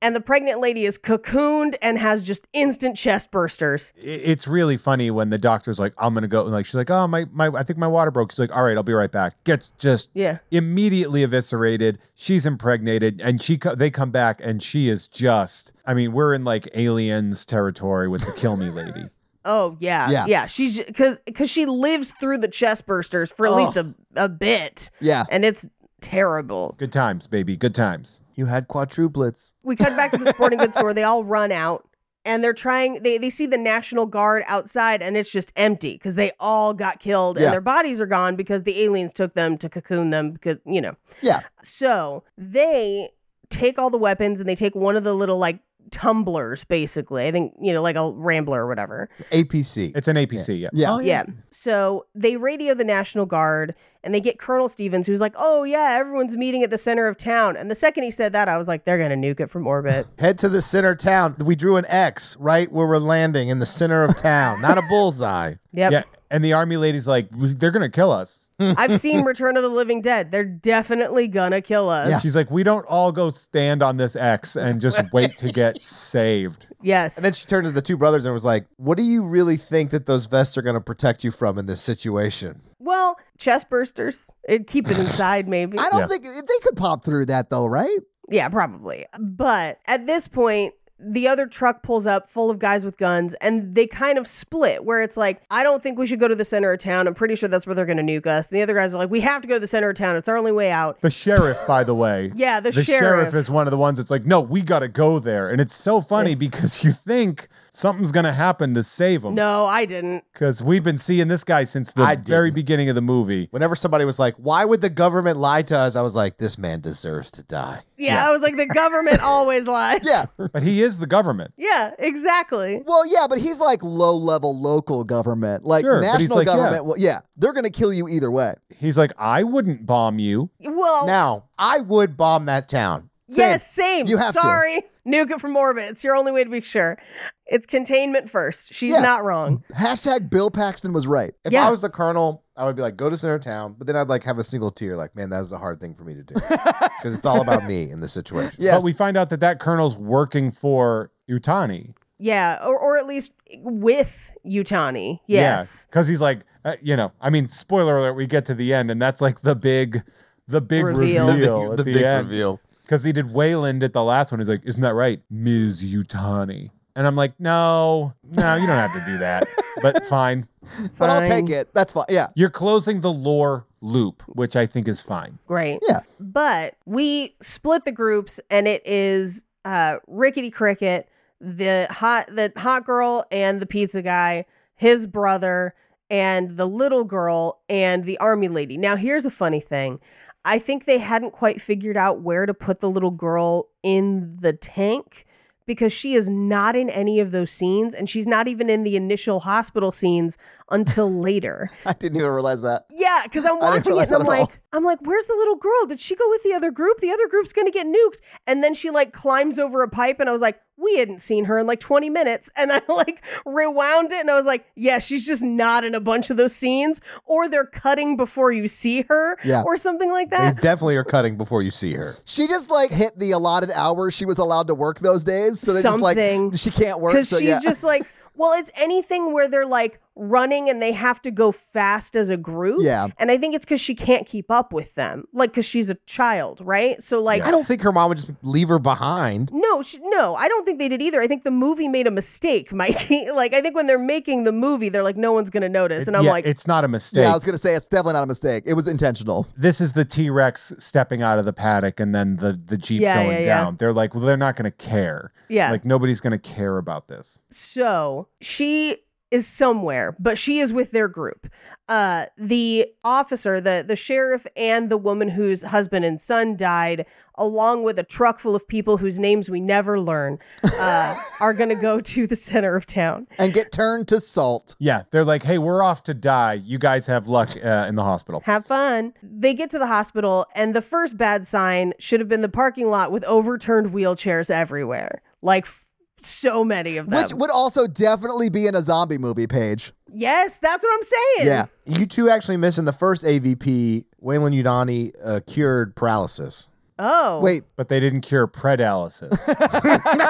S6: And the pregnant lady is cocooned and has just instant chest bursters.
S5: I- It's really funny when the doctor's like, "I'm gonna go," and like she's like, "Oh my my, I think my water broke." She's like, "All right, I'll be right back." Gets just
S6: Yeah.
S5: immediately eviscerated. She's impregnated, and she co- they come back, and she is just. I mean, we're in like aliens territory with the kill me lady.
S6: Oh yeah,
S4: Yeah.
S6: yeah. She's because because she lives through the chest bursters for at
S4: Oh.
S6: least a a bit,
S4: Yeah.
S6: and it's terrible.
S5: Good times, baby. Good times.
S7: You had quadruplets.
S6: We cut back to the sporting goods store. They all run out, and they're trying. They they see the national guard outside, and it's just empty because they all got killed,
S4: Yeah.
S6: and their bodies are gone because the aliens took them to cocoon them because you know.
S4: Yeah.
S6: So they take all the weapons and they take one of the little like tumblers, basically. I think you know like a rambler or whatever.
S7: APC.
S5: It's an APC. Oh, Yeah.
S4: Oh, Yeah.
S6: Yeah. So they radio the National Guard and they get Colonel Stevens, who's like, oh, yeah, everyone's meeting at the center of town. And the second he said that, I was like, they're going to nuke it from orbit.
S7: Head to the center of town. We drew an X right where we're landing in the center of town, not a bullseye.
S6: Yep.
S5: Yeah. And the army lady's like, "They're gonna kill us."
S6: I've seen Return of the Living Dead. They're definitely going to kill us.
S4: Yeah.
S5: She's like, we don't all go stand on this X and just wait to get saved.
S6: Yes.
S7: And then she turned to the two brothers and was like, "What do you really think that those vests are going to protect you from in this situation?"
S6: well, chest bursters. It'd keep it inside, maybe.
S4: I don't
S5: Yeah.
S4: think they could pop through that though, right?
S6: Yeah, probably. But at this point, the other truck pulls up full of guys with guns and they kind of split where it's like, I don't think we should go to the center of town. I'm pretty sure that's where they're going to nuke us. And the other guys are like, we have to go to the center of town. It's our only way out.
S5: The sheriff, by the way.
S6: Yeah, the,
S5: The sheriff. is one of the ones that's like, no, we got to go there. And it's so funny because you think something's going to happen to save him.
S6: No, I didn't.
S5: Because we've been seeing this guy since the
S7: I
S5: very
S7: didn't.
S5: beginning of the movie.
S7: Whenever somebody was like, "Why would the government lie to us?" I was like, "This man deserves to die."
S6: Yeah, I was like, the government always lies.
S4: Yeah.
S5: But he is the government.
S6: Yeah, exactly.
S4: Well, yeah, but he's like low level local government. Like
S5: Sure, but he's
S4: national
S5: like, yeah.
S4: government, well, yeah, they're going to kill you either way.
S5: He's like, I wouldn't bomb you.
S6: Well,
S7: Now, I would bomb that town.
S6: yes, same.
S4: You have to.
S6: Sorry. Nuke it from orbit. It's your only way to be sure. It's containment first. She's
S4: Yeah.
S6: not wrong.
S4: Hashtag Bill Paxton was right.
S7: If
S6: Yeah.
S7: I was the colonel, I would be like, "Go to center of town," but then I'd like have a single tear, like, "Man, that was a hard thing for me to do," because it's all about me in this situation.
S4: Yes.
S5: But we find out that that colonel's working for Utani.
S6: Yeah, or, or at least with Utani. Yes.
S5: Because he's like, uh, you know, I mean, spoiler alert, we get to the end and that's like the big, the big
S6: Reveal.
S5: reveal,
S6: The
S5: at
S7: the
S5: the,
S7: big
S5: end.
S7: reveal.
S5: Because he did Wayland at the last one. He's like, isn't that right? Ms. Utani. And I'm like, no, no, you don't have to do that. but fine.
S4: But I'll
S6: Fine.
S4: take it. That's fine. Yeah.
S5: You're closing the lore loop, which I think is fine.
S6: Great.
S4: Yeah.
S6: But we split the groups and it is uh Rickety Cricket, the hot the hot girl and the pizza guy, his brother and the little girl and the army lady. Now here's a funny thing. I think they hadn't quite figured out where to put the little girl in the tank because she is not in any of those scenes and she's not even in the initial hospital scenes until later.
S4: I didn't even realize that.
S6: Yeah, because I'm
S4: I didn't
S6: watching it
S4: realize
S6: and I'm
S4: that at all.
S6: like, I'm like, where's the little girl? Did she go with the other group? The other group's gonna get nuked. And then she like climbs over a pipe, and I was like, we hadn't seen her in like 20 minutes. And I like rewound it, and I was like, yeah, she's just not in a bunch of those scenes, or they're cutting before you see her,
S4: Yeah.
S6: or something like
S7: They
S6: that.
S7: definitely are cutting before you see her.
S4: She just like hit the allotted hours she was allowed to work those days. So they just like
S6: Something.
S4: she can't work.
S6: Because
S4: So
S6: she's
S4: yeah.
S6: just like, well, it's anything where they're like running and they have to go fast as a group.
S4: Yeah.
S6: And I think it's because she can't keep up with them. Like, because she's a child, right? So, like,
S7: I don't think her mom would just leave her behind.
S6: No, sh no, I don't think they did either. I think the movie made a mistake, Mikey. like, I think when they're making the movie, they're like, no one's going to notice. And I'm
S5: Yeah,
S6: like,
S5: it's not a mistake.
S4: yeah, I was gonna say it's definitely not a mistake. It was intentional.
S5: this is the T Rex stepping out of the paddock and then the, the Jeep
S6: Yeah,
S5: going
S6: yeah, yeah.
S5: down. They're like, well, they're not going to care.
S6: yeah.
S5: Like, nobody's going to care about this.
S6: so she is somewhere, but she is with their group. Uh, the officer, the the sheriff, and the woman whose husband and son died, along with a truck full of people whose names we never learn, uh, are going to go to the center of town.
S4: And get turned to salt.
S5: Yeah. They're like, hey, we're off to die. You guys have luck uh, in the hospital.
S6: Have fun. They get to the hospital, and the first bad sign should have been the parking lot with overturned wheelchairs everywhere. Like, f- so many of them.
S4: Which would also definitely be in a zombie movie page.
S6: yes, that's what I'm saying.
S4: Yeah.
S7: You two actually missing the first AVP, Waylon Udani, uh, cured paralysis.
S6: Oh.
S4: Wait,
S5: But they didn't cure predalysis.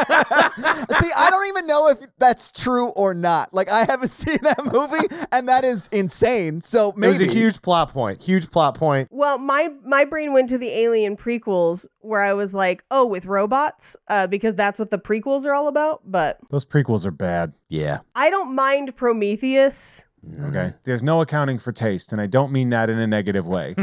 S4: see, I don't even know if that's true or not. Like, I haven't seen that movie, and that is insane. So maybe
S7: It was a huge plot point. Huge plot point.
S6: Well, my my brain went to the Alien prequels where I was like, oh, with robots, uh, because that's what the prequels are all about. But
S5: Those prequels are bad.
S7: Yeah.
S6: I don't mind Prometheus.
S5: Okay. There's no accounting for taste, and I don't mean that in a negative way.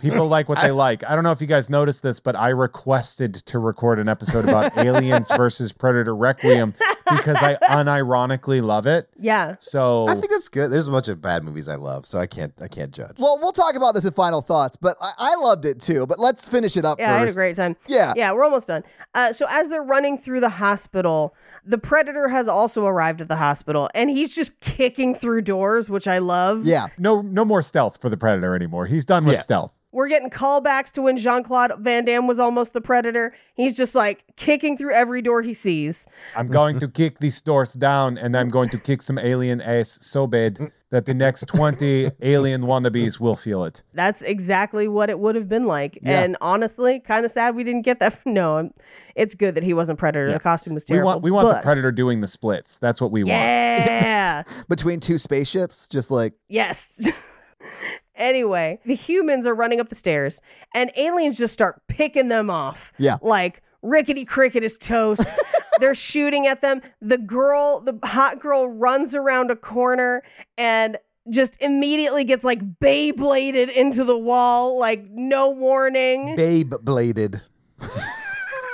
S5: People like what they like. I don't know if you guys noticed this, but I requested to record an episode about aliens versus Predator Requiem because I unironically love it.
S6: Yeah.
S5: So
S7: I think that's good. There's a bunch of bad movies I love, so I can't I can't judge.
S4: Well, we'll talk about this in final thoughts, but I, I loved it too. But let's finish it up
S6: Yeah, I had a
S4: first.
S6: great time.
S4: Yeah.
S6: Yeah, we're almost done. Uh, so as they're running through the hospital, the predator has also arrived at the hospital, and he's just kicking through doors, which I love.
S4: Yeah.
S5: no no more stealth for the Predator anymore. He's done with
S7: Yeah.
S5: stealth.
S6: We're getting callbacks to when Jean Claude Van Damme was almost the predator. He's just like kicking through every door he sees.
S5: I'm going to kick these doors down and I'm going to kick some alien ass so bad that the next 20 alien wannabes will feel it.
S6: That's exactly what it would have been like.
S4: Yeah.
S6: And honestly, kind of sad we didn't get that. No, I'm- it's good that he wasn't predator. The costume was
S5: We
S6: terrible.
S5: want we want the
S6: but-
S5: Predator doing the splits. That's what we want.
S6: Yeah.
S4: Between two spaceships, just like
S6: Yes. anyway, the humans are running up the stairs and aliens just start picking them off.
S4: Yeah.
S6: Like rickety cricket is toast. They're shooting at them. The girl, the hot girl runs around a corner and just immediately gets like Beybladed into the wall, like no warning.
S7: Babe bladed.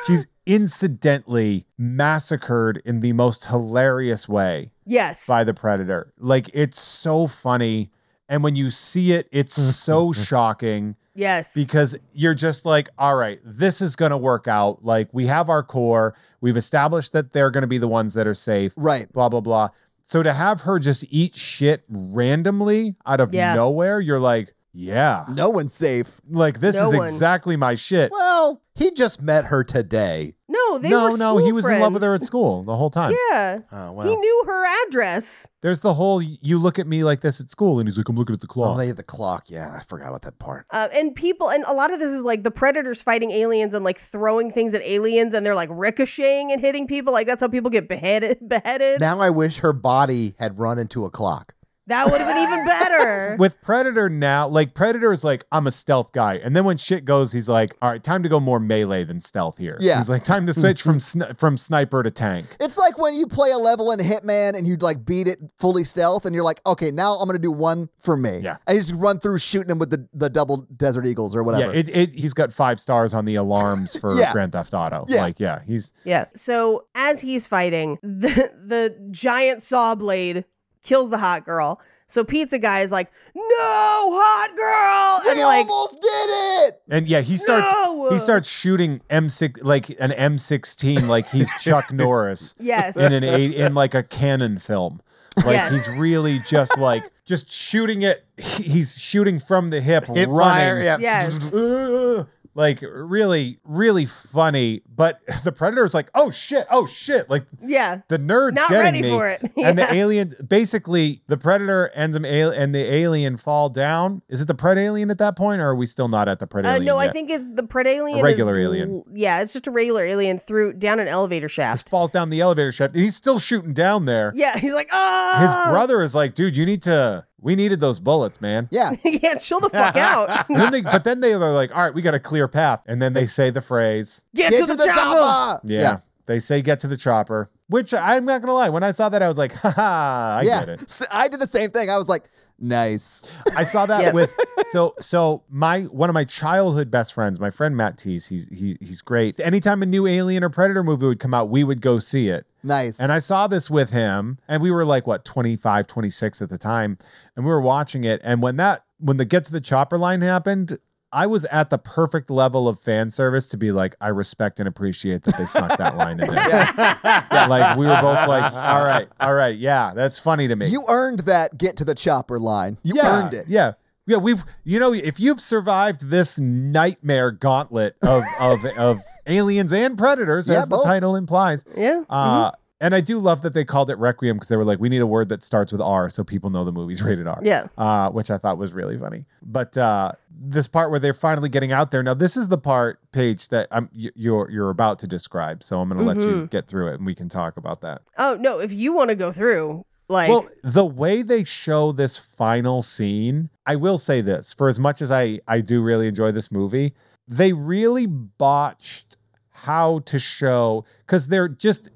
S5: She's incidentally massacred in the most hilarious way
S6: yes.
S5: by the Predator. Like it's so funny. And when you see it, it's so shocking
S6: Yes.
S5: because you're just like, all right, this is going to work out. Like, we have our core. We've established that they're going to be the ones that are safe,
S4: right.
S5: blah, blah, blah. So to have her just eat shit randomly out of
S6: Yeah.
S5: nowhere, you're like, yeah,
S4: No one's safe.
S5: like this
S6: No
S5: is
S6: one.
S5: exactly my shit.
S7: Well, he just met her today.
S6: no, they
S5: no,
S6: were
S5: no, he
S6: school
S5: was in love with her at
S6: friends.
S5: school the whole time.
S6: Yeah.
S7: Oh
S6: He knew her address.
S5: There's the whole you look at me like this at school, and he's like, I'm looking at the
S7: Oh,
S5: clock.
S7: they had the clock. Yeah, I forgot about that part.
S6: Uh, and people, and a lot of this is like the predators fighting aliens and like throwing things at aliens, and they're like ricocheting and hitting people. Like that's how people get beheaded. Beheaded. That,
S7: Now I wish her body had run into a clock.
S6: would have been even better.
S5: with Predator now, like Predator is like, I'm a stealth guy, and then when shit goes, he's like, all right, time to go more melee than stealth here.
S4: Yeah.
S5: he's like, time to switch from sni- from sniper to tank.
S4: It's like when you play a level in Hitman and you like beat it fully stealth, and you're like, okay, now I'm gonna do one for me.
S5: Yeah.
S4: And you just run through shooting him with the, the double Desert Eagles or whatever.
S5: Yeah, it, it, he's got five stars on the alarms for
S4: Yeah.
S5: Grand Theft Auto.
S4: Yeah.
S5: Like, yeah, he's
S6: yeah. So as he's fighting, the the giant saw blade kills the hot girl. So pizza guy is like, "No, hot girl!"
S4: they
S6: And like,
S4: almost did it.
S5: and yeah, he starts
S6: No!
S5: he starts shooting M six like an M sixteen like he's Chuck Norris
S6: yes,
S5: in an eight in like a canon film. Like
S6: Yes.
S5: he's really just like just shooting it. He's shooting from the hip,
S7: Hip fire,
S5: running.
S7: yeah.
S6: Yes.
S5: Ugh. Like really, really funny. But the predator's like, oh shit, oh shit. Like
S6: Yeah.
S5: the nerd's
S6: Not
S5: getting
S6: ready
S5: me.
S6: for it.
S5: And the
S6: Yeah.
S5: alien, basically, the predator ends him, al- and the alien fall down. Is it the pred alien at that point, or are we still not at the pred
S6: Uh,
S5: alien?
S6: no, I
S5: yet?
S6: think it's the pred alien.
S5: A regular
S6: is-
S5: alien.
S6: Yeah, it's just a regular alien through down an elevator
S5: just
S6: shaft.
S5: falls down the elevator shaft, and he's still shooting down there.
S6: Yeah, he's like, ah.
S5: His brother is like, dude, you need to. We needed those bullets, man.
S4: Yeah.
S6: yeah, chill the fuck out.
S5: And then they, but then they are like, all right, we got a clear path. And then they say the phrase,
S6: Get, to, the, chopper.
S5: yeah. They say, get to the chopper, which I'm not going to lie. When I saw that, I was like, ha ha, I
S4: yeah.
S5: get it.
S4: S- I did the same thing. I was like, nice.
S5: I saw that
S6: Yeah.
S5: with so so my one of my childhood best friends, my friend Matt Tease, he's he, he's great. Anytime a new Alien or Predator movie would come out, we would go see it.
S4: Nice.
S5: And I saw this with him, and we were like, what, 25, 26 at the time. And we were watching it. And when that, when the get to the chopper line happened, I was at the perfect level of fan service to be like, I respect and appreciate that they snuck that line in there. Like, we were both like, all right, all right, yeah, that's funny to me.
S4: you earned that get to the chopper line. You
S5: yeah,
S4: earned it.
S5: Yeah. Yeah, we've you know if you've survived this nightmare gauntlet of of of aliens and predators
S4: Yeah,
S5: as the
S4: both.
S5: title implies,
S6: Yeah.
S5: uh, And I do love that they called it Requiem because they were like, we need a word that starts with R so people know the movie's rated R.
S6: mm-hmm. Yeah.
S5: Uh, which I thought was really funny. But uh, this part where they're finally getting out there. Now, this is the part, Paige, that I'm, y- you're, you're about to describe. So I'm going to let you get through it and we can talk about that.
S6: Oh no, if you want to go through, like,
S5: Well, the way they show this final scene, I will say this for as much as I, I do really enjoy this movie, they really botched how to show because they're just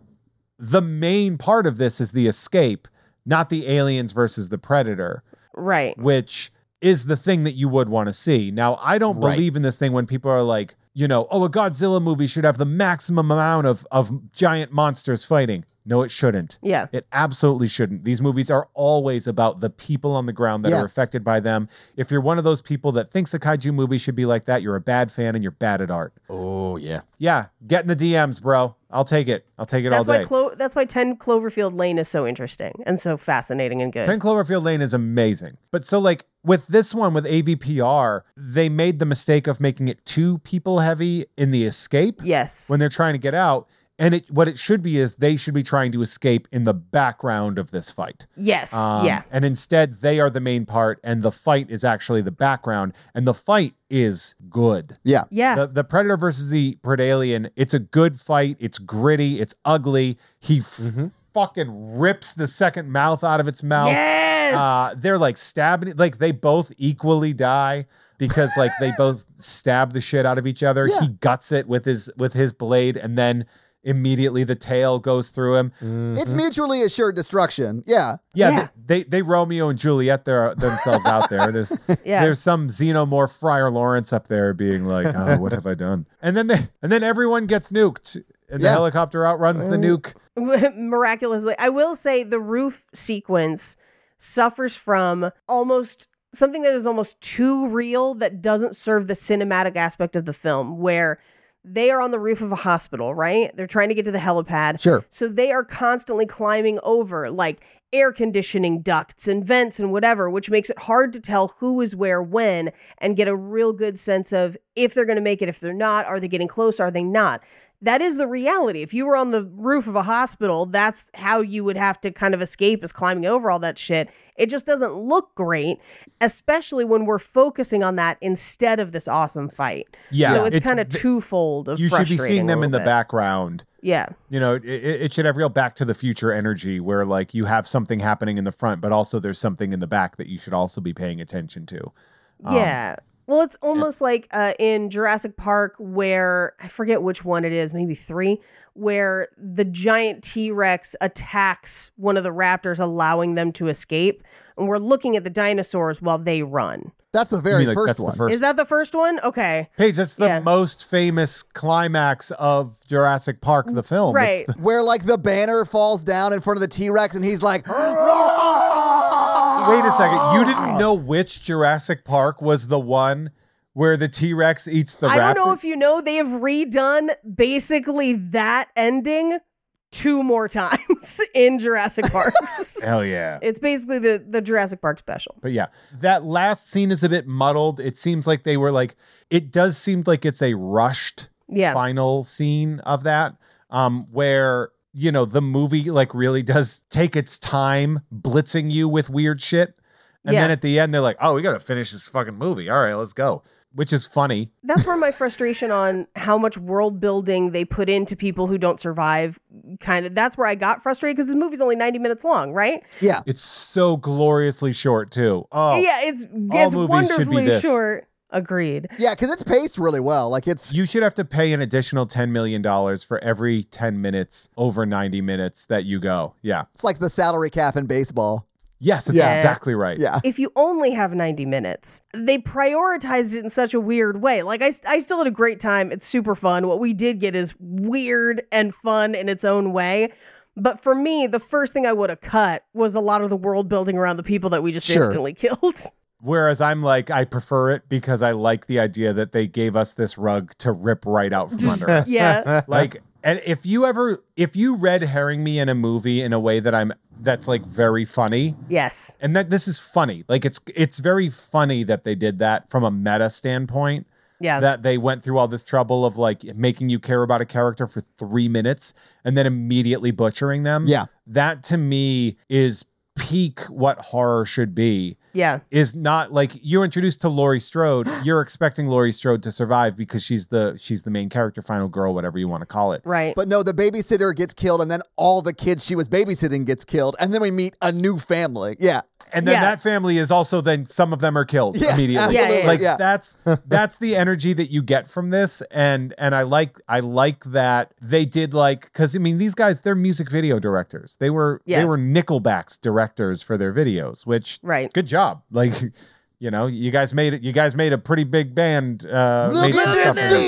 S5: the main part of this is the escape, not the aliens versus the predator,
S6: right.
S5: which is the thing that you would want to see. Now, I don't
S4: Right.
S5: believe in this thing when people are like, you know, oh, a Godzilla movie should have the maximum amount of, of giant monsters fighting. No, it shouldn't.
S6: Yeah.
S5: It absolutely shouldn't. These movies are always about the people on the ground that are
S4: Yes.
S5: affected by them. If you're one of those people that thinks a kaiju movie should be like that, you're a bad fan and you're bad at art.
S7: Oh yeah.
S5: Yeah, get in the DMs, bro. I'll take it. I'll take it
S6: That's
S5: all
S6: why
S5: day.
S6: Clo- that's why 10 Cloverfield Lane is so interesting and so fascinating and good.
S5: 10 Cloverfield Lane is amazing. But so, like, with this one, with AVPR, they made the mistake of making it too people heavy in the escape
S6: yes.
S5: when they're trying to get out. And it, what it should be is they should be trying to escape in the background of this fight.
S6: yes.
S5: Um,
S6: yeah.
S5: And instead, they are the main part, and the fight is actually the background, and the fight is good.
S4: Yeah.
S6: Yeah.
S5: The, the Predator versus the Predalien, it's a good fight. It's gritty. It's ugly. He f- fucking rips the second mouth out of its mouth.
S6: yes.
S5: Uh, they're like stabbing, like they both equally die because like they both stab the shit out of each other.
S4: Yeah.
S5: He guts it with his with his blade, and then immediately the tail goes through him.
S4: It's mutually assured destruction. Yeah.
S5: Yeah,
S6: Yeah.
S5: They, they they Romeo and Juliet their, themselves out there. There's
S6: Yeah.
S5: there's some xenomorph Friar Lawrence up there being like, oh, what have I done? And then they and then everyone gets nuked, and the
S4: Yeah.
S5: helicopter outruns
S6: Uh,
S5: the nuke.
S6: miraculously. I will say the roof sequence suffers from almost something that is almost too real that doesn't serve the cinematic aspect of the film where they are on the roof of a hospital, right? They're trying to get to the helipad.
S4: Sure.
S6: So they are constantly climbing over like air conditioning ducts and vents and whatever, which makes it hard to tell who is where when and get a real good sense of if they're going to make it, if they're not, are they getting close, are they not? That is the reality. If you were on the roof of a hospital, that's how you would have to kind of escape is climbing over all that shit. It just doesn't look great, especially when we're focusing on that instead of this awesome fight.
S5: Yeah,
S6: So it's
S5: it-
S6: kind of
S5: th-
S6: twofold of
S5: You should be
S6: frustrating
S5: seeing
S6: a
S5: them in
S6: little
S5: the
S6: bit.
S5: background.
S6: Yeah.
S5: You know, it, it it should have real Back to the Future energy, where like you have something happening in the front, but also there's something in the back that you should also be paying attention to. Um,
S6: Yeah. Well, it's almost like uh, in Jurassic Park, where I forget which one it is, maybe three, where the giant T Rex attacks one of the raptors, allowing them to escape. And we're looking at the dinosaurs while they run.
S4: That's the
S5: I
S4: very
S5: mean, like,
S4: first
S5: that's
S4: one.
S5: The first
S6: Is that the first one? Okay.
S5: Paige, that's the
S6: Yeah.
S5: most famous climax of Jurassic Park, Oh, the film.
S6: Right.
S4: Where like the banner falls down in front of the T Rex and he's like,
S5: It's- wait a second. You
S6: Ah.
S5: didn't know which Jurassic Park was the one where the T Rex eats the
S6: I
S5: raptor?
S6: don't know if you know, they have redone basically that ending two more times in Jurassic Parks.
S5: Hell yeah.
S6: It's basically the the Jurassic Park special.
S5: But yeah, that last scene is a bit muddled. It seems like they were like, it does seem like it's a rushed
S6: Yeah.
S5: final scene of that, um, where you know the movie like really does take its time blitzing you with weird shit, and
S6: Yeah.
S5: then at the end they're like, oh, we gotta finish this fucking movie. All right, let's go, which is funny.
S6: That's where my frustration on how much world building they put into people who don't survive kind of that's where I got frustrated because this movie's only 90 minutes long, right?
S4: Yeah.
S5: It's so gloriously short too. Oh,
S6: yeah, it's
S5: all
S6: it's
S5: movies should be
S6: wonderfully
S5: this.
S6: short. Agreed.
S4: Yeah, because it's paced really well. Like it's
S5: You should have to pay an additional $10 million for every 10 minutes over 90 minutes that you go. Yeah.
S4: it's like the salary cap in baseball.
S5: Yes, that's
S4: Yeah.
S5: exactly right.
S4: Yeah.
S6: If you only have 90 minutes, they prioritized it in such a weird way. Like, I, I still had a great time. It's super fun. What we did get is weird and fun in its own way. But for me, the first thing I would have cut was a lot of the world building around the people that we just
S4: Sure.
S6: instantly killed.
S5: Whereas I'm like, I prefer it because I like the idea that they gave us this rug to rip right out from under us.
S6: Yeah.
S5: Like, and if you ever, if you red herring me in a movie in a way that I'm, that's like very funny,
S6: yes.
S5: and that this is funny. Like, it's, it's very funny that they did that from a meta standpoint.
S6: Yeah.
S5: that they went through all this trouble of like making you care about a character for three minutes and then immediately butchering them.
S4: Yeah.
S5: That to me is peak what horror should be.
S6: yeah.
S5: Is not like you're introduced to Laurie Strode. You're expecting Laurie Strode to survive because she's the she's the main character, final girl, whatever you want to call it.
S6: Right.
S4: But no, the babysitter gets killed, and then all the kids she was babysitting gets killed, and then we meet a new family. Yeah,
S5: And then
S6: Yeah.
S5: that family is also then some of them are killed
S4: Yes,
S5: immediately.
S6: absolutely, Yeah, yeah,
S5: Like
S4: yeah.
S5: that's that's the energy that you get from this. And and I like I like that they did like because I mean these guys, they're music video directors. They were
S6: Yeah.
S5: they were Nickelback's directors for their videos, which
S6: Right.
S5: good job. Like you know, you guys made it. You guys made a pretty big band. Uh,
S4: Look
S5: made some
S4: at
S5: stuff
S4: this
S5: for them.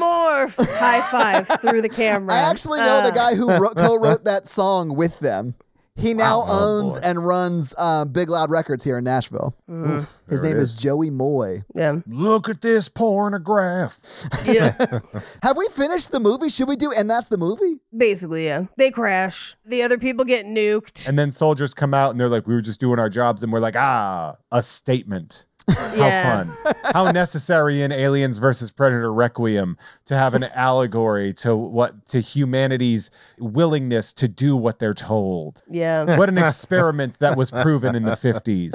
S6: Xenomorph! High five through the camera.
S4: I actually know the
S6: Ah.
S4: guy who wrote, co-wrote that song with them. He now
S5: Wow. Oh,
S4: owns
S5: boy.
S4: and runs uh, Big Loud Records here in Nashville. His
S5: There
S4: name
S5: it
S4: is Joey Moy.
S6: Yeah.
S5: Look at this pornograph.
S6: Yeah.
S4: Have we finished the movie? Should we do? And that's the movie.
S6: Basically, yeah. They crash. The other people get nuked.
S5: And then soldiers come out and they're like, we were just doing our jobs. And we're like, ah, a statement. How
S6: Yeah.
S5: fun. How necessary in Aliens versus Predator Requiem to have an allegory to what to humanity's willingness to do what they're told.
S6: Yeah.
S5: What an experiment that was proven in the 50s.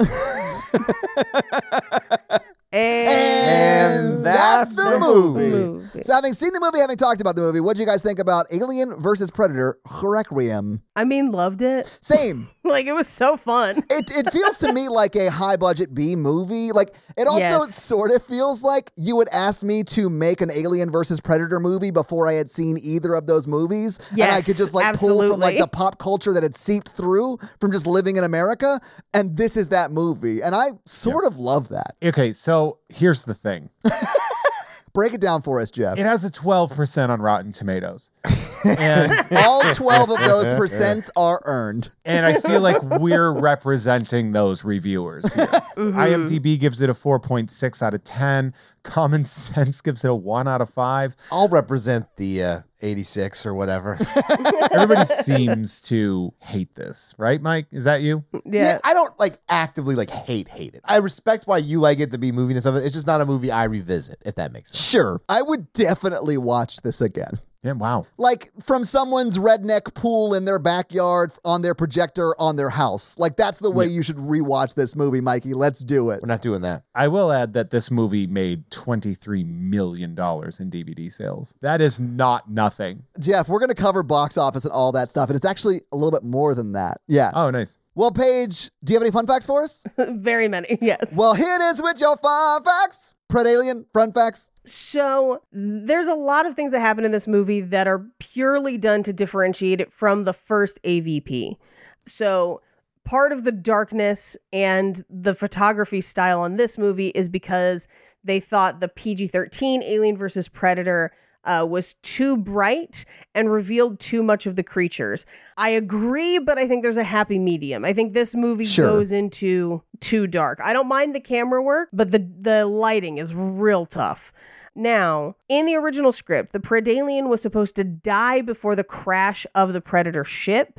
S6: And,
S4: And that's the movie.
S6: movie.
S4: So, having seen the movie, having talked about the movie, what do you guys think about Alien versus Predator: Requiem?
S6: I mean, loved it.
S4: Same.
S6: Like it was so fun.
S4: it, it feels to me like a high budget B movie. Like it also
S6: Yes.
S4: sort of feels like you would ask me to make an Alien versus Predator movie before I had seen either of those movies, and I
S6: Yes,
S4: could just like pull from like
S6: absolutely.
S4: the pop culture that had seeped through from just living in America, and this is that movie, and I sort of love that.
S5: Okay, so here's the thing.
S4: Break it down for us, Jeff.
S5: It has a 12% on Rotten Tomatoes. And
S4: All twelve of those percents are earned.
S5: and I feel like we're representing those reviewers. Here. IMDb gives it a 4.6 out of 10. Common Sense gives it a 1 out of 5.
S7: I'll represent the uh, 86 or whatever.
S5: Everybody seems to hate this, right, Mike? Is that you?
S6: Yeah.
S7: I don't like actively like hate hate it. I respect why you like it to be moving and stuff. It's just not a movie I revisit, if that makes sense.
S4: Sure, I would definitely watch this again.
S5: Yeah, wow.
S4: like from someone's redneck pool in their backyard on their projector on their house. Like that's the way you should rewatch this movie, Mikey. Let's do it.
S7: We're not doing that.
S5: I will add that this movie made $23 million in DVD sales. That is not nothing.
S4: Jeff, we're going to cover box office and all that stuff, and it's actually a little bit more than that. Yeah.
S5: Oh, nice.
S4: well, Paige, do you have any fun facts for us?
S6: Very many. Yes.
S4: well, here it is with your fun facts. Pred alien fun facts.
S6: So there's a lot of things that happen in this movie that are purely done to differentiate it from the first AVP. So part of the darkness and the photography style on this movie is because they thought the PG-13 Alien versus Predator uh, was too bright and revealed too much of the creatures. I agree, but I think there's a happy medium. I think this movie
S4: Sure.
S6: goes into too dark. I don't mind the camera work, but the the lighting is real tough. Now, in the original script, the Predalien was supposed to die before the crash of the Predator ship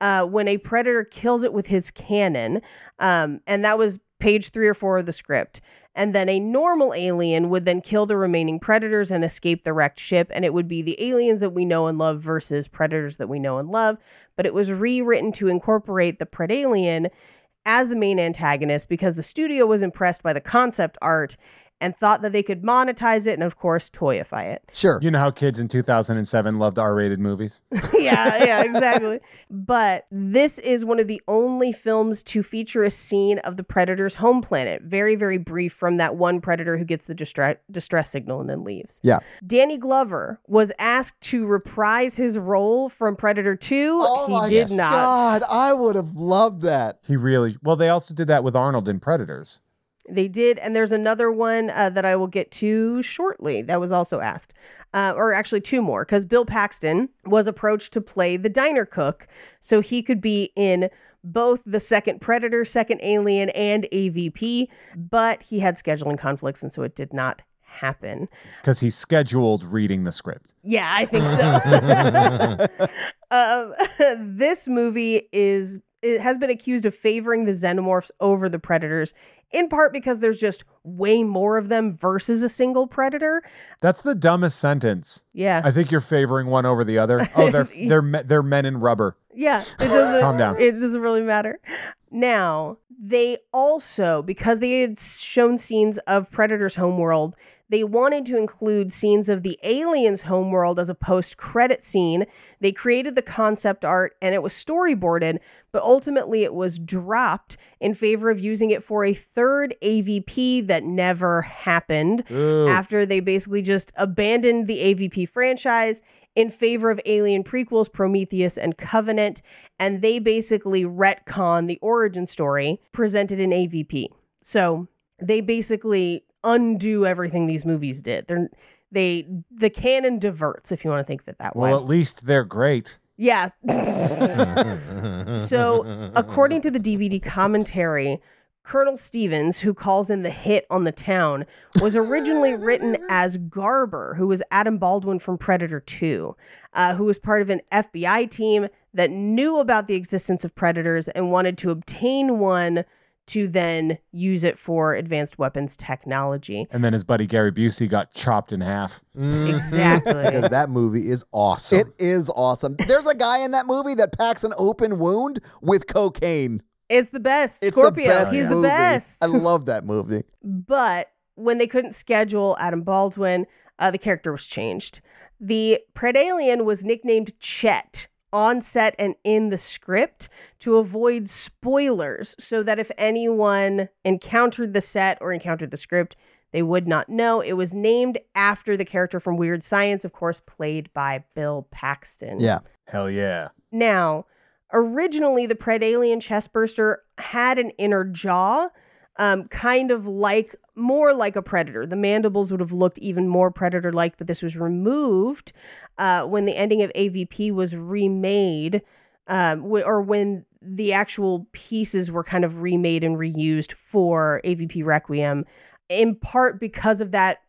S6: uh, when a Predator kills it with his cannon. Um, and that was page three or four of the script. And then a normal alien would then kill the remaining Predators and escape the wrecked ship. And it would be the aliens that we know and love versus Predators that we know and love. But it was rewritten to incorporate the Predalien as the main antagonist because the studio was impressed by the concept art and thought that they could monetize it and of course toyify it.
S4: Sure.
S5: You know how kids in 2007 loved R-rated movies?
S6: yeah, yeah, exactly. But this is one of the only films to feature a scene of the predator's home planet, very very brief from that one predator who gets the distra- distress signal and then leaves.
S4: Yeah.
S6: Danny Glover was asked to reprise his role from Predator 2.
S4: Oh
S6: he did not.
S4: God, I would have loved that.
S5: He really well. They also did that with Arnold in Predators.
S6: They did, and there's another one uh, that I will get to shortly that was also asked, uh, or actually two more, because Bill Paxton was approached to play the diner cook, so he could be in both the second Predator, second Alien, and AVP, but he had scheduling conflicts, and so it did not happen.
S5: Because he scheduled reading the script.
S6: Yeah, I think so. um, this movie is it has been accused of favoring the xenomorphs over the predators, in part because there's just way more of them versus a single predator.
S5: That's the dumbest sentence.
S6: Yeah,
S5: I think you're favoring one over the other. Oh, they're they're me- they're men in rubber.
S6: yeah, it doesn't.
S5: Calm down.
S6: It doesn't really matter. Now they also because they had shown scenes of Predator's homeworld, they wanted to include scenes of the aliens' homeworld as a post-credit scene. They created the concept art and it was storyboarded, but ultimately it was dropped in favor of using it for a third AVP that never happened. After they basically just abandoned the AVP franchise in favor of Alien prequels Prometheus and Covenant, and they basically retcon the origin story presented in AVP. So they basically undo everything these movies did. They're they the canon diverts, if you want to think of it that way.
S5: Well, at least they're great.
S6: Yeah. so, according to the DVD commentary, Colonel Stevens, who calls in the hit on the town, was originally written as Garber, who was Adam Baldwin from Predator 2, uh, who was part of an FBI team that knew about the existence of predators and wanted to obtain one to then use it for advanced weapons technology.
S5: And then his buddy Gary Busey got chopped in half.
S6: Exactly.
S7: because that movie is awesome.
S4: It is awesome. There's a guy in that movie that packs an open wound with cocaine.
S6: It's the best.
S4: It's
S6: Scorpio.
S4: the best
S6: He's the
S4: movie.
S6: best.
S4: I love that movie.
S6: But when they couldn't schedule Adam Baldwin, uh, the character was changed. The Predalien was nicknamed Chet on set and in the script to avoid spoilers so that if anyone encountered the set or encountered the script, they would not know. It was named after the character from Weird Science, of course, played by Bill Paxton.
S4: Yeah.
S5: Hell yeah.
S6: Now, originally, the Predalien chestburster had an inner jaw, um, kind of like more like a predator. The mandibles would have looked even more predator like, but this was removed uh, when the ending of AVP was remade, um, w- or when the actual pieces were kind of remade and reused for AVP Requiem, in part because of that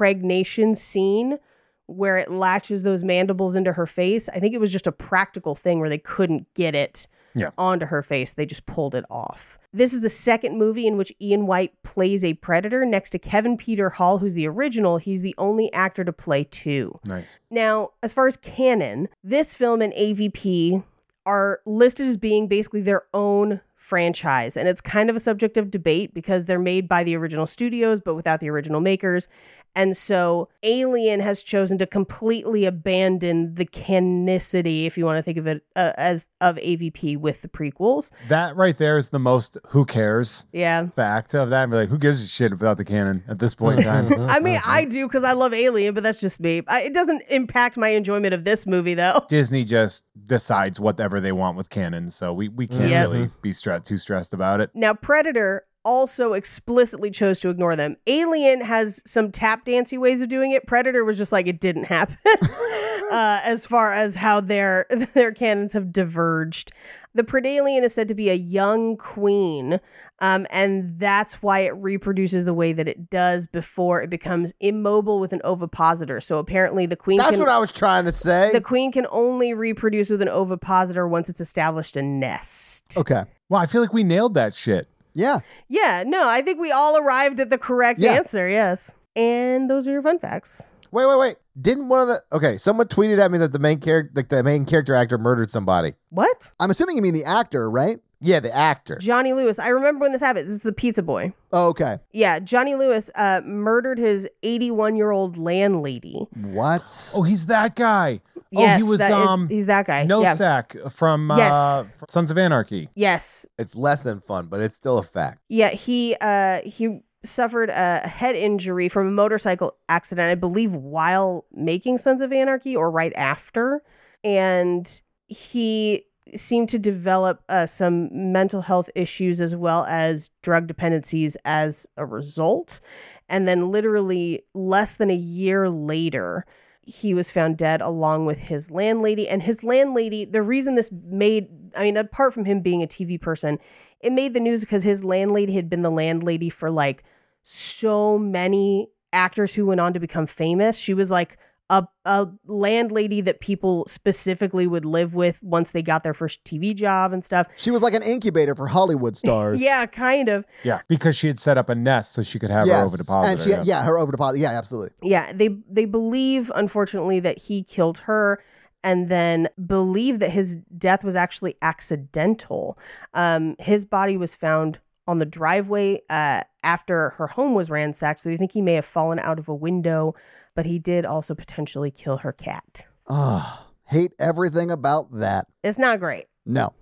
S6: impregnation scene where it latches those mandibles into her face. I think it was just a practical thing where they couldn't get it
S5: Yeah.
S6: onto her face. They just pulled it off. This is the second movie in which Ian White plays a predator next to Kevin Peter Hall, who's the original. He's the only actor to play two.
S5: Nice.
S6: Now, as far as canon, this film and AVP are listed as being basically their own franchise. And it's kind of a subject of debate because they're made by the original studios, but without the original makers. And so Alien has chosen to completely abandon the canicity, if you want to think of it uh, as of AVP with the prequels.
S5: That right there is the most who cares
S6: Yeah.
S5: fact of that. I'd be like, who gives a shit about the canon at this point in time?
S6: I mean, I do because I love Alien, but that's just me. I, it doesn't impact my enjoyment of this movie, though.
S5: Disney just decides whatever they want with canon, so we, we can't
S6: Yeah.
S5: really be stre- too stressed about it.
S6: Now, Predator also explicitly chose to ignore them. Alien has some tap dancey ways of doing it. Predator was just like, it didn't happen. uh, as far as how their their canons have diverged. The Predalien is said to be a young queen, um, and that's why it reproduces the way that it does before it becomes immobile with an ovipositor. So apparently, the queen
S7: That's
S6: can,
S7: what I was trying to say.
S6: the queen can only reproduce with an ovipositor once it's established a nest.
S4: Okay.
S5: Wow, I feel like we nailed that shit.
S4: Yeah.
S6: Yeah, no, I think we all arrived at the correct
S4: Yeah.
S6: answer. Yes, and those are your fun facts.
S7: wait, wait, wait. Didn't one of the okay? Someone tweeted at me that the main character, like the main character actor, murdered somebody.
S6: What?
S4: I'm assuming you mean the actor, right?
S7: Yeah, the actor.
S6: Johnny Lewis. I remember when this happened. This is the pizza boy.
S4: Oh, Okay.
S6: Yeah, Johnny Lewis uh, murdered his 81 year old landlady.
S4: What?
S5: Oh, he's that guy.
S6: yes,
S5: oh, he was
S6: that is-
S5: um
S6: he's that guy. yeah.
S5: Nosak from uh,
S6: Yes.
S5: from Sons of Anarchy.
S6: Yes.
S7: It's less than fun, but it's still a fact.
S6: Yeah, he uh, he suffered a head injury from a motorcycle accident, I believe, while making Sons of Anarchy or right after. And he seemed to develop uh, some mental health issues as well as drug dependencies as a result. And then, literally, less than a year later, he was found dead along with his landlady. And his landlady, the reason this made, I mean, apart from him being a TV person, it made the news because his landlady had been the landlady for like so many actors who went on to become famous. She was like a, a landlady that people specifically would live with once they got their first TV job and stuff.
S4: She was like an incubator for Hollywood stars.
S6: Yeah, kind of.
S5: Yeah, because she had set up a nest so she could have her
S4: Yes.
S5: over deposit.
S4: And she, yeah. her over deposit. Yeah, absolutely.
S6: Yeah, they they believe unfortunately that he killed her and then believe that his death was actually accidental. Um his body was found on the driveway uh after her home was ransacked, so they think he may have fallen out of a window, but he did also potentially kill her cat.
S4: Ah, hate everything about that.
S6: It's not great.
S4: No.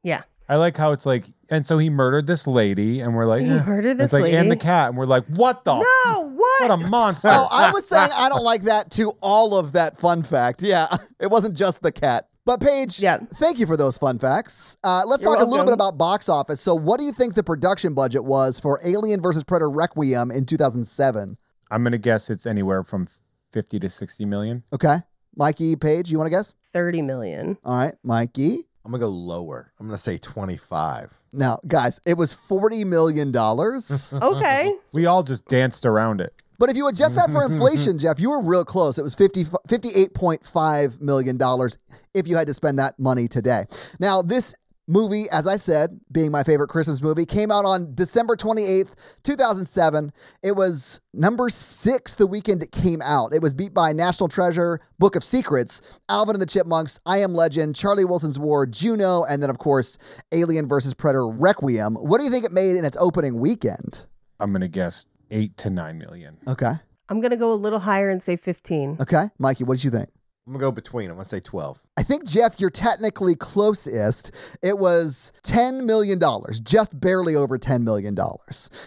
S5: I like how it's like, and so he murdered this lady, and we're like,
S6: He
S5: eh.
S6: murdered
S5: And
S6: this
S5: it's like, and the
S6: lady.
S5: cat, and we're like, what the?
S6: No, what?
S5: Oh, What a monster!
S4: Oh, I was saying I don't like that to all of that fun fact. Yeah, it wasn't just the cat. But Paige,
S6: Yeah.
S4: thank you for those fun facts. Uh, let's
S6: You're
S4: talk a little bit
S6: welcome.
S4: about box office. So, what do you think the production budget was for Alien versus Predator Requiem in 2007?
S5: I'm gonna guess it's anywhere from fifty to sixty million.
S4: Okay, Mikey, Paige, you want to guess?
S6: 30 million.
S4: All right, Mikey.
S7: I'm gonna go lower. I'm gonna say 25.
S4: Now, guys, it was forty million dollars.
S6: Okay.
S5: We all just danced around it.
S4: but if you adjust that for inflation, Jeff, you were real close. It was 50, 58.5 million dollars if you had to spend that money today. Now, this movie, as I said, being my favorite Christmas movie, came out on December 28th, 2007. It was number 6 the weekend it came out. It was beat by National Treasure, Book of Secrets, Alvin and the Chipmunks, I Am Legend, Charlie Wilson's War, Juno, and then of course, Alien versus Predator Requiem. What do you think it made in its opening weekend?
S5: I'm gonna guess eight to nine million.
S4: Okay.
S6: I'm going to go a little higher and say 15.
S4: Okay. Mikey, what did you think?
S7: I'm gonna go between. I'm gonna say 12.
S4: I think, Jeff, you're technically closest. It was $10 million, just barely over $10 million.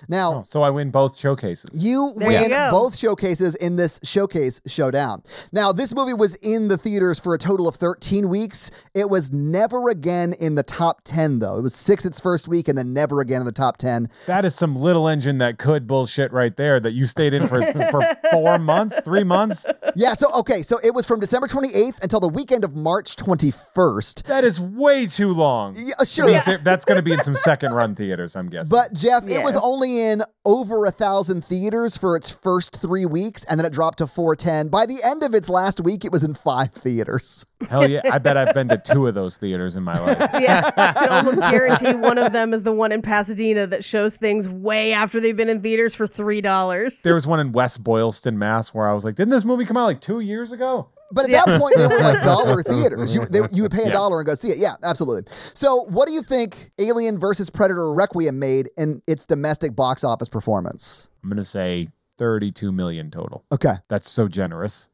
S4: Now,
S5: Oh, so I win both showcases.
S4: You
S6: There you
S4: win
S6: go.
S4: both showcases in this showcase showdown. Now, this movie was in the theaters for a total of 13 weeks. It was never again in the top 10, though. It was six its first week and then never again in the top 10.
S5: That is some little engine that could bullshit right there. That you stayed in for for four months, three months.
S4: yeah, so, okay, so it was from December 28th until the weekend of March 21st.
S5: That is way too long.
S4: Yeah, sure.
S5: Means it- that's going to be in some second run theaters, I'm guessing.
S4: But Jeff, it was
S6: Yeah.
S4: only in over a thousand theaters for its first three weeks, and then it dropped to 410. By the end of its last week, it was in five theaters.
S5: hell yeah, I bet I've been to two of those theaters in my life.
S6: Yeah, I can almost guarantee one of them is the one in Pasadena that shows things way after they've been in theaters for three dollars.
S5: There was one in West Boylston, Mass, where I was like, "Didn't this movie come out like two years ago?"
S4: But at that point, they were like dollar theaters. You, they, you would pay a dollar and go see it. Yeah, absolutely. So, what do you think Alien versus Predator Requiem made in its domestic box office performance?
S5: I'm going to say 32 million total.
S4: Okay.
S5: That's so generous.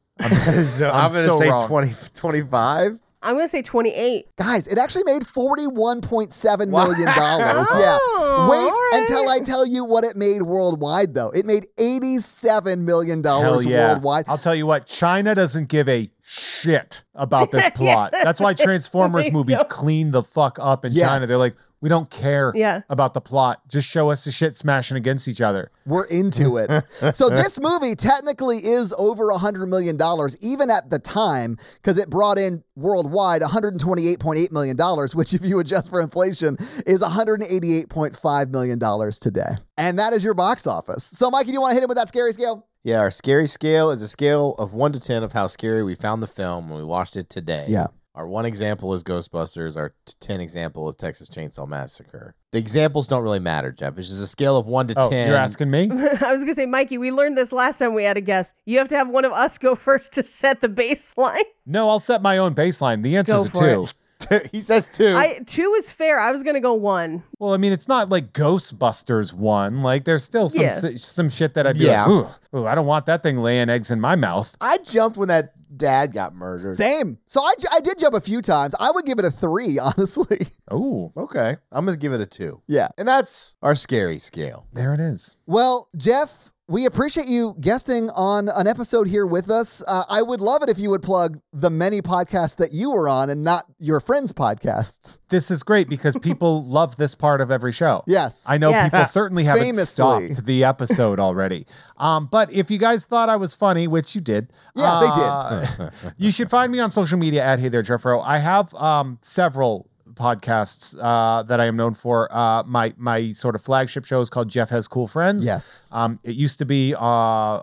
S7: so I'm,
S5: I'm
S7: gonna
S5: so
S7: say
S5: wrong.
S7: 20, 25.
S6: I'm gonna say 28.
S4: Guys, it actually made $41.7 million. dollars. Yeah.
S6: all
S4: Wait
S6: right.
S4: until I tell you what it made worldwide, though. It made $87 million
S5: Hell yeah.
S4: worldwide.
S5: I'll tell you what, China doesn't give a shit about this plot. That's why Transformers
S6: They
S5: movies
S6: don't.
S5: clean the fuck up in
S4: Yes.
S5: China. They're like, we don't care
S6: Yeah.
S5: about the plot. Just show us the shit smashing against each other.
S4: We're into it. so this movie technically is over $100 million, even at the time, because it brought in worldwide $128.8 million, which if you adjust for inflation is $188.5 million today. And that is your box office. So Mikey, do you want to hit him with that scary scale?
S7: Yeah, our scary scale is a scale of one to ten of how scary we found the film when we watched it today.
S4: Yeah.
S7: Our one example is Ghostbusters. Our t- ten example is Texas Chainsaw Massacre. The examples don't really matter, Jeff. It's just a scale of one to
S5: Oh,
S7: ten.
S5: you're asking me?
S6: I was gonna say, Mikey, we learned this last time we had a guest. You have to have one of us go first to set the baseline.
S5: No, I'll set my own baseline. The
S6: Go
S5: answer's a
S6: for it.
S5: two.
S7: he says two.
S6: I two is fair. I was gonna go one.
S5: Well, I mean, it's not like Ghostbusters one. Like, there's still some
S6: Yeah.
S5: si- some shit that I'd be
S7: Yeah.
S5: like, ooh, ooh, I don't want that thing laying eggs in my mouth.
S7: I jumped when that dad got murdered.
S4: Same. So I, j- I did jump a few times. I would give it a three, honestly.
S5: Oh,
S7: okay, I'm gonna give it a two.
S4: yeah.
S7: And that's our scary scale.
S5: there it is.
S4: Well, Jeff, we appreciate you guesting on an episode here with us. Uh, I would love it if you would plug the many podcasts that you were on and not your friends' podcasts.
S5: This is great because people love this part of every show.
S4: Yes.
S5: I know
S6: Yes.
S5: people certainly haven't
S4: Famously.
S5: stopped the episode already. Um, but if you guys thought I was funny, which you did,
S4: Yeah, they did.
S5: did. you should find me on social media at Hey There Jeffro. I have um, several podcasts uh, that I am known for. Uh, my my sort of flagship show is called Jeff Has Cool Friends.
S4: Yes.
S5: Um, it used to be uh,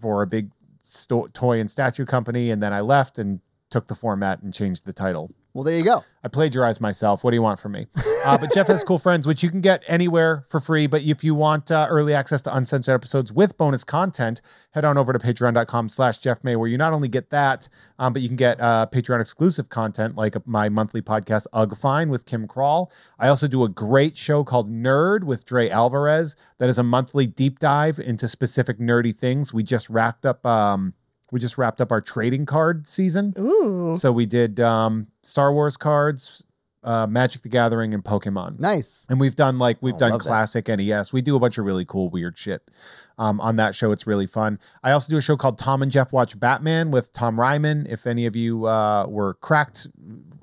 S5: for a big sto- toy and statue company, and then I left and took the format and changed the title.
S4: Well, there you go.
S5: I plagiarized myself. What do you want from me? Uh, but Jeff has cool friends, which you can get anywhere for free. But if you want uh, early access to uncensored episodes with bonus content, head on over to patreon.com slash Jeff May, where you not only get that, um, but you can get uh, Patreon exclusive content like my monthly podcast, Ugh Fine with Kim Crawl. I also do a great show called Nerd with Dre Alvarez. That is a monthly deep dive into specific nerdy things. We just wrapped up. Um, we just wrapped up our trading card season.
S6: Ooh.
S5: So we did um, Star Wars cards, uh, Magic the Gathering, and Pokemon.
S4: Nice.
S5: And we've done like we've
S7: Oh,
S5: done
S7: love that.
S5: classic NES. We do a bunch of really cool weird shit um, on that show. It's really fun. I also do a show called Tom and Jeff Watch Batman with Tom Ryman. If any of you uh, were cracked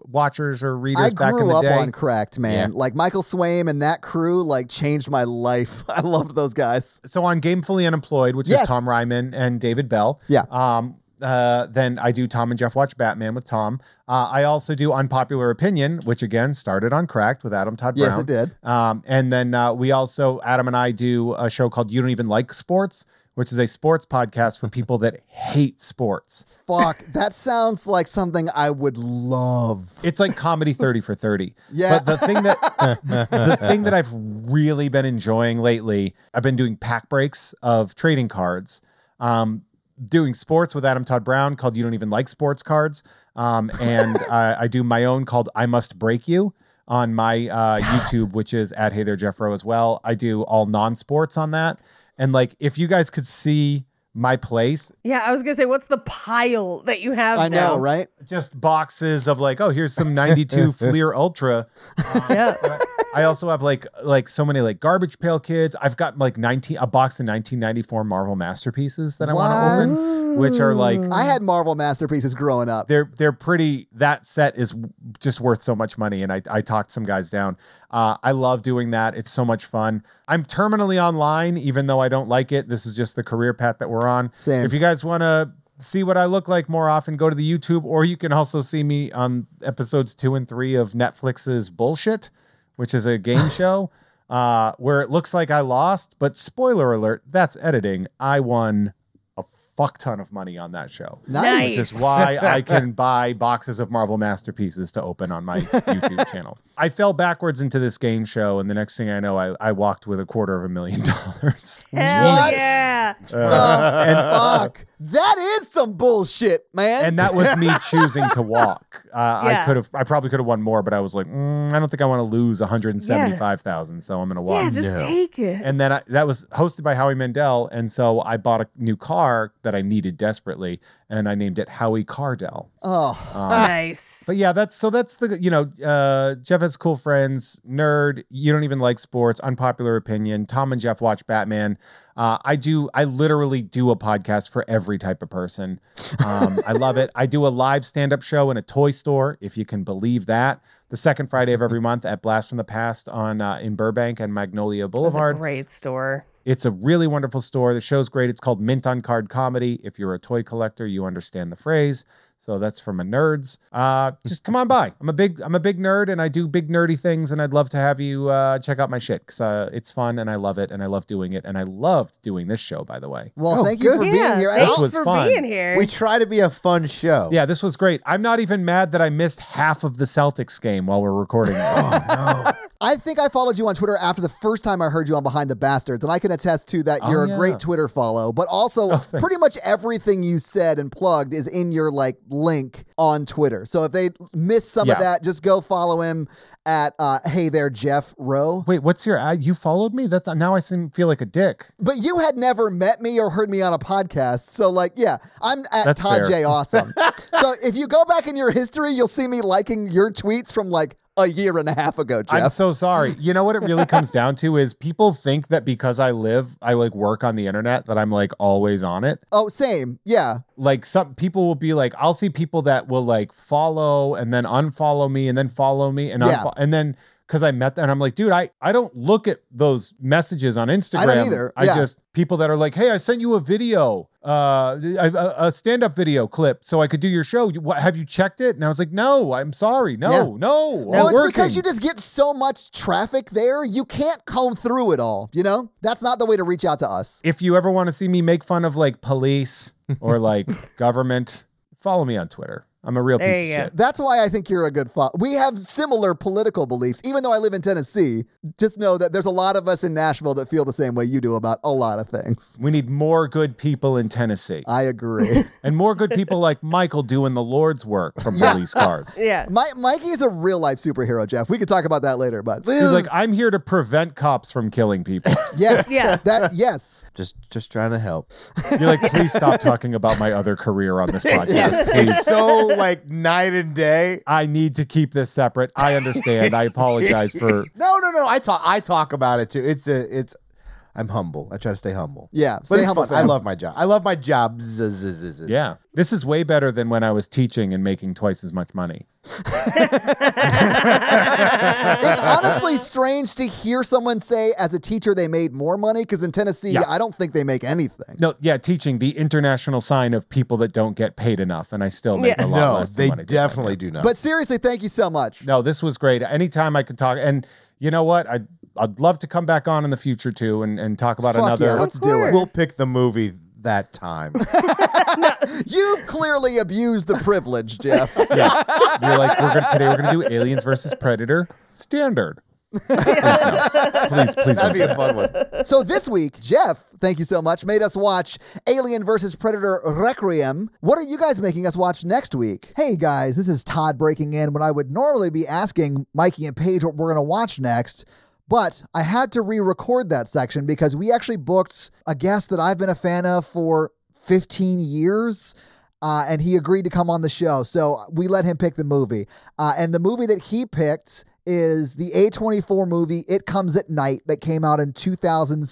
S5: watchers or readers
S4: I
S5: back in
S4: grew
S5: the
S4: up
S5: day,
S4: on Cracked, man.
S7: Yeah.
S4: Like Michael Swaim and that crew, like changed my life. I loved those guys.
S5: so on Gamefully Unemployed, which
S4: Yes.
S5: is Tom Ryman and David Bell.
S4: Yeah.
S5: Um. Uh, then I do Tom and Jeff watch Batman with Tom. Uh, I also do Unpopular Opinion, which again started on Cracked with Adam Todd Brown.
S4: Yes, it did.
S5: Um, and then uh, we also, Adam and I do a show called You Don't Even Like Sports, which is a sports podcast for people that hate sports.
S4: Fuck, that sounds like something I would love.
S5: It's like comedy 30 for 30.
S4: Yeah.
S5: But the thing that the thing that I've really been enjoying lately, I've been doing pack breaks of trading cards. Um, doing sports with Adam Todd Brown called You Don't Even Like Sports Cards. Um, and uh, I do my own called I Must Break You on my uh, YouTube, which is at Hey There Jeffro as well. I do all non sports on that. And like, if you guys could see my place,
S6: Yeah, I was gonna say, what's the pile that you have?
S4: I know,
S6: now?
S4: right?
S5: just boxes of like, oh, here's some 92 Fleer Ultra. Um, I also have like like so many like garbage pail kids. I've got like 19 a box of 1994 Marvel masterpieces that I want to open, which are like
S4: I had Marvel masterpieces growing up.
S5: Uh, they're they're pretty that set is just worth so much money and i i talked some guys down uh i love doing that it's so much fun i'm terminally online even though i don't like it this is just the career path that we're on
S4: Same.
S5: if you guys want to see what i look like more often go to the youtube or you can also see me on episodes two and three of netflix's bullshit which is a game show uh where it looks like i lost but spoiler alert that's editing i won a fuck ton of money on that show
S4: Nice.
S5: which is why I can buy boxes of Marvel masterpieces to open on my YouTube channel. I fell backwards into this game show, and the next thing I know, I, I walked with a quarter of a million dollars.
S6: Hell
S4: What?
S6: yeah.
S4: Oh, fuck. That is some bullshit, man.
S5: And that was me choosing to walk. Uh, I
S6: Yeah.
S5: could have, I probably could have won more, but I was like, mm, I don't think I want to lose one hundred and seventy-five thousand, so I'm going to walk.
S6: Yeah, just take it.
S5: and then I, that was hosted by Howie Mandel, and so I bought a new car that I needed desperately, and I named it Howie Cardell.
S4: Oh,
S5: Um,
S6: nice.
S5: But yeah, that's so that's the you know, uh Jeff has cool friends, nerd, you don't even like sports, unpopular opinion, Tom and Jeff watch Batman. Uh I do I literally do a podcast for every type of person. Um I love it. I do a live stand-up show in a toy store, if you can believe that. The second Friday of every month at Blast from the Past on uh, in Burbank and Magnolia
S6: That's a
S5: Boulevard.
S6: great store.
S5: It's a really wonderful store. The show's great. It's called Mint on Card Comedy. If you're a toy collector, you understand the phrase. So that's for my nerds. Uh, just come on by. I'm a big I'm a big nerd, and I do big nerdy things. And I'd love to have you uh, check out my shit because uh, it's fun, and I love it, and I love doing it, and I loved doing this show. By the way,
S4: well,
S7: Oh,
S4: thank you
S7: good.
S4: for
S6: yeah,
S4: being here. And
S6: thanks
S4: I'll-
S5: was
S6: for
S5: fun.
S6: being here.
S7: We try to be a fun show.
S5: yeah, this was great. I'm not even mad that I missed half of the Celtics game while we're recording this.
S4: I think I followed you on Twitter after the first time I heard you on Behind the Bastards, and I can attest to that.
S5: Oh,
S4: You're a
S5: yeah. Oh,
S4: great Twitter follow, but also pretty much everything you said and plugged is in your like link on Twitter. So if they miss some of
S5: Yeah.
S4: that, just go follow him at uh, Hey There Jeff Rowe.
S5: Wait, what's your? Uh, you followed me? That's now I seem feel like a dick.
S4: But you had never met me or heard me on a podcast, so like, yeah, I'm at
S5: That's
S4: Todd
S5: fair.
S4: J Awesome. so if you go back in your history, you'll see me liking your tweets from like a year and a half ago, Jeff.
S5: I'm so sorry. You know what it really comes down to is people think that because I live, I like work on the internet, that I'm like always on it.
S4: oh, same, yeah.
S5: Like some people will be like, I'll see people that will like follow and then unfollow me and then follow me and
S4: Yeah.
S5: unfo- and then because I met them, I'm like, dude, I I don't look at those messages on Instagram.
S4: either.
S5: I
S4: Yeah.
S5: just people that are like, hey, I sent you a video, uh, a, a- a stand up video clip, so I could do your show. You- What, have you checked it? And I was like, no, I'm sorry, no,
S4: Yeah.
S5: no.
S4: Well,
S5: I'm
S4: it's because
S5: working."
S4: you just get so much traffic there, you can't comb through it all. You know, that's not the way to reach out to us.
S5: if you ever want to see me make fun of like police or like government, follow me on Twitter. I'm a real
S6: There
S5: piece of
S6: you go.
S5: shit.
S4: That's why I think you're a good fo- We have similar political beliefs, even though I live in Tennessee. Just know that there's a lot of us in Nashville that feel the same way you do about a lot of things.
S5: We need more good people in Tennessee
S6: Uh,
S4: I agree.
S5: and more good people like Michael doing the Lord's work from police cars.
S6: yeah.
S4: My- Mikey is a real life superhero, Jeff. We could talk about that later, but
S5: He's like, I'm here to prevent cops from killing people.
S4: yes,
S6: Yeah.
S4: that yes.
S7: Just just trying to help.
S5: You're like, please stop talking about my other career on this podcast. Please.
S7: It's so like night and day.
S5: I need to keep this separate. I understand. I apologize for
S7: No, no, no. I talk I talk about it too. It's a it's I'm humble. I try to stay humble.
S4: Yeah,
S7: But
S4: stay
S7: it's
S4: humble,
S7: fun. I
S4: fam.
S7: love my job. I love my job. Z- z- z- z-
S5: Yeah. This is way better than when I was teaching and making twice as much money.
S4: it's honestly strange to hear someone say, as a teacher, they made more money because in Tennessee,
S5: Yeah.
S4: I don't think they make anything.
S5: No, yeah, teaching the international sign of people that don't get paid enough, and I still make
S6: Yeah.
S5: a lot
S7: No,
S5: less. than
S7: they
S5: what I did back
S7: definitely
S5: then.
S7: do not.
S4: But seriously, thank you so much.
S5: No, this was great. Anytime I could talk, and you know what, I'd I'd love to come back on in the future too, and and talk about
S4: Fuck
S5: another.
S4: yeah, let's do it.
S7: we'll pick the movie that time.
S4: You've clearly abused the privilege, Jeff.
S5: Yeah. You're like we're gonna, today we're gonna do aliens versus predator standard. please, no. please, please don't
S7: That'd be
S5: do
S7: a
S5: that.
S7: fun one.
S4: so this week, Jeff, thank you so much, made us watch Alien versus Predator Requiem. What are you guys making us watch next week? Hey guys, this is Todd breaking in when I would normally be asking Mikey and Paige what we're going to watch next. But I had to re record that section because we actually booked a guest that I've been a fan of for 15 years. uh, and he agreed to come on the show. So uh, we let him pick the movie. Uh, and the movie that he picked is the A24 movie It Comes at Night that came out in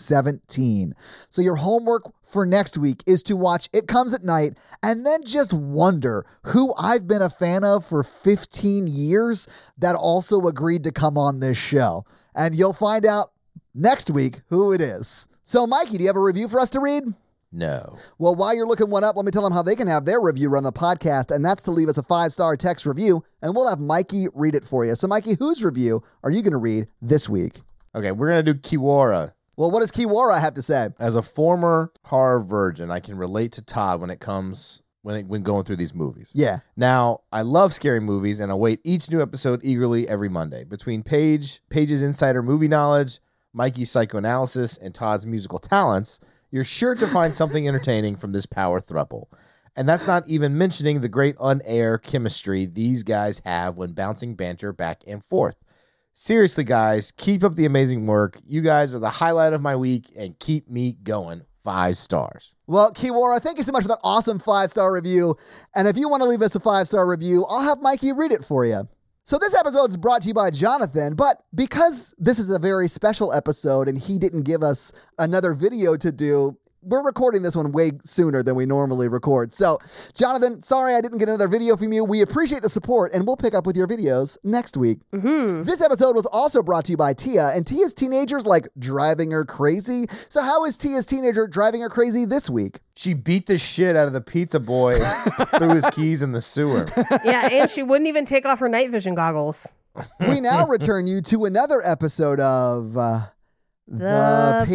S4: 2017. So your homework for next week is to watch It Comes at Night and then just wonder who I've been a fan of for 15 years that also agreed to come on this show. And you'll find out next week who it is. So, Mikey, do you have a review for us to read?
S7: No.
S4: Well, while you're looking one up, let me tell them how they can have their review run the podcast, and that's to leave us a five star text review, and we'll have Mikey read it for you. So, Mikey, whose review are you going to read this week?
S7: Okay, we're gonna do Kiwara.
S4: Well, what does Kiwara have to say?
S7: As a former horror virgin, I can relate to Todd when it comes when it, when going through these movies.
S4: Yeah.
S7: Now, I love scary movies and await each new episode eagerly every Monday. Between Paige, Paige's insider movie knowledge, Mikey's psychoanalysis, and Todd's musical talents, you're sure to find something entertaining from this power thruple. And that's not even mentioning the great on-air chemistry these guys have when bouncing banter back and forth. Seriously, guys, keep up the amazing work. You guys are the highlight of my week and keep me going. five stars.
S4: Well, Kiwara, thank you so much for that awesome five star review. And if you want to leave us a five star review, I'll have Mikey read it for you. So, this episode is brought to you by Jonathan, but because this is a very special episode and he didn't give us another video to do, we're recording this one way sooner than we normally record. So, Jonathan, sorry I didn't get another video from you. We appreciate the support and we'll pick up with your videos next week. This episode was also brought to you by Tia, and Tia's teenager's like driving her crazy. So, how is Tia's teenager driving her crazy this week?
S7: She beat the shit out of the pizza boy and threw his keys in the sewer.
S6: yeah, and she wouldn't even take off her night vision goggles.
S4: we now return you to another episode of uh,
S6: The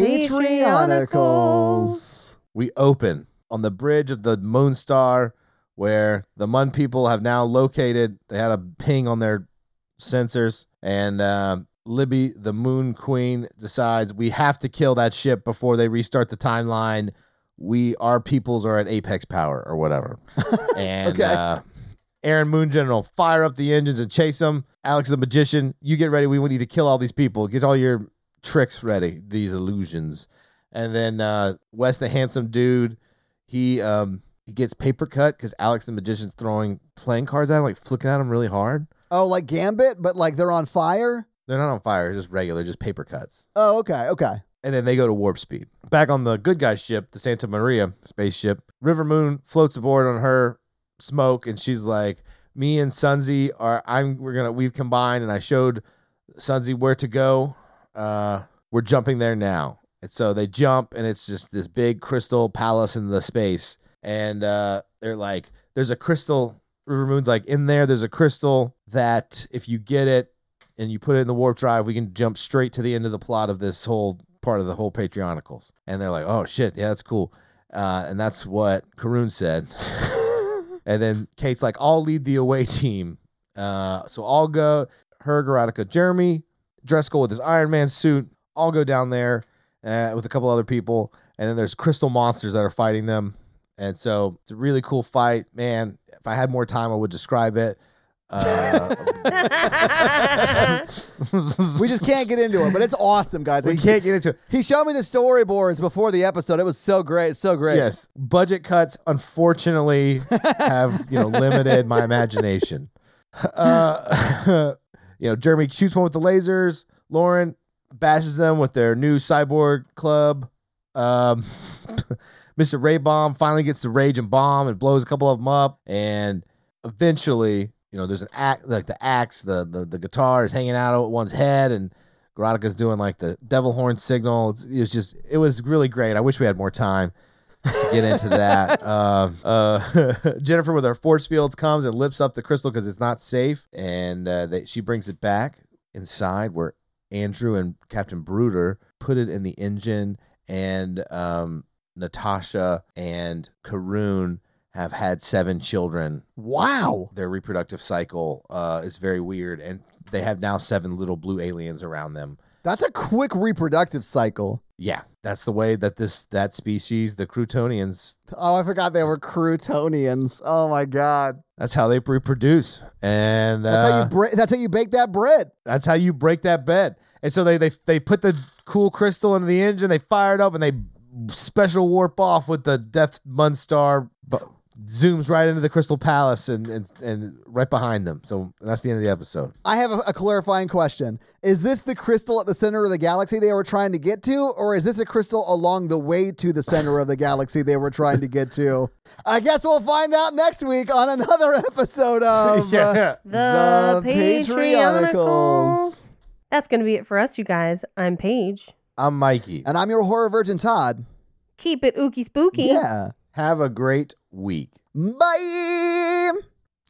S4: Patreonicals.
S7: We open on the bridge of the Moonstar, where the Mun people have now located. They had a ping on their sensors, and uh, Libby, the Moon Queen, decides we have to kill that ship before they restart the timeline. We, our peoples, are at apex power or whatever. and
S4: Okay.
S7: uh, Aaron Moon General, fire up the engines and chase them. Alex the Magician, you get ready. We need to kill all these people. Get all your tricks ready, these illusions. And then uh, Wes the handsome dude, he um, he gets paper cut because Alex the Magician's throwing playing cards at him, like flicking at him really hard.
S4: Oh, like Gambit, but like they're on fire?
S7: They're not on fire, just regular, just paper cuts.
S4: Oh, okay, okay.
S7: and then they go to warp speed. Back on the good guy's ship, the Santa Maria spaceship, River Moon floats aboard on her smoke, and she's like, "Me and Sunzi are I'm we're gonna we've combined, and I showed Sunzi where to go. Uh, we're jumping there now." And so they jump, and it's just this big crystal palace in the space, and uh, they're like, "There's a crystal." River Moon's like, "In there, there's a crystal that if you get it, and you put it in the warp drive, we can jump straight to the end of the plot of this whole part of the whole Patreonicals. And they're like, oh shit, yeah, that's cool. Uh, and that's what Karun said. and then Kate's like, I'll lead the away team. Uh, so I'll go, her, Garotica, Jeremy, Dreskel with his Iron Man suit. I'll go down there uh, with a couple other people. And then there's crystal monsters that are fighting them. And so it's a really cool fight. Man, if I had more time, I would describe it. Uh,
S4: We just can't get into it, but it's awesome, guys.
S7: we
S4: He-
S7: can't get into it.
S4: He showed me the storyboards before the episode. It was so great, so great.
S7: Yes, budget cuts unfortunately have you know limited my imagination. Uh, you know, Jeremy shoots one with the lasers. Lauren bashes them with their new cyborg club. Um, Mr. Ray Bomb finally gets to rage and bomb and blows a couple of them up. And eventually, you know, there's an act like the axe, the the, the guitar is hanging out at one's head, and Garotica's doing like the devil horn signal. It's, it was just, it was really great. I wish we had more time to get into that. uh, uh, Jennifer with her force fields comes and lifts up the crystal because it's not safe, and uh, they, she brings it back inside where Andrew and Captain Bruder put it in the engine, and um, Natasha and Karun have had seven children
S4: Wow.
S7: their reproductive cycle uh, is very weird, and they have now seven little blue aliens around them.
S4: That's a quick reproductive cycle.
S7: Yeah, that's the way that this that species, the Crutonians,
S4: Oh, I forgot they were Crutonians. Oh my god.
S7: that's how they reproduce, and uh,
S4: That's how you bra- that's how you bake that bread.
S7: that's how you break that bed. And so they they they put the cool crystal into the engine, they fire it up, and they special warp off with the Death Munstar. bu- Zooms right into the Crystal Palace and, and and right behind them. So that's the end of the episode.
S4: I have a, a clarifying question. Is this the crystal at the center of the galaxy they were trying to get to, or is this a crystal along the way to the center of the galaxy they were trying to get to? I guess we'll find out next week on another episode of uh,
S6: The,
S4: The Patreonicals.
S6: Patreonicals. That's going to be it for us, you guys. I'm Paige.
S7: I'm Mikey.
S4: And I'm your horror virgin, Todd.
S6: Keep it ooky spooky.
S4: Yeah.
S7: Have a great week.
S4: Bye.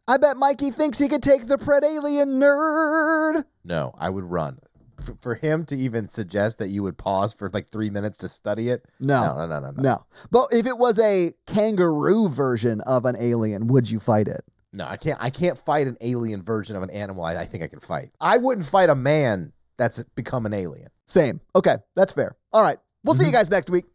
S4: I bet Mikey thinks he could take the pred alien nerd.
S7: No, I would run. For, for him to even suggest that you would pause for like three minutes to study it.
S4: No.
S7: no, no, no, no, no.
S4: No. But if it was a kangaroo version of an alien, would you fight it?
S7: No, I can't. I can't fight an alien version of an animal. I, I think I can fight. I wouldn't fight a man that's become an alien.
S4: Same. Okay, that's fair. All right. We'll see you guys next week.